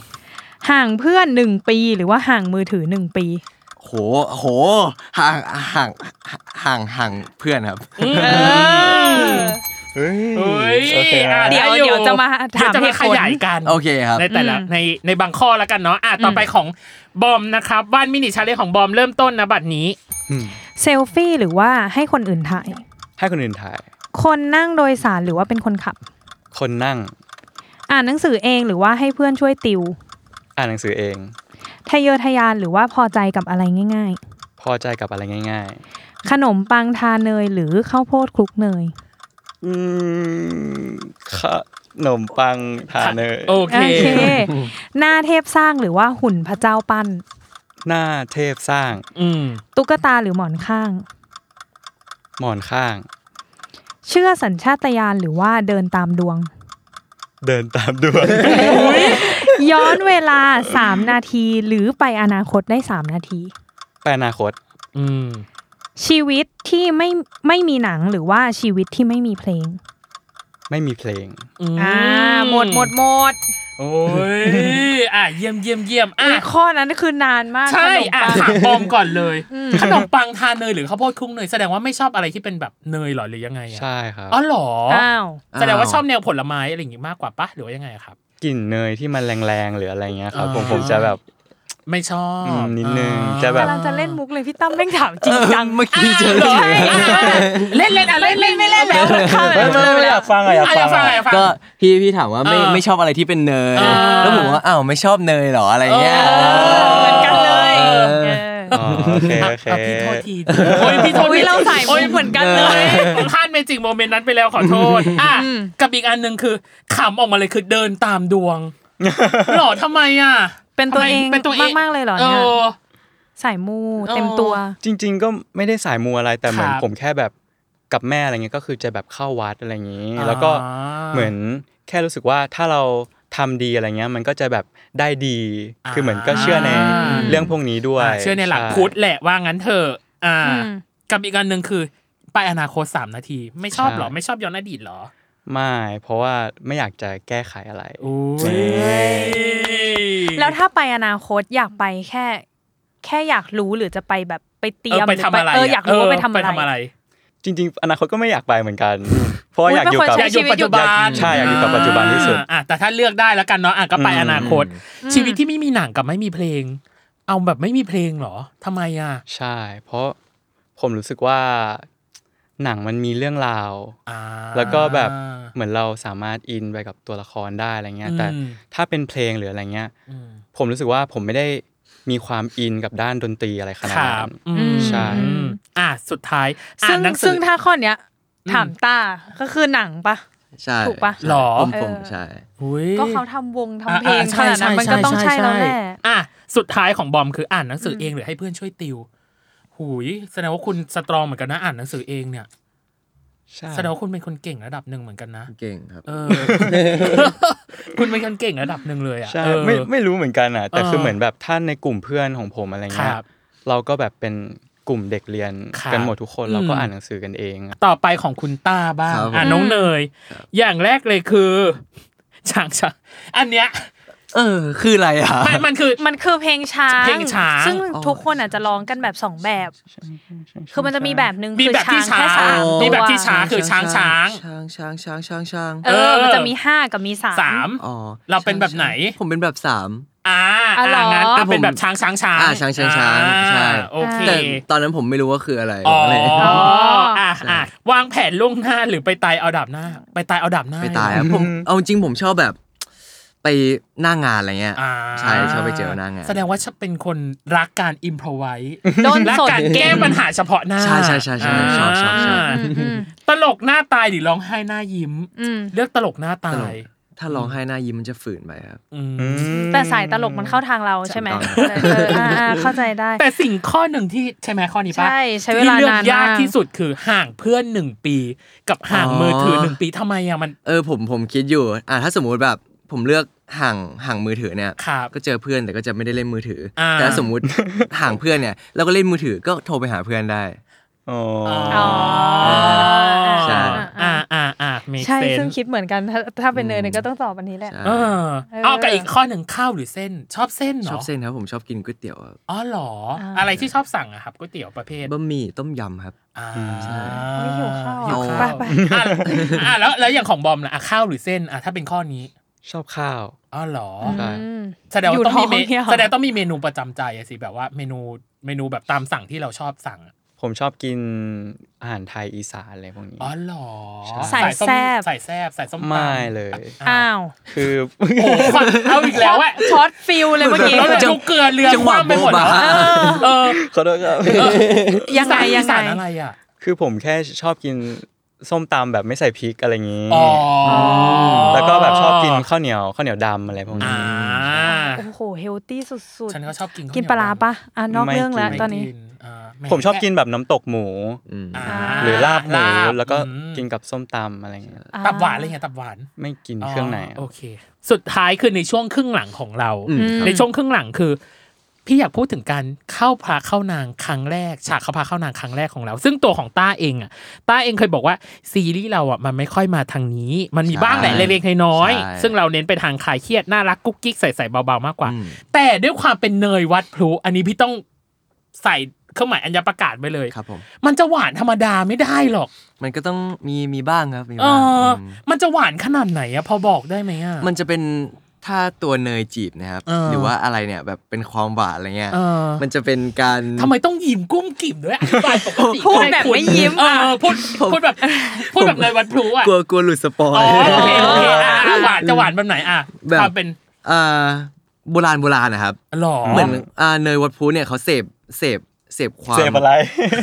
Speaker 1: ห่างเพื่อนหนึ่งปีหรือว่าห่างมือถือหนึ่งปี
Speaker 4: โหโหห่างห่างห่างห่างเพื่อนครับ
Speaker 3: เฮ้ย
Speaker 2: เฮ้ย
Speaker 3: โอเค
Speaker 2: อ่ะ
Speaker 3: นะ
Speaker 1: เดี๋ยว
Speaker 2: ไอ
Speaker 1: เดี๋ยวจะมาถาม
Speaker 2: เดี๋ยวจะ
Speaker 1: เห
Speaker 2: มา
Speaker 1: ตุ
Speaker 2: ข
Speaker 1: ผล
Speaker 2: ยายกัน
Speaker 4: โอเคครับ
Speaker 2: ในแต่ละในในบางข้อแล้วกันเนาะอ่ะต่อไปของบอมนะครับบ้านมินิชาเลนของบอมเริ่มต้นนะบัตรนี้
Speaker 1: เซลฟี่หรือว่าให้คนอื่นถ่าย
Speaker 3: ให้คนอื่นถ่าย
Speaker 1: คนนั่งโดยสารหรือว่าเป็นคนขับ
Speaker 3: คนนั่ง
Speaker 1: อ่านหนังสือเองหรือว่าให้เพื่อนช่วยติว
Speaker 3: อ่านหนังสือเอง
Speaker 1: ทะเยอทะยานหรือว่าพอใจกับอะไรง่าย
Speaker 3: พอใจกับอะไรง่าย
Speaker 1: ๆ ขนมปังทาเนยหรือข้าวโพดคลุกเนย
Speaker 3: ๆ อืมขนมปังทานเนย
Speaker 2: โอเค
Speaker 1: หน้าเทพสร้างหรือว่าหุ่นพระเจ้าปั้น
Speaker 3: หน้าเทพสร้าง
Speaker 2: อืม
Speaker 1: ตุ๊กตาหรือหมอนข้าง
Speaker 3: หมอนข้าง
Speaker 1: เชื่อสัญชาตญาณหรือว่าเดินตามดวง
Speaker 3: เดินตามดวง
Speaker 1: ย้อนเวลา 3 นาทีหรือไปอนาคตได้ 3 นาที
Speaker 3: ไปอนาคต
Speaker 2: อืม
Speaker 1: ชีวิตที่ไม่ไม่มีหนังหรือว่าชีวิตที่ไม่มีเพลง
Speaker 3: ไม่มีเพลง
Speaker 2: ม
Speaker 1: อ่าหมดหมดหมด
Speaker 2: โอ้ยอ่ะเยี่ยมเยี่ยมเยี่ยมอ่ะ
Speaker 1: อุ๊ยข้อนั้นคือนานมาก
Speaker 2: ใช่
Speaker 1: ขนม
Speaker 2: อ่ะ
Speaker 1: ปัง
Speaker 2: ถามบอมก่อนเลย
Speaker 1: อืม
Speaker 2: ขนมปังทานเนยหรือข้าวโพดคลุกเนยแสดงว่าไม่ชอบอะไรที่เป็นแบบเนยเหรอหรือยังไงอะ
Speaker 3: ใช่ครับ
Speaker 2: อ๋อเหรออ
Speaker 1: อ้าว
Speaker 2: แสดงว่า
Speaker 4: อ้าว
Speaker 2: ชอบแนวผลไม้อะไรอย่างงี้มากกว่าปะหรือว่ายังไงอะครับ
Speaker 3: กลิ่นเนยที่มันแรงๆ หรืออะไรเงี้ยครับ
Speaker 2: อ่า
Speaker 3: ผมผมจะแบบ
Speaker 2: ไม่ชอบ
Speaker 3: อืมนิดนึง
Speaker 2: อ่า
Speaker 3: จะแบบ
Speaker 7: กำลังจะเล่นมุกเลยพี่ตั้มแม่งถามจริงจัง
Speaker 4: เมื่อกี้เจอเลย
Speaker 2: เล่นเล่นอ่ะเล่นเล่นไม่เล่นแล้ว
Speaker 3: ไม่ไม่ไม่อยากฟังอะอยาก
Speaker 2: อยากฟั
Speaker 3: ฟั
Speaker 2: ง
Speaker 3: ง
Speaker 2: อยากฟัง
Speaker 4: ก็พี่พี่ถามว่าไม่
Speaker 2: เออ
Speaker 4: ไม่ชอบอะไรที่เป็นเนย
Speaker 2: เออ
Speaker 4: แล้วผมว่าอ้าวไม่ชอบเนยเหรออะไรเงี้ย
Speaker 2: เออ
Speaker 7: เหมือนกันเลย
Speaker 2: ออ
Speaker 7: เออ
Speaker 3: อ๋อโอเค
Speaker 2: อ่ะ
Speaker 3: โอเค
Speaker 2: อ่ะพี่โทษทีโอ้ยพี่โทษ
Speaker 7: อุ๊ยเราใส่มุก
Speaker 2: โย
Speaker 7: เหมือนกันเลย
Speaker 2: ผมพลาดเมจิกโมเมนต์นั้นไปแล้วขอโทษอ่ะกับอีกอันหนึ่งคือขำออกมาเลยคือเดินตามด [laughs] วงหล่อทำไมอ่ะ
Speaker 7: เป็นตัวเอง
Speaker 2: ทำไมเป็นตัวเอง
Speaker 7: มากๆเลยเหรอ
Speaker 2: เอ
Speaker 7: เนี่ย
Speaker 2: อ
Speaker 7: สายมูเต็มตัว
Speaker 3: จริง ๆ ก็ไม่ได้สายมูอะไรแต่เหมือน
Speaker 2: ครับ
Speaker 3: ผมแค่แบบกับแม่อะไรเงี้ยก็คือจะแบบเข้าวัดอะไรอย่างนี้ แล้วก็
Speaker 2: อ่า
Speaker 3: เหมือนแค่รู้สึกว่าถ้าเราทำดีอะไรเงี้ยมันก็จะแบบได้ดี
Speaker 2: อ่า
Speaker 3: คือเหมือนก็เชื่อในเรื่องพวกนี้ด้วย
Speaker 2: อ่ะเชื่อในหลัก
Speaker 3: ช่
Speaker 2: พุทธแหละว่างั้นเถอะอ่า
Speaker 7: อืม
Speaker 2: กับอีกอันหนึ่งคือไปอนาคตสามนาที ไม่ชอบเหรอไม่ชอบย้อนอดีตเหรอ
Speaker 3: ไม่เพราะว่าไม่อยากจะแก้ไขอะไร
Speaker 2: อุ้ย
Speaker 7: แล้วถ้าไปอนาคตอยากไปแค่ แค่อยากรู้หรือจะไปแบบไปเตรียม
Speaker 2: เออไปทำอะไร
Speaker 7: หเอออยากรู้ว่าไปทำ
Speaker 2: เ
Speaker 7: อะไร
Speaker 3: จริง ๆ อนาคตก็ไม่อยากไปเหมือนกัน เพราะว่า
Speaker 7: อุ๊ย
Speaker 3: อยากอยู่
Speaker 7: เป็นคน
Speaker 3: กับ
Speaker 7: ใช้
Speaker 2: อยาก
Speaker 7: ชีวิต
Speaker 2: อยู่ปัจจุบัน
Speaker 3: ใช่อยากอยู่กับปัจจุบันที่สุด
Speaker 2: อ่ะแต่ถ้าเลือกได้แล้วกันเนาะอ่ะก็ไปอนาคต ชีวิตที่ไม่มีหนังกับไม่มีเพลง เอาแบบไม่มีเพลงเหรอทำไมอ่ะ
Speaker 3: ใช่ เพราะผมรู้สึกว่าหนังมันมีเรื่องราว
Speaker 2: อ่า
Speaker 3: แล้วก็แบบเหมือนเราสามารถอินไปกับตัวละครได้อะไรเงี้ย
Speaker 2: อืม
Speaker 3: แต่ถ้าเป็นเพลงหรืออะไรเงี้ย
Speaker 2: อืม
Speaker 3: ผมรู้สึกว่าผมไม่ได้มีความอินกับด้านดนตรีอะไรขนา
Speaker 2: ค
Speaker 3: ด
Speaker 2: รั
Speaker 3: นั้
Speaker 2: บ
Speaker 3: น
Speaker 2: อืม
Speaker 3: ใช่
Speaker 2: อืมอ่ะสุดท้ายอ่า
Speaker 7: ซึ่
Speaker 2: น
Speaker 7: ง
Speaker 2: หนังสื
Speaker 7: ซึ่
Speaker 2: อง
Speaker 7: ถ้าข้อเนี้ย ถามต้าก็คือหนังปะ
Speaker 4: ใช่
Speaker 7: ถูกปะ
Speaker 2: หรอ
Speaker 4: ผมผมใช่
Speaker 2: อุ๊ย
Speaker 7: ก็เขาทำวงทำเพลงขนาดนั้นมันก็ต้องใช่แล้วแหละ
Speaker 2: อ่ะสุดท้ายของบอมคืออ่านหนังสือเองหรือให้เพื่อนช่วยติว หูยแสดงว่าคุณสตรองเหมือนกันนะอ่านหนังสือเองเนี่ย
Speaker 3: ใช่
Speaker 2: แสดงว่าคุณเป็นคนเก่งระดับหนึ่งเหมือนกันนะ
Speaker 4: เก่งครับ
Speaker 2: เออ คุณเป็นคนเก่งระดับหนึ่งเลยอ่ะ
Speaker 3: ใช่
Speaker 2: เออ
Speaker 3: ไม่ไม่รู้เหมือนกันอ่ะ แต่
Speaker 2: เออ
Speaker 3: คือเหมือนแบบท่านในกลุ่มเพื่อนของผมอะไร
Speaker 2: ครั
Speaker 3: เงี้ย
Speaker 2: บ
Speaker 3: เราก็แบบเป็นกลุ่มเด็กเรียน
Speaker 2: ครับ
Speaker 3: กันหมดทุกคนเราก็
Speaker 2: อืม
Speaker 3: อ่านหนังสือกันเอง
Speaker 2: ต่อไปของคุณต้าบ้าง
Speaker 4: ครับผม
Speaker 2: อ่ะน้องเนย อย่างแรกเลยคือ [laughs] ช้างช้างอันเนี้ย
Speaker 4: เออ คืออะไรอ่ะ
Speaker 2: มันมันคือ
Speaker 7: มันคือเพลงช้าง
Speaker 2: เพลงช้าง
Speaker 7: ซึ่งทุกคนอาจจะร้องกันแบบสองแบบ คือมันจะมีแบบหนึ่ง
Speaker 2: มี
Speaker 7: คือ
Speaker 2: แบบที่
Speaker 7: ช้าง
Speaker 2: ช้า
Speaker 7: แค่สาม
Speaker 2: ง
Speaker 7: ตัว
Speaker 2: มีแบบที่ช้างคือช้างช้าง
Speaker 4: ช้างช้างช้างช้างช้าง
Speaker 7: เอ
Speaker 2: เอ
Speaker 7: อ
Speaker 2: อ
Speaker 7: มันจะมีห้ากับมีสาม
Speaker 2: สาม
Speaker 4: อ๋อ
Speaker 2: เราเป็นแบบไหน
Speaker 4: ผมเป็นแบบสาม
Speaker 2: อ่า
Speaker 7: อ๋อเหร
Speaker 2: อ่า
Speaker 7: อ
Speaker 2: งั้นอ่ะ
Speaker 4: ผม
Speaker 2: เป็นแบบช้างช้างช้าง
Speaker 4: อ่าช้างช้างช้าง
Speaker 2: อ่
Speaker 4: ใช่
Speaker 2: โอเค
Speaker 4: แต่ตอนนั้นผมไม่รู้ว่าคืออะไร
Speaker 2: อ๋อ
Speaker 4: เลย
Speaker 2: อ๋ออ่ะอ่ะวางแผนล่วงหน้าหรือไปตายเอาดับหน้า ไปตายเอาดับหน้า
Speaker 4: ไปตายครับผมเอาจริงผมชอบแบบ ไปหน้างานอะไรเงี้ย
Speaker 2: อ่า
Speaker 4: ใช่ชอบไปเจอหน้างาน
Speaker 2: แสดงว่าฉันเป็นคนรักการอิมพรไว้
Speaker 7: โดน
Speaker 2: และ
Speaker 7: สด
Speaker 2: การแก้ปัญหาเฉพาะหน้า
Speaker 4: ใช่ใช่ใช่ใช่ชอบชอบชอบ
Speaker 2: า
Speaker 7: อืมอืม
Speaker 2: ตลกหน้าตายหรือร้องไห้หน้ายิ้ม
Speaker 7: อืม
Speaker 2: เลือกตลกหน้าตาย
Speaker 4: ถ้าร้องไห้หน้ายิ้มมันจะฝืนไปครับ
Speaker 2: อืม
Speaker 7: แต่สายตลกมันเข้าทางเราใช่ไหม
Speaker 4: ใช่
Speaker 7: เออ
Speaker 4: ต้อง
Speaker 7: อ่าอ่าเข้าใจได้
Speaker 2: แต่สิ่งข้อหนึ่งที่ใช่ไหมข้อนี้ปะ
Speaker 7: ใช่ใช้เวลานานมาก
Speaker 2: ที่เลือกยากที่สุดคือห่างเพื่อนหนึ่งปี กับห่างมือถือหนึ่งปีทำไมอะมัน
Speaker 4: เออผมผมคิดอยู่อ่าถ้าสมมุติแบบผมเลือกห่างห่างมือถือเนี่ย
Speaker 2: ครับ
Speaker 4: ก็เจอเพื่อนแต่ก็จะไม่ได้เล่นมือถืออา แต่ถ้าสมมุติ [laughs] ห่างเพื่อนเนี่ยเราก็เล่นมือถือก็โทรไปหาเพื่อนได้
Speaker 3: อ๋อ
Speaker 7: อ๋อ
Speaker 4: ใช่
Speaker 2: อ่าอ่าอ่า make
Speaker 7: ใช่
Speaker 2: sense
Speaker 7: ซึ่งคิดเหมือนกัน ถ้าถ้าเป็นเนยเนยก็ต้องตอบอันนี้แหละ
Speaker 4: ใช่
Speaker 2: เออเอากับอีกข้อหนึ่งข้าวหรือเส้น ชอบเส้นเหรอ
Speaker 4: ชอบเส้นครับผมชอบกินก๋วยเตี๋ยวครับ
Speaker 2: อ๋อเหรอ อะไรที่ชอบสั่งอะครับก๋วยเตี๋ยวประเภท
Speaker 4: บะหมี่ต้มยำครับ
Speaker 2: อ่า
Speaker 4: ใช่
Speaker 7: ไม่หิวข้าว
Speaker 4: หิว
Speaker 7: อะ
Speaker 4: ข้าว
Speaker 7: ไปไป
Speaker 2: อ่ะอ่ะแล้วแล้วอย่างของบอมล่ะอ่ะข้าวหรือเส้นอ่ะถ้าเป็นข้อนี้
Speaker 3: ชอบข้าว
Speaker 2: อ๋อเหรอ
Speaker 3: ใช่
Speaker 7: อืม
Speaker 2: แสดงว่าต้องมีเม
Speaker 7: อยู่ท้องเนี่ย
Speaker 2: แสดงต้องมีเมนูประจำใจอะสิแบบว่าเมนูเมนูแบบตามสั่งที่เราชอบสั่งอะ
Speaker 3: ผมชอบกินอาหารไทยอีสานอะไรพวกนี้
Speaker 2: อ๋อเหรอ
Speaker 7: ใช่
Speaker 2: ส้
Speaker 7: สาย
Speaker 2: ม
Speaker 7: แซ่บ
Speaker 2: ใส่แซบใส่ส้มตำ
Speaker 3: ไม่เลย
Speaker 7: อ้าว
Speaker 3: คือ
Speaker 2: โอ้โหความเอาอีกแล้วอะ
Speaker 7: ช็อตฟิลเลยเมื่อกี้
Speaker 2: เราจะทุกเกลือเรือ
Speaker 4: จัง
Speaker 2: ค
Speaker 4: หวะ
Speaker 2: ว่ำไปหมดแล้ว
Speaker 4: โบ๊ะบะ
Speaker 2: อะเออ
Speaker 3: ขอโทษครับ
Speaker 7: ยังไง
Speaker 2: อี
Speaker 7: ยัง
Speaker 2: สา
Speaker 7: ไง
Speaker 2: นอะไรอ่ะ
Speaker 3: คือผมแค่ชอบกินส้มตำแบบไม่ใส่พริกอะไรอย่างนี้
Speaker 2: อ๋ออ
Speaker 3: แล้วก็แบบชอบกินข้าวเหนียวข้าวเหนียวดำอะไรพวกนี้
Speaker 2: อ่า
Speaker 7: โอ้โห เฮลตี้สุด
Speaker 2: ฉันก็ชอบกินข้วเหยว
Speaker 7: กินปลาร้าปะอ่ะนอก
Speaker 3: ไม่
Speaker 7: เรื่องแล้ว
Speaker 3: กิน
Speaker 7: ตอนนี้
Speaker 2: ไม่กิอ่าแห
Speaker 3: ผมชอบกินแบบน้ำตกหมู
Speaker 4: อืม
Speaker 2: อ่า
Speaker 3: หรือลาบหมูแล้วก็
Speaker 2: อืม
Speaker 3: กินกับส้มตำอะไรอย่างเงี้ย
Speaker 7: อ่า
Speaker 2: ตับหวานอะไรเงี้ยตับหวาน
Speaker 3: ไม่กินเครื่องใน
Speaker 2: โอเค สุดท้ายคือในช่วงครึ่งหลังของเรา
Speaker 4: อืมครับ
Speaker 2: ในช่วงครึ่งหลังคือ พี่อยากพูดถึงการเข้าพระเข้านางครั้งแรก ฉากเข้าพระเข้านางครั้งแรกของเรา ซึ่งตัวของต้าเองอ่ะต้าเองเคยบอกว่าซีรีส์เราอ่ะมันไม่ค่อยมาทางนี้ มันมี
Speaker 4: ใช่
Speaker 2: บ้างแหละเล็กๆน้อย
Speaker 4: ใช่
Speaker 2: ๆซึ่งเราเน้นไปทางคลายเครียดน่ารักกุ๊กกิ๊กใส่ๆเบาๆมากกว่า
Speaker 4: อืม
Speaker 2: แต่ด้วยความเป็นเนยวัดพลุอันนี้พี่ต้องใส่เครื่องหมายอัญญประกาศไปเลย
Speaker 4: ครับผม
Speaker 2: มันจะหวานธรรมดาไม่ได้หรอก
Speaker 4: มันก็ต้องมีมีบ้างครับมี
Speaker 2: เอ
Speaker 4: บ้าง
Speaker 2: อ
Speaker 4: ม
Speaker 2: มันจะหวานขนาดไหนอะพอบอกได้ไหมอะ
Speaker 4: มันจะเป็น ถ้าตัวเนยจีบนะครับ
Speaker 2: เออ
Speaker 4: หรือว่าอะไรเนี่ยแบบเป็นความหวานอะไรเงี้ย
Speaker 2: เออ
Speaker 4: มันจะเป็นการ
Speaker 2: ทำไมต้องยิ้มกุ้มกิ่มด้วยอธิบายปกติ
Speaker 1: พูดแบบไม่ยิ้ม
Speaker 2: เอ
Speaker 1: อะ
Speaker 2: อพูดพูดแบบพูดแบบเลยวันพลุอ่ะ
Speaker 4: กลัวกลัวหลุดสปอย
Speaker 2: อ๋อโอเคโอเคอ่ะอ่ะหวานจะหวานแบบไหนอ่ะ
Speaker 4: แบบ
Speaker 2: ความเป็น
Speaker 4: เอ่อโบราณโบราณนะครับ
Speaker 2: หล่อ
Speaker 4: เหมือนอ่าเนยวัดพลุเนี่ยเขาเสพเสพเสพความ
Speaker 3: เจ็บอะไร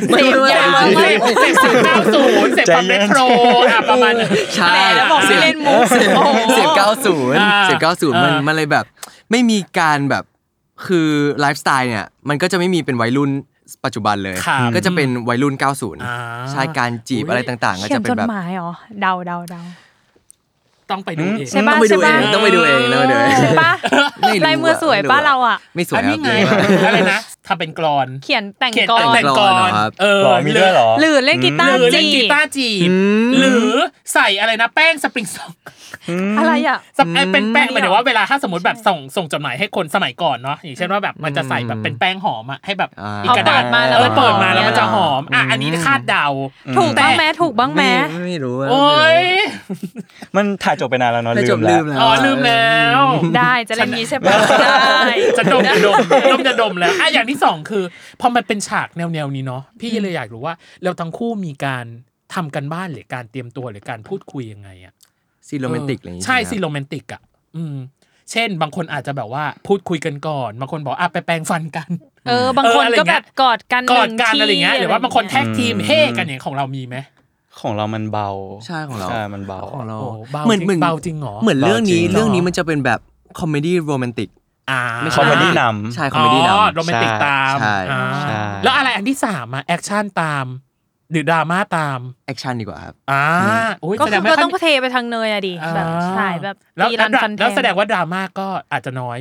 Speaker 4: ไม่รู้
Speaker 2: ยาวเสพเสพศูนย์เก้าศูนย์เสพความเรโทรอ่ะประมาณนั้น
Speaker 4: ใช่
Speaker 1: แหมแล้วบอกไม่เล่นมุก
Speaker 4: เสพ
Speaker 1: โอ้โห
Speaker 4: เสพเก้าศูนย์
Speaker 2: อ่า
Speaker 4: เสพเก้าศูนย์มัน
Speaker 2: อ่ามั
Speaker 4: มันเลยแบบ ไม่มีการแบบคือไลฟ์สไตล์เนี่ย มันก็จะไม่มีเป็นวัยรุ่นปัจจุบันเลย
Speaker 2: ครับ
Speaker 4: ก็จะเป็นวัยรุ่น 90
Speaker 2: อ่า
Speaker 4: ใช่การจีบอะไรต่างๆ ก็
Speaker 1: เขีย
Speaker 4: จะ
Speaker 1: น
Speaker 4: เป็
Speaker 1: จ
Speaker 4: น
Speaker 1: ด
Speaker 4: แบบ
Speaker 1: หมายเหรอเดาเดาเดา
Speaker 2: ต้องไปดูเอง
Speaker 1: ใช่ปะ
Speaker 4: ต้องไปดู
Speaker 1: ใช่
Speaker 4: เอ
Speaker 1: ปะ
Speaker 4: งต้องไปดูเองต้องไปดูเอง
Speaker 1: ใช่ปะ
Speaker 4: ไม่รู้ะ
Speaker 1: ลายมือสวยปะเราอ่ะ
Speaker 4: ไม่สวย
Speaker 2: อันนี้ไงอะไรนะทำเป็นกรอน
Speaker 1: เขียนแต่ง
Speaker 2: เขียน
Speaker 1: กร
Speaker 2: แต่งกรอนเออ
Speaker 3: หรอมีด้วยเหรอ
Speaker 1: หรือเล่นกีตา
Speaker 2: ห
Speaker 1: ร์
Speaker 2: รือ
Speaker 1: จี
Speaker 2: เล่นกีตาร์จีบ หรือใส่อะไรนะ แป้งสปริงซอง
Speaker 1: อะไรอ่ะ
Speaker 2: สเอ้ยเป็นแป้งหมายถึงว่าเวลาถ้าสมมติแบบส่งส่งจดหมายให้คนสมัยก่อนเนาะอย่างเช่นว่าแบบมันจะใส่แบบเป็นแป้งหอมอะให้แบบ
Speaker 4: า
Speaker 2: กกระดาษ
Speaker 1: เอาเปิดมาแล้วมัหอม
Speaker 2: เออนเปิดมาแล้วมันจะหอมอ่ะอันนี้คาดเดา
Speaker 1: ถูกบ้างไหมถูกบ้างไหม
Speaker 4: ไม่ไม่รู้ะ
Speaker 2: โอ้ย
Speaker 3: มันถ่ายจบไปนานแล้วเนาะ
Speaker 4: ไม่
Speaker 3: ลื
Speaker 4: จบ
Speaker 3: ม
Speaker 4: ลื
Speaker 3: แล้ว
Speaker 4: มแล้ว
Speaker 2: อ๋อลืมแล้ว
Speaker 1: ได้จะเล่นนี้ใช่ปะได้
Speaker 2: จะดมจะดมดมจะดมแล้วอ่ะอย่างที่สองคือพอมันเป็นฉากแนวแนวๆนี้เนาะพี่เลยอยากรู้ว่าเราทั้งคู่มีการทำกันบ้านหรือการเตรียมตัวหรือการพูดคุยยังไงอะ
Speaker 4: ซีนโรแมนติกอะไรอย่างงี้
Speaker 2: ใช่
Speaker 4: ไหม
Speaker 2: ซี
Speaker 4: ครับ
Speaker 2: โรแมนติกอะอืม เช่น บางคนอาจจะแบบว่าพูดคุยกันก่อนบางคนบอกอ่ะไปแปรงฟันกัน
Speaker 1: เออบางคน
Speaker 2: เอออะไร
Speaker 1: ก็
Speaker 2: เงี้
Speaker 1: แบ
Speaker 2: ย
Speaker 1: บกอดกัน
Speaker 2: กอดกัน
Speaker 1: หนึ่
Speaker 2: อะไรอย่างเงี้ย
Speaker 1: ที่
Speaker 2: หรือว่าบางคน
Speaker 1: อะไร
Speaker 2: แท็กทีม
Speaker 3: อืม
Speaker 2: เฮ้กันอย่างของเรามีไหม
Speaker 3: ของเรามันเบา
Speaker 4: ใช่ของเรา
Speaker 3: ใช่มันเบา
Speaker 4: ของเรา
Speaker 2: โอ้เบา
Speaker 4: เหมือ
Speaker 2: จ
Speaker 4: น
Speaker 2: ริ
Speaker 4: เหมือง น
Speaker 2: เบาจริงเหรอ
Speaker 4: เหมือนเรื่องนี้
Speaker 3: เบาจริง
Speaker 4: เรื่องนี้มันจะเป็นแบบคอมเมดี้โรแมนติก
Speaker 2: อ่า
Speaker 4: ไม่ใช่
Speaker 3: คอมเมดี้นำ
Speaker 4: ใช่คอมเมดี้น
Speaker 2: โรแมนติกตาม
Speaker 4: ใช่
Speaker 2: อ่า
Speaker 3: ใช่
Speaker 2: แล้วอะไรอันที่สามอะแอคชั่นตาม หรือดราม่าตาม
Speaker 4: ำแอคชั่นดีกว่าครับ
Speaker 2: อ่าอุ๊ย
Speaker 1: ก็
Speaker 2: แสด
Speaker 1: คือ
Speaker 2: ว่า
Speaker 1: ก็ต้องเทไปทางเนยอะดิ
Speaker 2: อ่า
Speaker 1: แบบสายแบบ
Speaker 2: แล้ว
Speaker 1: ตีรัน
Speaker 2: แล้ว
Speaker 1: ฟันทง
Speaker 2: แล้วแสดงว่าดราม่าก็อาจจะน้อย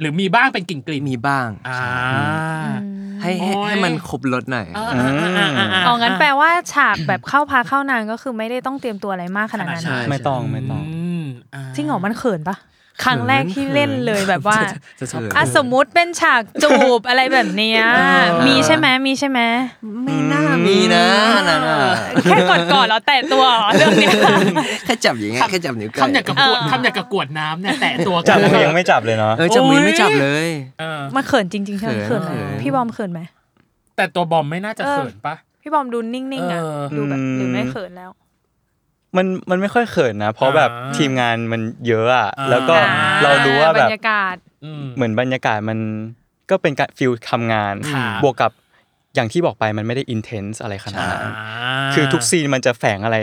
Speaker 2: หรือมีบ้างเป็นกลิ่นกลิ่น
Speaker 4: มีบ้าง
Speaker 2: อ่า
Speaker 4: ใช่ให้ให้
Speaker 2: โอ้ย
Speaker 4: ให้มันครบรถหน่อย
Speaker 2: อ่าอ่าอ่าาา
Speaker 1: อ๋องั้นแปลว่าฉากแบบเข้าพาเข้านางก็คือไม่ได้ต้องเตรียมตัวอะไรมากขนาดนั้น
Speaker 2: ใช่
Speaker 3: ไม่ต้องไม่ต้อง
Speaker 2: มอ่า
Speaker 1: จริงเหรอมันเขินปะครั้งแรกที่เล่นเลยแบบว่า
Speaker 2: จะชอบ
Speaker 1: อ่ะสมมุติเป็นฉากจูบอะไรแบบเนี้ยมีใช่ไหมมีใช่ไหม
Speaker 4: ไม่น่ามีนะอันนั่นน่ะ
Speaker 1: แค่กอดก่อนแล้วแต่ตัวเหรอเรื่องเนี้ย
Speaker 2: [laughs]
Speaker 4: แค่จับอย่างเงี้ยแค่จับนิ้วไก่
Speaker 2: ทำอย่างกับกวดทำอย่างกับกวดน้ำเนี่ยแตะตัวกั
Speaker 3: จับ
Speaker 2: น
Speaker 3: มือยังไม่จับเลยเนาะ
Speaker 4: เออจับมือไม่จับเลย
Speaker 2: เออ
Speaker 1: มันเขินจริงๆใช่ไหม
Speaker 4: เขิ
Speaker 1: เขิน
Speaker 4: น
Speaker 1: ไหม
Speaker 4: เขิน
Speaker 1: พี่บอมเขินไหม
Speaker 2: แต่ตัวบอมไม่น่าจะ
Speaker 1: เออ
Speaker 2: เขินปะ
Speaker 1: พี่บอมดูนิ่งๆอ่ะ
Speaker 2: เออ
Speaker 1: ดูแบบหรือไม่เขินแล้ว
Speaker 3: มันมันไม่ค่อยเขินนะ เพราะแบบ
Speaker 2: อ่า
Speaker 3: ทีมงานมันเยอะอะ
Speaker 2: อ่า
Speaker 3: แล้วก็
Speaker 1: อ่า
Speaker 3: เรารู้ว่าแบบ
Speaker 1: บรรยากาศ
Speaker 2: อืม
Speaker 3: เหมือนบรรยากาศมันก็เป็นการฟิลทำงาน
Speaker 2: ครับ
Speaker 3: บวกกับอย่างที่บอกไปมันไม่ได้อินเทนส์อะไรขนาดนั้น
Speaker 2: อ่า
Speaker 3: คือทุกซีนมันจะแฝงอะไร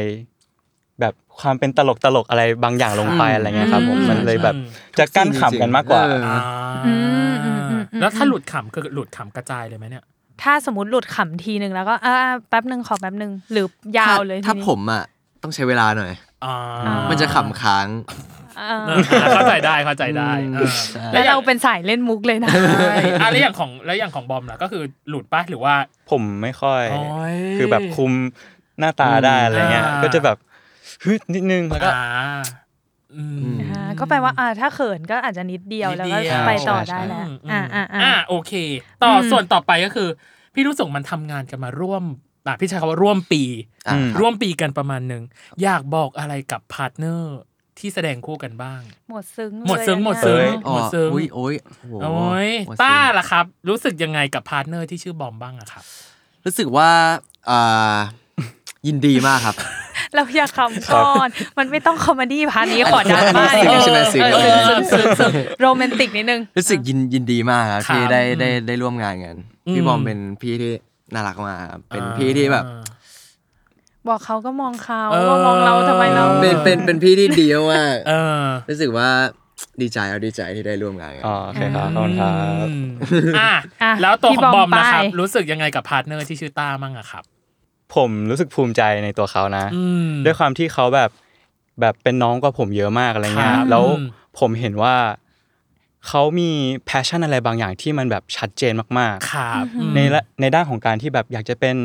Speaker 3: แบบความเป็นตลกตลกๆอะไรบางอย่างลงไป
Speaker 4: อืม
Speaker 3: อะไรเงี้ยครับผม
Speaker 1: อืม
Speaker 3: มันเลยแบบ
Speaker 2: อืม
Speaker 3: จะกั้นขำกันมากกว่า
Speaker 4: เออ
Speaker 2: อ่า
Speaker 1: อืมอืมอืมอืม
Speaker 2: แล้วถ้าหลุดขำคือหลุดขำกระจายเลยไหมเนี่ย
Speaker 1: ถ้าสมมติหลุดขำทีหนึ่งแล้วก็อ่าแป๊บหนึ่งขอแป๊บหนึ่งหรือยาวเลย
Speaker 4: ถ้า
Speaker 1: ทีนี้
Speaker 4: ผมอ่ะต้องใช้เวลาหน่อย
Speaker 2: อ่า
Speaker 4: มันจะขำค้าง
Speaker 1: อ่า
Speaker 2: เออเข้าใจได้เข้าใจได้เออ
Speaker 1: แล้ว
Speaker 2: อย่
Speaker 1: เรา
Speaker 2: ง
Speaker 1: เป็นสายเล่นมุกเลยนะ
Speaker 2: ใช่อ่ะแล้วอย่างของแล้วอย่างของบอมล่ะก็คือหลุดปะหรือว่า
Speaker 3: ผมไม่ค่อย
Speaker 2: โอ้ย
Speaker 3: คือแบบคุมหน้าตาได้อะไรเงี้ย
Speaker 2: อ่า
Speaker 3: ก็จะแบบฮึดนิดนึงแล้วก็
Speaker 2: อ่าอืม
Speaker 1: อ่าก็แปลว่าอ่าถ้าเขินก็อาจจะนิดเดียว
Speaker 2: นิด
Speaker 1: แล้วก็
Speaker 2: เดียว
Speaker 1: ไปต่อได้
Speaker 3: ใช่
Speaker 1: แล้ว
Speaker 2: ม
Speaker 1: อ่าอ่าอ่า
Speaker 2: อ่าโอเค ต่ออ
Speaker 1: ม
Speaker 2: ส่วนต่อไปก็คือ พี่รู้สึกมันทำงานกันมาร่วมอ่ะพี่ใช้คำว่าร่วมปี
Speaker 4: อ่า
Speaker 2: ร่วมปีกันประมาณหนึ่งอยากบอกอะไรกับพาร์ทเนอร์ที่แสดงคู่กันบ้าง
Speaker 1: หมดซึ้ง
Speaker 2: หมดซึ้ง
Speaker 1: เลยอะ
Speaker 2: หมดซึ้ง
Speaker 1: เนี่ย
Speaker 4: อ๋อ
Speaker 2: หมดซึ้ง
Speaker 4: อุ้ยโอ้ยโอ้โห
Speaker 2: โอ้ย
Speaker 4: หมดซึ้ง
Speaker 2: ต้าล่ะครับ รู้สึกยังไงกับพาร์ทเนอร์ที่ชื่อบอมบ้างอะครับ
Speaker 4: รู้สึกว่าอ่ายินดีมากครับ
Speaker 1: เราอยากคำก่อนมันไม่ต้องคอมเมดี้พาร์ทนี้ขอดราม่า
Speaker 4: ซึ้งใช่ไหมซึ้ง
Speaker 1: เออเออซึ้งซึ้งโรแมนติกนิดนึง
Speaker 4: รู้สึกยินยินดีมากครับ
Speaker 2: ครับ
Speaker 4: ที่ได้ได้ได้ร่วมงานกัน
Speaker 2: อื
Speaker 4: พี่
Speaker 2: ม
Speaker 4: บอมเป็นพี่ที่น่ารักมากครับเป็นพี่ที่แบบ
Speaker 1: บอกเขาก็มองเขา
Speaker 2: เออ
Speaker 1: ว่ามองเราทำไมเรา
Speaker 4: เป็นเป็นเป็นพี่ที่ดีมาก
Speaker 2: เออ
Speaker 4: ๆ [laughs] รู้สึกว่าดีใจเอาดีใจที่ได้ร่วมงานกัน
Speaker 3: อ๋อโอเคครับขอบคุณครับ
Speaker 2: อืมอ่ะ
Speaker 1: อ่ะ
Speaker 2: แล้วตัวของ
Speaker 1: พี่
Speaker 2: บบอ
Speaker 1: อ
Speaker 2: ม
Speaker 1: ม
Speaker 2: นะครับ
Speaker 1: ไป
Speaker 2: รู้สึกยังไงกับพาร์ทเนอร์ที่ชื่อต้ามั่งอะครับ
Speaker 3: ผมรู้สึกภูมิใจในตัวเขานะ
Speaker 2: อืม
Speaker 3: ด้วยความที่เขาแบบแบบเป็นน้องกว่าผมเยอะมากอะไรเงี้
Speaker 2: ค
Speaker 3: ย
Speaker 2: รับ
Speaker 3: แล้ว
Speaker 2: อืม
Speaker 3: ผมเห็นว่าเขามีแพชชั่นอะไรบางอย่างที่มันแบบชัดเจนมากๆ
Speaker 2: ครับ
Speaker 3: ในละในด้านของการที่แบบอยากจะเป็น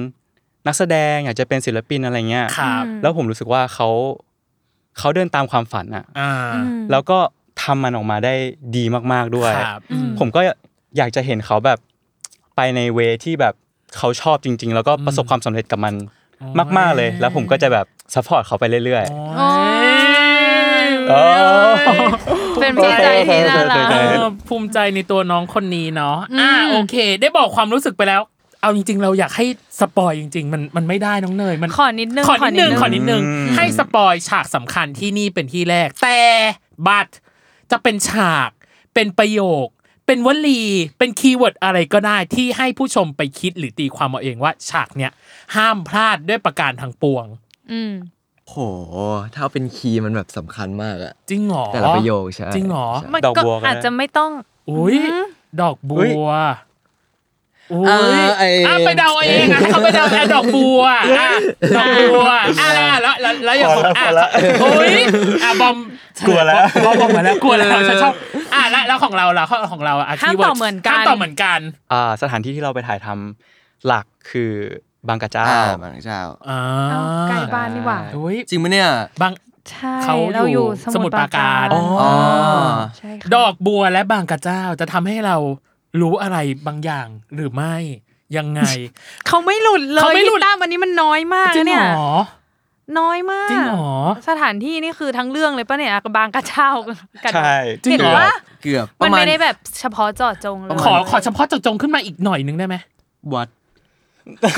Speaker 3: นักแสดง อยากจะเป็นศิลปินอะไรเงี้ย
Speaker 2: ครับ
Speaker 3: แล้วผมรู้สึกว่าเขาเขาเดินตามความฝันอะ
Speaker 2: อ่า
Speaker 3: แล้วก็ทำมันออกมาได้ดีมากๆด้วย
Speaker 2: ครับอืม
Speaker 3: ผมก็อยากจะเห็นเขาแบบไปในเวที่แบบเขาชอบจริง ๆ แล้วก็ประสบความสำเร็จกับมันมากๆเลย แล้วผมก็จะแบบซัพพอร์ตเขาไปเรื่อย
Speaker 2: โอ้ย
Speaker 3: โอ้ย
Speaker 2: โ
Speaker 1: เป็นพี่ใจที่น่ารัก
Speaker 2: เออภูมิใจในตัวน้องคนนี้เนาะอ่าโอเค ได้บอกความรู้สึกไปแล้ว เอาจริง ๆ เราอยากให้สปอยจริง ๆ มันมันไม่ได้น้องเนยมัน
Speaker 1: ขอนิดนึง
Speaker 2: ขอนิดนึงข
Speaker 1: ข
Speaker 2: อ
Speaker 1: อนิ
Speaker 2: นิด
Speaker 1: ดนึ
Speaker 2: นึง
Speaker 1: ง
Speaker 2: ให้สปอยฉากสำคัญที่นี่เป็นที่แรก แต่บัตรจะเป็นฉาก เป็นประโยค เป็นวลี เป็นคีย์เวิร์ดอะไรก็ได้ที่ให้ผู้ชมไปคิดหรือตีความเอาเองว่าฉากเนี้ยห้ามพลาดด้วยประการทางปวง
Speaker 1: อืม
Speaker 4: โห ถ้าเอาเป็นคีย์มันแบบสำคัญมากอะ
Speaker 2: จริงเหรอ
Speaker 4: แต่ละประโยคใช่
Speaker 2: จริงเหรอ
Speaker 4: ใช่
Speaker 1: มัน
Speaker 3: ดอก
Speaker 1: ก็
Speaker 3: บัวก็ได้
Speaker 1: อาจจะไม่ต้อง
Speaker 2: อุ้ยดอกบั
Speaker 3: อุ๊ย
Speaker 2: วอุ้
Speaker 4: เอย อไอ้
Speaker 2: อ่ะไปเดาเอาเองอ่ะให้เขาไปเดาแต่ดอกบัวอ่ะดอกบัวอ่ะแล้วแล้วแล้วอย่างผมอ่ะโอ้ยอ่ะบอม
Speaker 3: กลัวแล้ว
Speaker 2: บอมบอมมาแล้วกลัวแล้วฉันชอบอ่ะแล้วแล้วของเราล่ะข้อของเราอ่ะ
Speaker 1: ห้าม
Speaker 2: keyword
Speaker 1: ตอบเหมือนกัน
Speaker 2: ห้ามตอบเหมือนกัน
Speaker 3: อ่าสถานที่ที่เราไปถ่ายทำหลักคือบางกระเจ้า
Speaker 4: อ่าบางเจ้า
Speaker 2: อ่า
Speaker 1: เอาใกล้บ้านดีกว่า
Speaker 2: โอ้ย
Speaker 4: จริงไหมเนี่ย
Speaker 2: บาง
Speaker 1: ใช่
Speaker 2: เขาอยู่
Speaker 1: เราอยู่สมุทรปราการ
Speaker 2: สมุทรปราการอ๋อ
Speaker 4: อ๋อ
Speaker 1: ใช่ค่ะ
Speaker 2: ดอกบัวและบางกระเจ้าจะทำให้เรารู้อะไรบางอย่างหรือไม่ยังไง
Speaker 1: เขาไม่หลุดเลย
Speaker 2: เขาไม่หลุด
Speaker 1: พี่ตั้มวันนี้มันน้อยมาก
Speaker 2: จริง
Speaker 1: นะเนี่ย
Speaker 2: เหรอ
Speaker 1: น้อยมาก
Speaker 2: จริงเหรอ
Speaker 1: สถานที่นี่คือทั้งเรื่องเลยปะเนี่ยกระบางกระเช้ากัน
Speaker 3: ใช่
Speaker 2: จริง
Speaker 1: เห็น
Speaker 2: เหรอ
Speaker 1: ปะ
Speaker 4: เกือบป
Speaker 1: มัน
Speaker 4: ระาณ
Speaker 1: ไม่ได้แบบเฉพาะเจาะจงเลย
Speaker 2: ขอขอเฉพาะเจาะจงขึ้นมาอีกหน่อยนึงได้ไหม
Speaker 4: วัด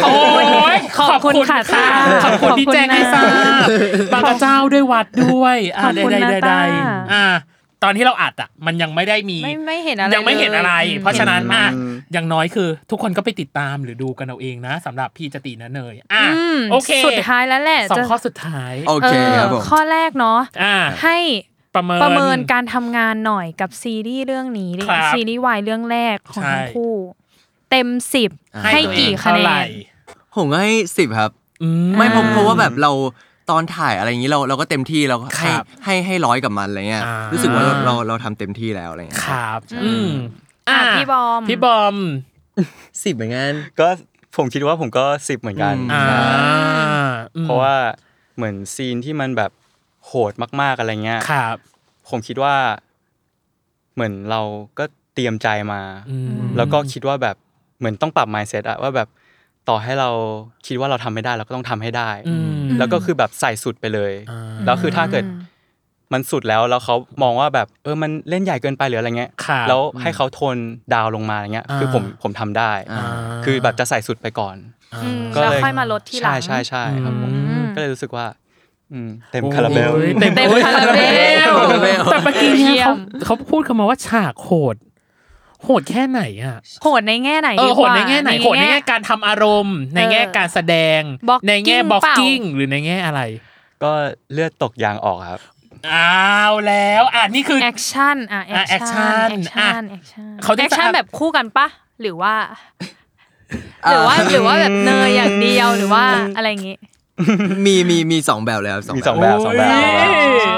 Speaker 2: โอ้ย
Speaker 1: ขอบคุณค่ะตา
Speaker 2: ขอบคุณที่แจ้งให้ทราบบางกระเจ้าด้วยวัดด้วยอ่า
Speaker 1: ขอบ
Speaker 2: ใด
Speaker 1: คุณ
Speaker 2: ใด
Speaker 1: นะ
Speaker 2: ใดใด
Speaker 1: ตา
Speaker 2: อ่า ตอนที่เราอัดอ่ะ มันยังไม่ได้มี
Speaker 1: ไม่ไม่เห็นอะไร
Speaker 2: ยังไม่เห็นอะไร
Speaker 1: ลย
Speaker 2: เพราะฉะนั้น
Speaker 1: อืม
Speaker 2: อ่ะอย่างน้อยคือ ทุกคนก็ไปติดตามหรือดูกันเอาเองนะสำหรับพี่จตินะเนยอ่ะ
Speaker 1: ม
Speaker 2: โอเค
Speaker 1: สุดท้ายแล้วแหละ
Speaker 2: สอง
Speaker 1: จะ
Speaker 2: ข้อสุดท้าย
Speaker 4: โอเคครับผม
Speaker 1: เออข้อแรกเนาะ
Speaker 2: อ่า
Speaker 1: ให้
Speaker 2: ประเมิน
Speaker 1: ประเมินการทำงานหน่อยกับซีรีส์เรื่องนี้ดิ
Speaker 2: ครับ
Speaker 1: ซีรีส์วายเรื่องแรกของทั้ง
Speaker 2: ใช่
Speaker 1: คู่ เต็มสิบให้
Speaker 2: ตัวเอง
Speaker 1: กี่คะแน
Speaker 2: เท่าไหร่
Speaker 1: น
Speaker 4: ผมก็ให้สิบครับ
Speaker 2: อื
Speaker 4: ไม่ผมเพราะว่าแบบเราตอนถ่ายอะไรอย่างนี้เราเราก็เต็มที่เราก็ให้
Speaker 2: ครับ
Speaker 4: ให้ให้ร้อยกับมันอะไรเงี้ย
Speaker 2: อ่ารู้
Speaker 4: รู้สึกว่าเราเราเราทำเต็มที่แล้วอะไรเงี้ย
Speaker 2: ครับ
Speaker 1: อืม
Speaker 2: อืม
Speaker 1: อ่ะพี่บอม
Speaker 2: พี่บอม
Speaker 4: สิบเหมือนกัน
Speaker 3: ก็ผมคิดว่าผมก็สิบเหมือนกัน
Speaker 4: อืม
Speaker 2: อ่า
Speaker 3: ใช่
Speaker 2: อืม
Speaker 3: เพราะว่าเหมือนซีนที่มันแบบโหดมากๆอะไรเงี้ย
Speaker 2: ครับ
Speaker 3: ผมคิดว่า เหมือนเราก็เตรียมใจมา
Speaker 2: อืม
Speaker 3: แล้วก็คิดว่าแบบเหมือนต้องปรับ mindset อะว่าแบบต่อให้เราคิดว่าเราทำไม่ได้เราก็ต้องทำให้ได้
Speaker 2: อืม
Speaker 3: แล้วก็คือแบบใส่สุดไปเลย
Speaker 2: อ่า
Speaker 3: แล้วคือถ้าเกิดมันสุดแล้วแล้วเขามองว่าแบบเออมันเล่นใหญ่เกินไปหรืออะไรเงี้ย
Speaker 2: ครับ
Speaker 3: แล้วให้เขาโทนดาวน์ลงมาอะไรเงี้ย
Speaker 2: อ่า
Speaker 3: คือผมผมทำได้
Speaker 4: อ่า
Speaker 3: คือแบบจะใส่สุดไปก่อน
Speaker 1: อืม
Speaker 3: ก็
Speaker 1: แล้ว
Speaker 3: เลย
Speaker 1: ค่อยมาลดทีหลั
Speaker 3: ใช่
Speaker 1: ง
Speaker 3: ใช่ใช่ครับผม
Speaker 2: อืม
Speaker 3: ก็เลยรู้สึกว่า อืมเต็มคาราเบล
Speaker 2: โอ้ยเต็ม
Speaker 1: เต็มคาราเบล
Speaker 2: แต่เมื่อกี้
Speaker 1: เยี่
Speaker 2: เนี่
Speaker 1: ย
Speaker 2: ยเขา
Speaker 1: ม
Speaker 2: เขาพูดคำมาว่าฉากโหด โหดแค่ไหนอ่ะ
Speaker 1: โหดในแง่ไหน
Speaker 2: เอ
Speaker 1: ดี
Speaker 2: อก โหด
Speaker 1: ว่า
Speaker 2: ในแง่ไหนโหดในแง่การทำอารมณ์ ในแง่การแสดง
Speaker 1: Blocking
Speaker 2: ในแง่บล็อก
Speaker 1: เปล่า
Speaker 2: กิ้งหรือในแง่อะไร
Speaker 3: ก็เลือดตกยางออกครับ
Speaker 2: เอาแล้วอ่ะนี่คือ
Speaker 1: แอคชั่นอ่ะ
Speaker 2: อ่ะ
Speaker 1: แอคชั่น
Speaker 2: action
Speaker 1: แอค
Speaker 2: อ่ะ
Speaker 1: ชั่นแอคชั่น
Speaker 2: เขาจะ
Speaker 1: แอคชั่นแบบคู่กันปะหรือว่า หรือว่าหรือว่าแบบเนยอย่างเดียวหรือว่าอะไรอย่างงี้
Speaker 4: มีมีมีสองแบบเลยครับสอง
Speaker 3: มี
Speaker 4: แบบ
Speaker 3: สองแบบสองแบบสองแบบ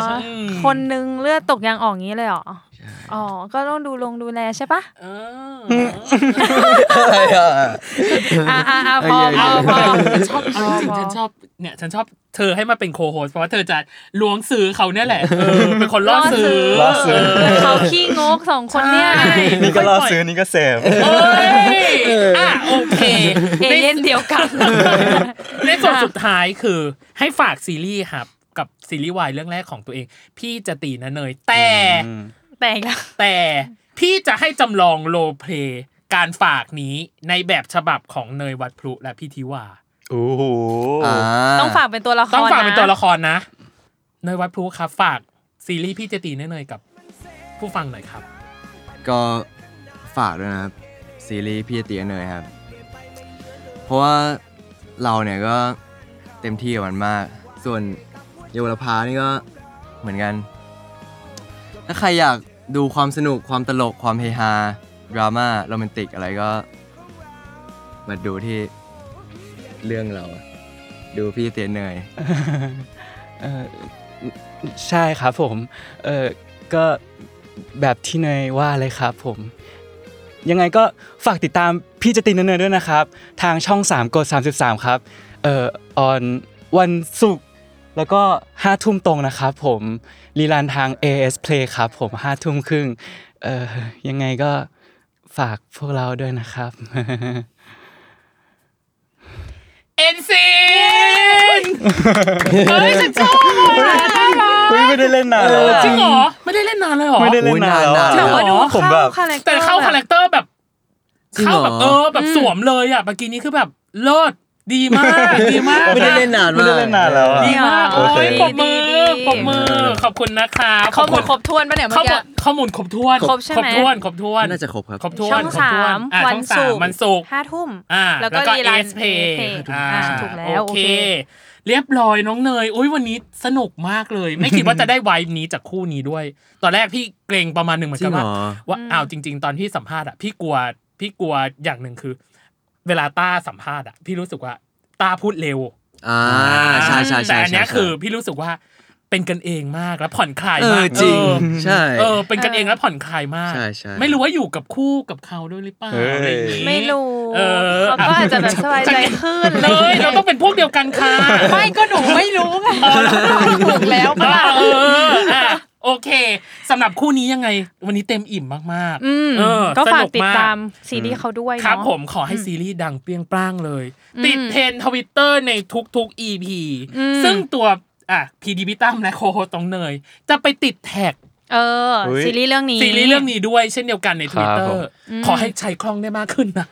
Speaker 2: โอ้ย
Speaker 1: คนนึงเลือดตกยางออกงี้เลยเหรออ๋อก็ต้องดูลงดูแลใช่ปะ
Speaker 2: เออ
Speaker 1: อ่ะอ่ะอ่ะพอพอพอ
Speaker 2: ชอบเอาจริงๆฉันชอบเนี่ยฉันชอบเธอให้มาเป็นโคโฮสเพราะว่าเธอจะล้วงซื้อเขาเนี่ยแหละเออเป็นคนล่อซื้อ
Speaker 3: ล่อซื้อ
Speaker 1: เขาขี้งกสองคนเนี่ย
Speaker 2: ใช่
Speaker 3: นี่ก็รอซื้อนี่ก็เสพ
Speaker 2: โอ้ยอ่ะโอเค
Speaker 1: เอเย่นเดียวกัน
Speaker 2: ในส่วนสุดท้ายคือให้ฝากซีรีส์ครับ กับซีรีส์วายเรื่องแรกของตัวเอง พี่จะตีนะเนย แต่
Speaker 1: แต่อีกแล้ว
Speaker 2: แต่พี่จะให้จำลองโลเพลย์การฝากนี้ในแบบฉบับของเนยวัดพลุและพี่ทิวา
Speaker 3: โอ้โห
Speaker 1: ต้องฝากเป็นตัวละคร
Speaker 2: ต้องฝากเป็นตัวละ
Speaker 1: คร
Speaker 2: ครนะ เนยวัดพลุครับ ฝากซีรีส์พี่จะตีนะเนยกับ ผู้ฟังหน่อยครับ
Speaker 4: ก็ฝากด้วยนะครับ ซีรีส์พี่เตียเนยครับ เพราะว่าเราเนี่ยก็เต็มที่กับมันมาก ส่วนเยาวรพานี่ก็เหมือนกัน ถ้าใครอยากดูความสนุกความตลกความเฮฮาดราม่าโรแมนติกอะไรก็ มาดูที่เรื่องเรา ดูพี่เตียเนย
Speaker 3: [laughs] เอ่อใช่ครับผมเออก็แบบที่เนยว่าเลยครับผม ยังไงก็ฝากติดตามพี่จตินเนยด้วยนะครับ ทางช่อง 3 กด 33 ครับเอ่อออนวันศุกร์แล้วก็5ทุ่มตรงนะครับผมรีลันทาง AS Play ครับผม5ทุ่มครึ่งเอ่อยังไงก็ฝากพวกเราด้วยนะครับ [laughs]
Speaker 2: เอ็นซีนเฮ้ยฉันชอบอะน่ารั
Speaker 3: อุ๊ยไม่ได้เล่นนานแล้วอะ
Speaker 2: จริงเหรอ ไม่ได้เล่นนานเลยเหรอ
Speaker 3: ไม่ได้เล่นนานแล้วอะ
Speaker 2: จริงเหรอ
Speaker 3: ผมแบบ
Speaker 1: คาแรคเตอ
Speaker 2: แต่
Speaker 1: ร์
Speaker 2: เข้าคาแรคเตอร์แบบ
Speaker 4: จริงเหรอ
Speaker 2: เข้าแบบเออแบบสวมเลยอ่ะเมื่อกี้นี้คือแบบเลิศดีมากดีมาก
Speaker 4: ไม่ได้เล่นนานมาก
Speaker 3: ไม่ได้เล่นนานแล้วอะ
Speaker 2: ดีมาก
Speaker 3: โอ
Speaker 2: โอ้
Speaker 3: เค
Speaker 2: ยปรบมือ
Speaker 1: ดีๆ
Speaker 2: ปรบมือขอบคุณนะคะ
Speaker 1: ข้อมูลครบถ้วนปะเนี่ยเมื่
Speaker 2: ข้อ
Speaker 1: อ
Speaker 2: มู
Speaker 1: กี้
Speaker 2: ลข้อมูลครบถ้วน
Speaker 1: ครบใช่ไหม
Speaker 2: ครบถ้วนครบถ้วน
Speaker 4: น่าจะครบครับ
Speaker 2: ครบถ้วน
Speaker 1: ช่อง
Speaker 2: ครบ
Speaker 1: สา
Speaker 2: ถ้
Speaker 1: ม
Speaker 2: อ่ะ
Speaker 1: วัน
Speaker 2: ช่อง
Speaker 1: ศุก
Speaker 2: สาม
Speaker 1: ร์
Speaker 2: วันศุกร์
Speaker 1: ห้าทุ่ม
Speaker 2: อ่า
Speaker 1: แล้วก็
Speaker 2: เอ
Speaker 1: Relan
Speaker 2: สเพ
Speaker 1: ASP
Speaker 2: อ่า
Speaker 1: อ่าถูกแล้ว
Speaker 2: โอ
Speaker 1: โอ
Speaker 2: เค
Speaker 1: เค
Speaker 2: เรียบร้อยน้องเนยอุ้ยวันนี้สนุกมากเลย ไม่คิดว่าจะได้ไวบ์นี้จากคู่นี้ด้วย ตอนแรกพี่เกรงประมาณหนึ่งเหมือนกันว่า
Speaker 4: จริงเหรอ
Speaker 2: ว่าอ้าวจริง ๆ ตอนที่สัมภาษณ์อ่ะพี่กลัวพี่กลัวอย่างหนึ่งคือ เวลาต้าสัมภาษณ์อ่ะพี่รู้สึกว่าต้าพูดเร็ว
Speaker 4: อ่าใช่ใช่ใช่
Speaker 2: แต่อันเนี้ย
Speaker 4: ใช่
Speaker 2: คือพี่รู้สึกว่าเป็นกันเองมากแล้วผ่อนคลาย
Speaker 4: เอ
Speaker 2: มา
Speaker 4: อก จริง
Speaker 2: เออ
Speaker 4: ใช่
Speaker 2: เออเป็นกันเองแล้วผ่อนคลายมาก
Speaker 4: ใช่ใช่
Speaker 2: ไม่รู้ว่าอยู่กับคู่กับเขาด้วยหรือเปล่า
Speaker 3: เฮ้ย
Speaker 2: อะไรอย่างงี้
Speaker 1: ไม่รู้
Speaker 2: เออ
Speaker 1: เขาก็อาจจะแบบสบายใจขึ้น
Speaker 2: เล
Speaker 1: อะไรอย ย่าง
Speaker 2: เรา
Speaker 1: เงี้ย
Speaker 2: ต้องเป็นพวกเดียวกันค่ะ
Speaker 1: ไม่ก็หนูไม่รู้ไงถูกแล้วปะล่ะ
Speaker 2: เอออ่ะโอเคสำหรับคู่นี้ยังไง วันนี้เต็มอิ่มมาก
Speaker 1: อืม
Speaker 2: ๆเออ
Speaker 1: ก็ฝาก
Speaker 2: สนุ
Speaker 1: ติดตาม
Speaker 2: ก
Speaker 1: ซีรีส์เขาด้วย
Speaker 2: ครับ
Speaker 1: เนาะ
Speaker 2: ผมขอให้ซีรีส์ดังเปรี้ยงปร้างเลย ติดเทรนทวิตเตอร์ในทุกๆ EP
Speaker 1: อืม
Speaker 2: ซึ่งตัวอ่ะพีดีพิตั้มและโคโฮตองเนย จะไปติดแท็ก
Speaker 1: เออ
Speaker 3: เฮ้ย
Speaker 1: ซีรีส์เรื่องนี้
Speaker 2: ซีรีส์เรื่องนี้ด้วยเช่นเดียวกันในทวิตเตอ
Speaker 3: ครับผ
Speaker 2: ร์
Speaker 3: ม
Speaker 2: ขอให้ใช้คล่องได้มากขึ้นนะ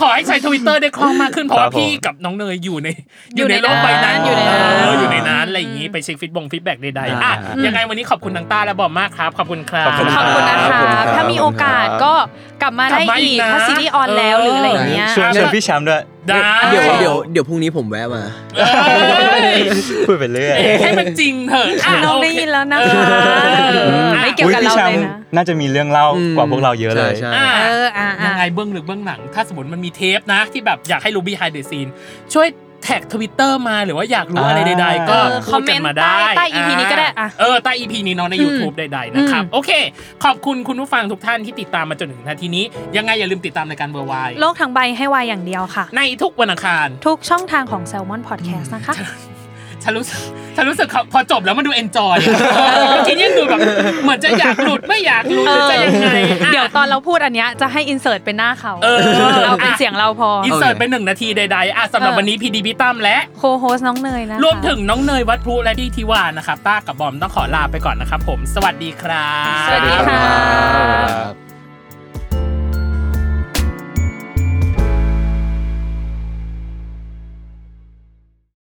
Speaker 2: ขอให้ใช้ทวิตเตอร์ได้คล่องมากขึ้น เพราะว่า
Speaker 3: ครับผม
Speaker 2: พี่กับน้องเนยอยู่ใน
Speaker 1: อยู่ใน
Speaker 2: โลกใบนั้น
Speaker 1: อยู่ในนั้น
Speaker 2: เอออยู่ในนั้นอะไรอย่างนี้ไปเช็คฟีดบงฟีดแบ็กใดๆอ่ะยังไงวันนี้ขอบคุณนางต้าและบอมมากครับ ขอบคุณครับ
Speaker 3: ขอบคุณ
Speaker 1: ขอบคุณนะ
Speaker 3: รั ขอ
Speaker 1: คะ
Speaker 3: บคุณครับ
Speaker 1: ถ้ามีโอกาส
Speaker 3: ขอบคุณครับ
Speaker 1: ก็กลับมาก
Speaker 2: ลั
Speaker 1: ได้
Speaker 2: บมาอี
Speaker 1: อี
Speaker 2: ก
Speaker 1: ก
Speaker 2: นะ
Speaker 1: ถ้าซีรีส์ออนแล้วหรืออะไรอย่างเงี้ย
Speaker 3: ชวนชวนพี่แชมป์ด้วย
Speaker 2: ได้
Speaker 4: เดี๋ยวเดี๋ยวเดี๋ยวพรุ่งนี้ผมแวะมา
Speaker 3: พูดไปเรื่อย
Speaker 2: ให้มันจริงเถอะะ
Speaker 1: น้อง
Speaker 2: โเค
Speaker 1: ได้ยินแล้วนะคะ
Speaker 2: เออ
Speaker 1: ไม่ เกี่ยว
Speaker 3: อุ๊ย
Speaker 1: กับ
Speaker 3: พี่
Speaker 1: เรา
Speaker 3: แช
Speaker 1: เลยนะ
Speaker 3: มป์น่าจะมีเรื่องเล่ากว่าพวกเราเยอะเลย
Speaker 4: ใช่ใช่
Speaker 2: อ่ะ
Speaker 1: เอออ่ะ
Speaker 2: ยั
Speaker 1: อ่ะ
Speaker 2: งไงเบื้องลึกเบื้องหลัง ถ้าสมมติมันมีเทปนะ ที่แบบอยากให้รู้ behind the scene ช่วยแท็กทวิตเตอร์มาหรือว่าอยากรู้อะไรใด ๆ ก็
Speaker 3: เออ
Speaker 2: พูดกันมา
Speaker 1: คอ
Speaker 2: ได้
Speaker 1: มเมนต์ใต้ใต้ EP นี้ก็ได้อ่ะ
Speaker 2: เออใต้ EP นี้เนาะใน YouTube ใด ๆ นะครับ โอเค ขอบคุณคุณผู้ฟังทุกท่านที่ติดตามมาจนถึงนาทีนี้ ยังไงอย่าลืมติดตามรายการเบอร์ไว
Speaker 1: โลกทั้งใบให้วายอย่างเดียวค่ะ
Speaker 2: ในทุกวันอังคาร
Speaker 1: ทุกช่องทางของ Salmon Podcast นะคะ
Speaker 2: ฉันรู้สึกฉันรู้สึกเขาพอจบแล้วมันดู enjoy อะทีนี้ดูแบบเหมือนจะอยากหลุดไม่อยากหลุดหรือจะยังไงอ่ะ
Speaker 1: เดี๋ยวตอนเราพูดอันเนี้ยจะให้อินเสิร์ตเป็นหน้าเขา
Speaker 2: เออ
Speaker 1: เอาเป็นเสียงเราพอ
Speaker 2: อินเสิร์ตเป็นหนึ่งนาทีใดๆอ่ะสำหรับวันนี้พีดีพี่ตั้มและ
Speaker 1: โคโฮสน้องเนยนะคะ
Speaker 2: รวมถึงน้องเนยวัดพลุและดีทิวานะครับต้ากับบอมต้องขอลาไปก่อนนะครับผม สวัสดีครับ
Speaker 1: สวัสดีค่ะ
Speaker 3: ครับ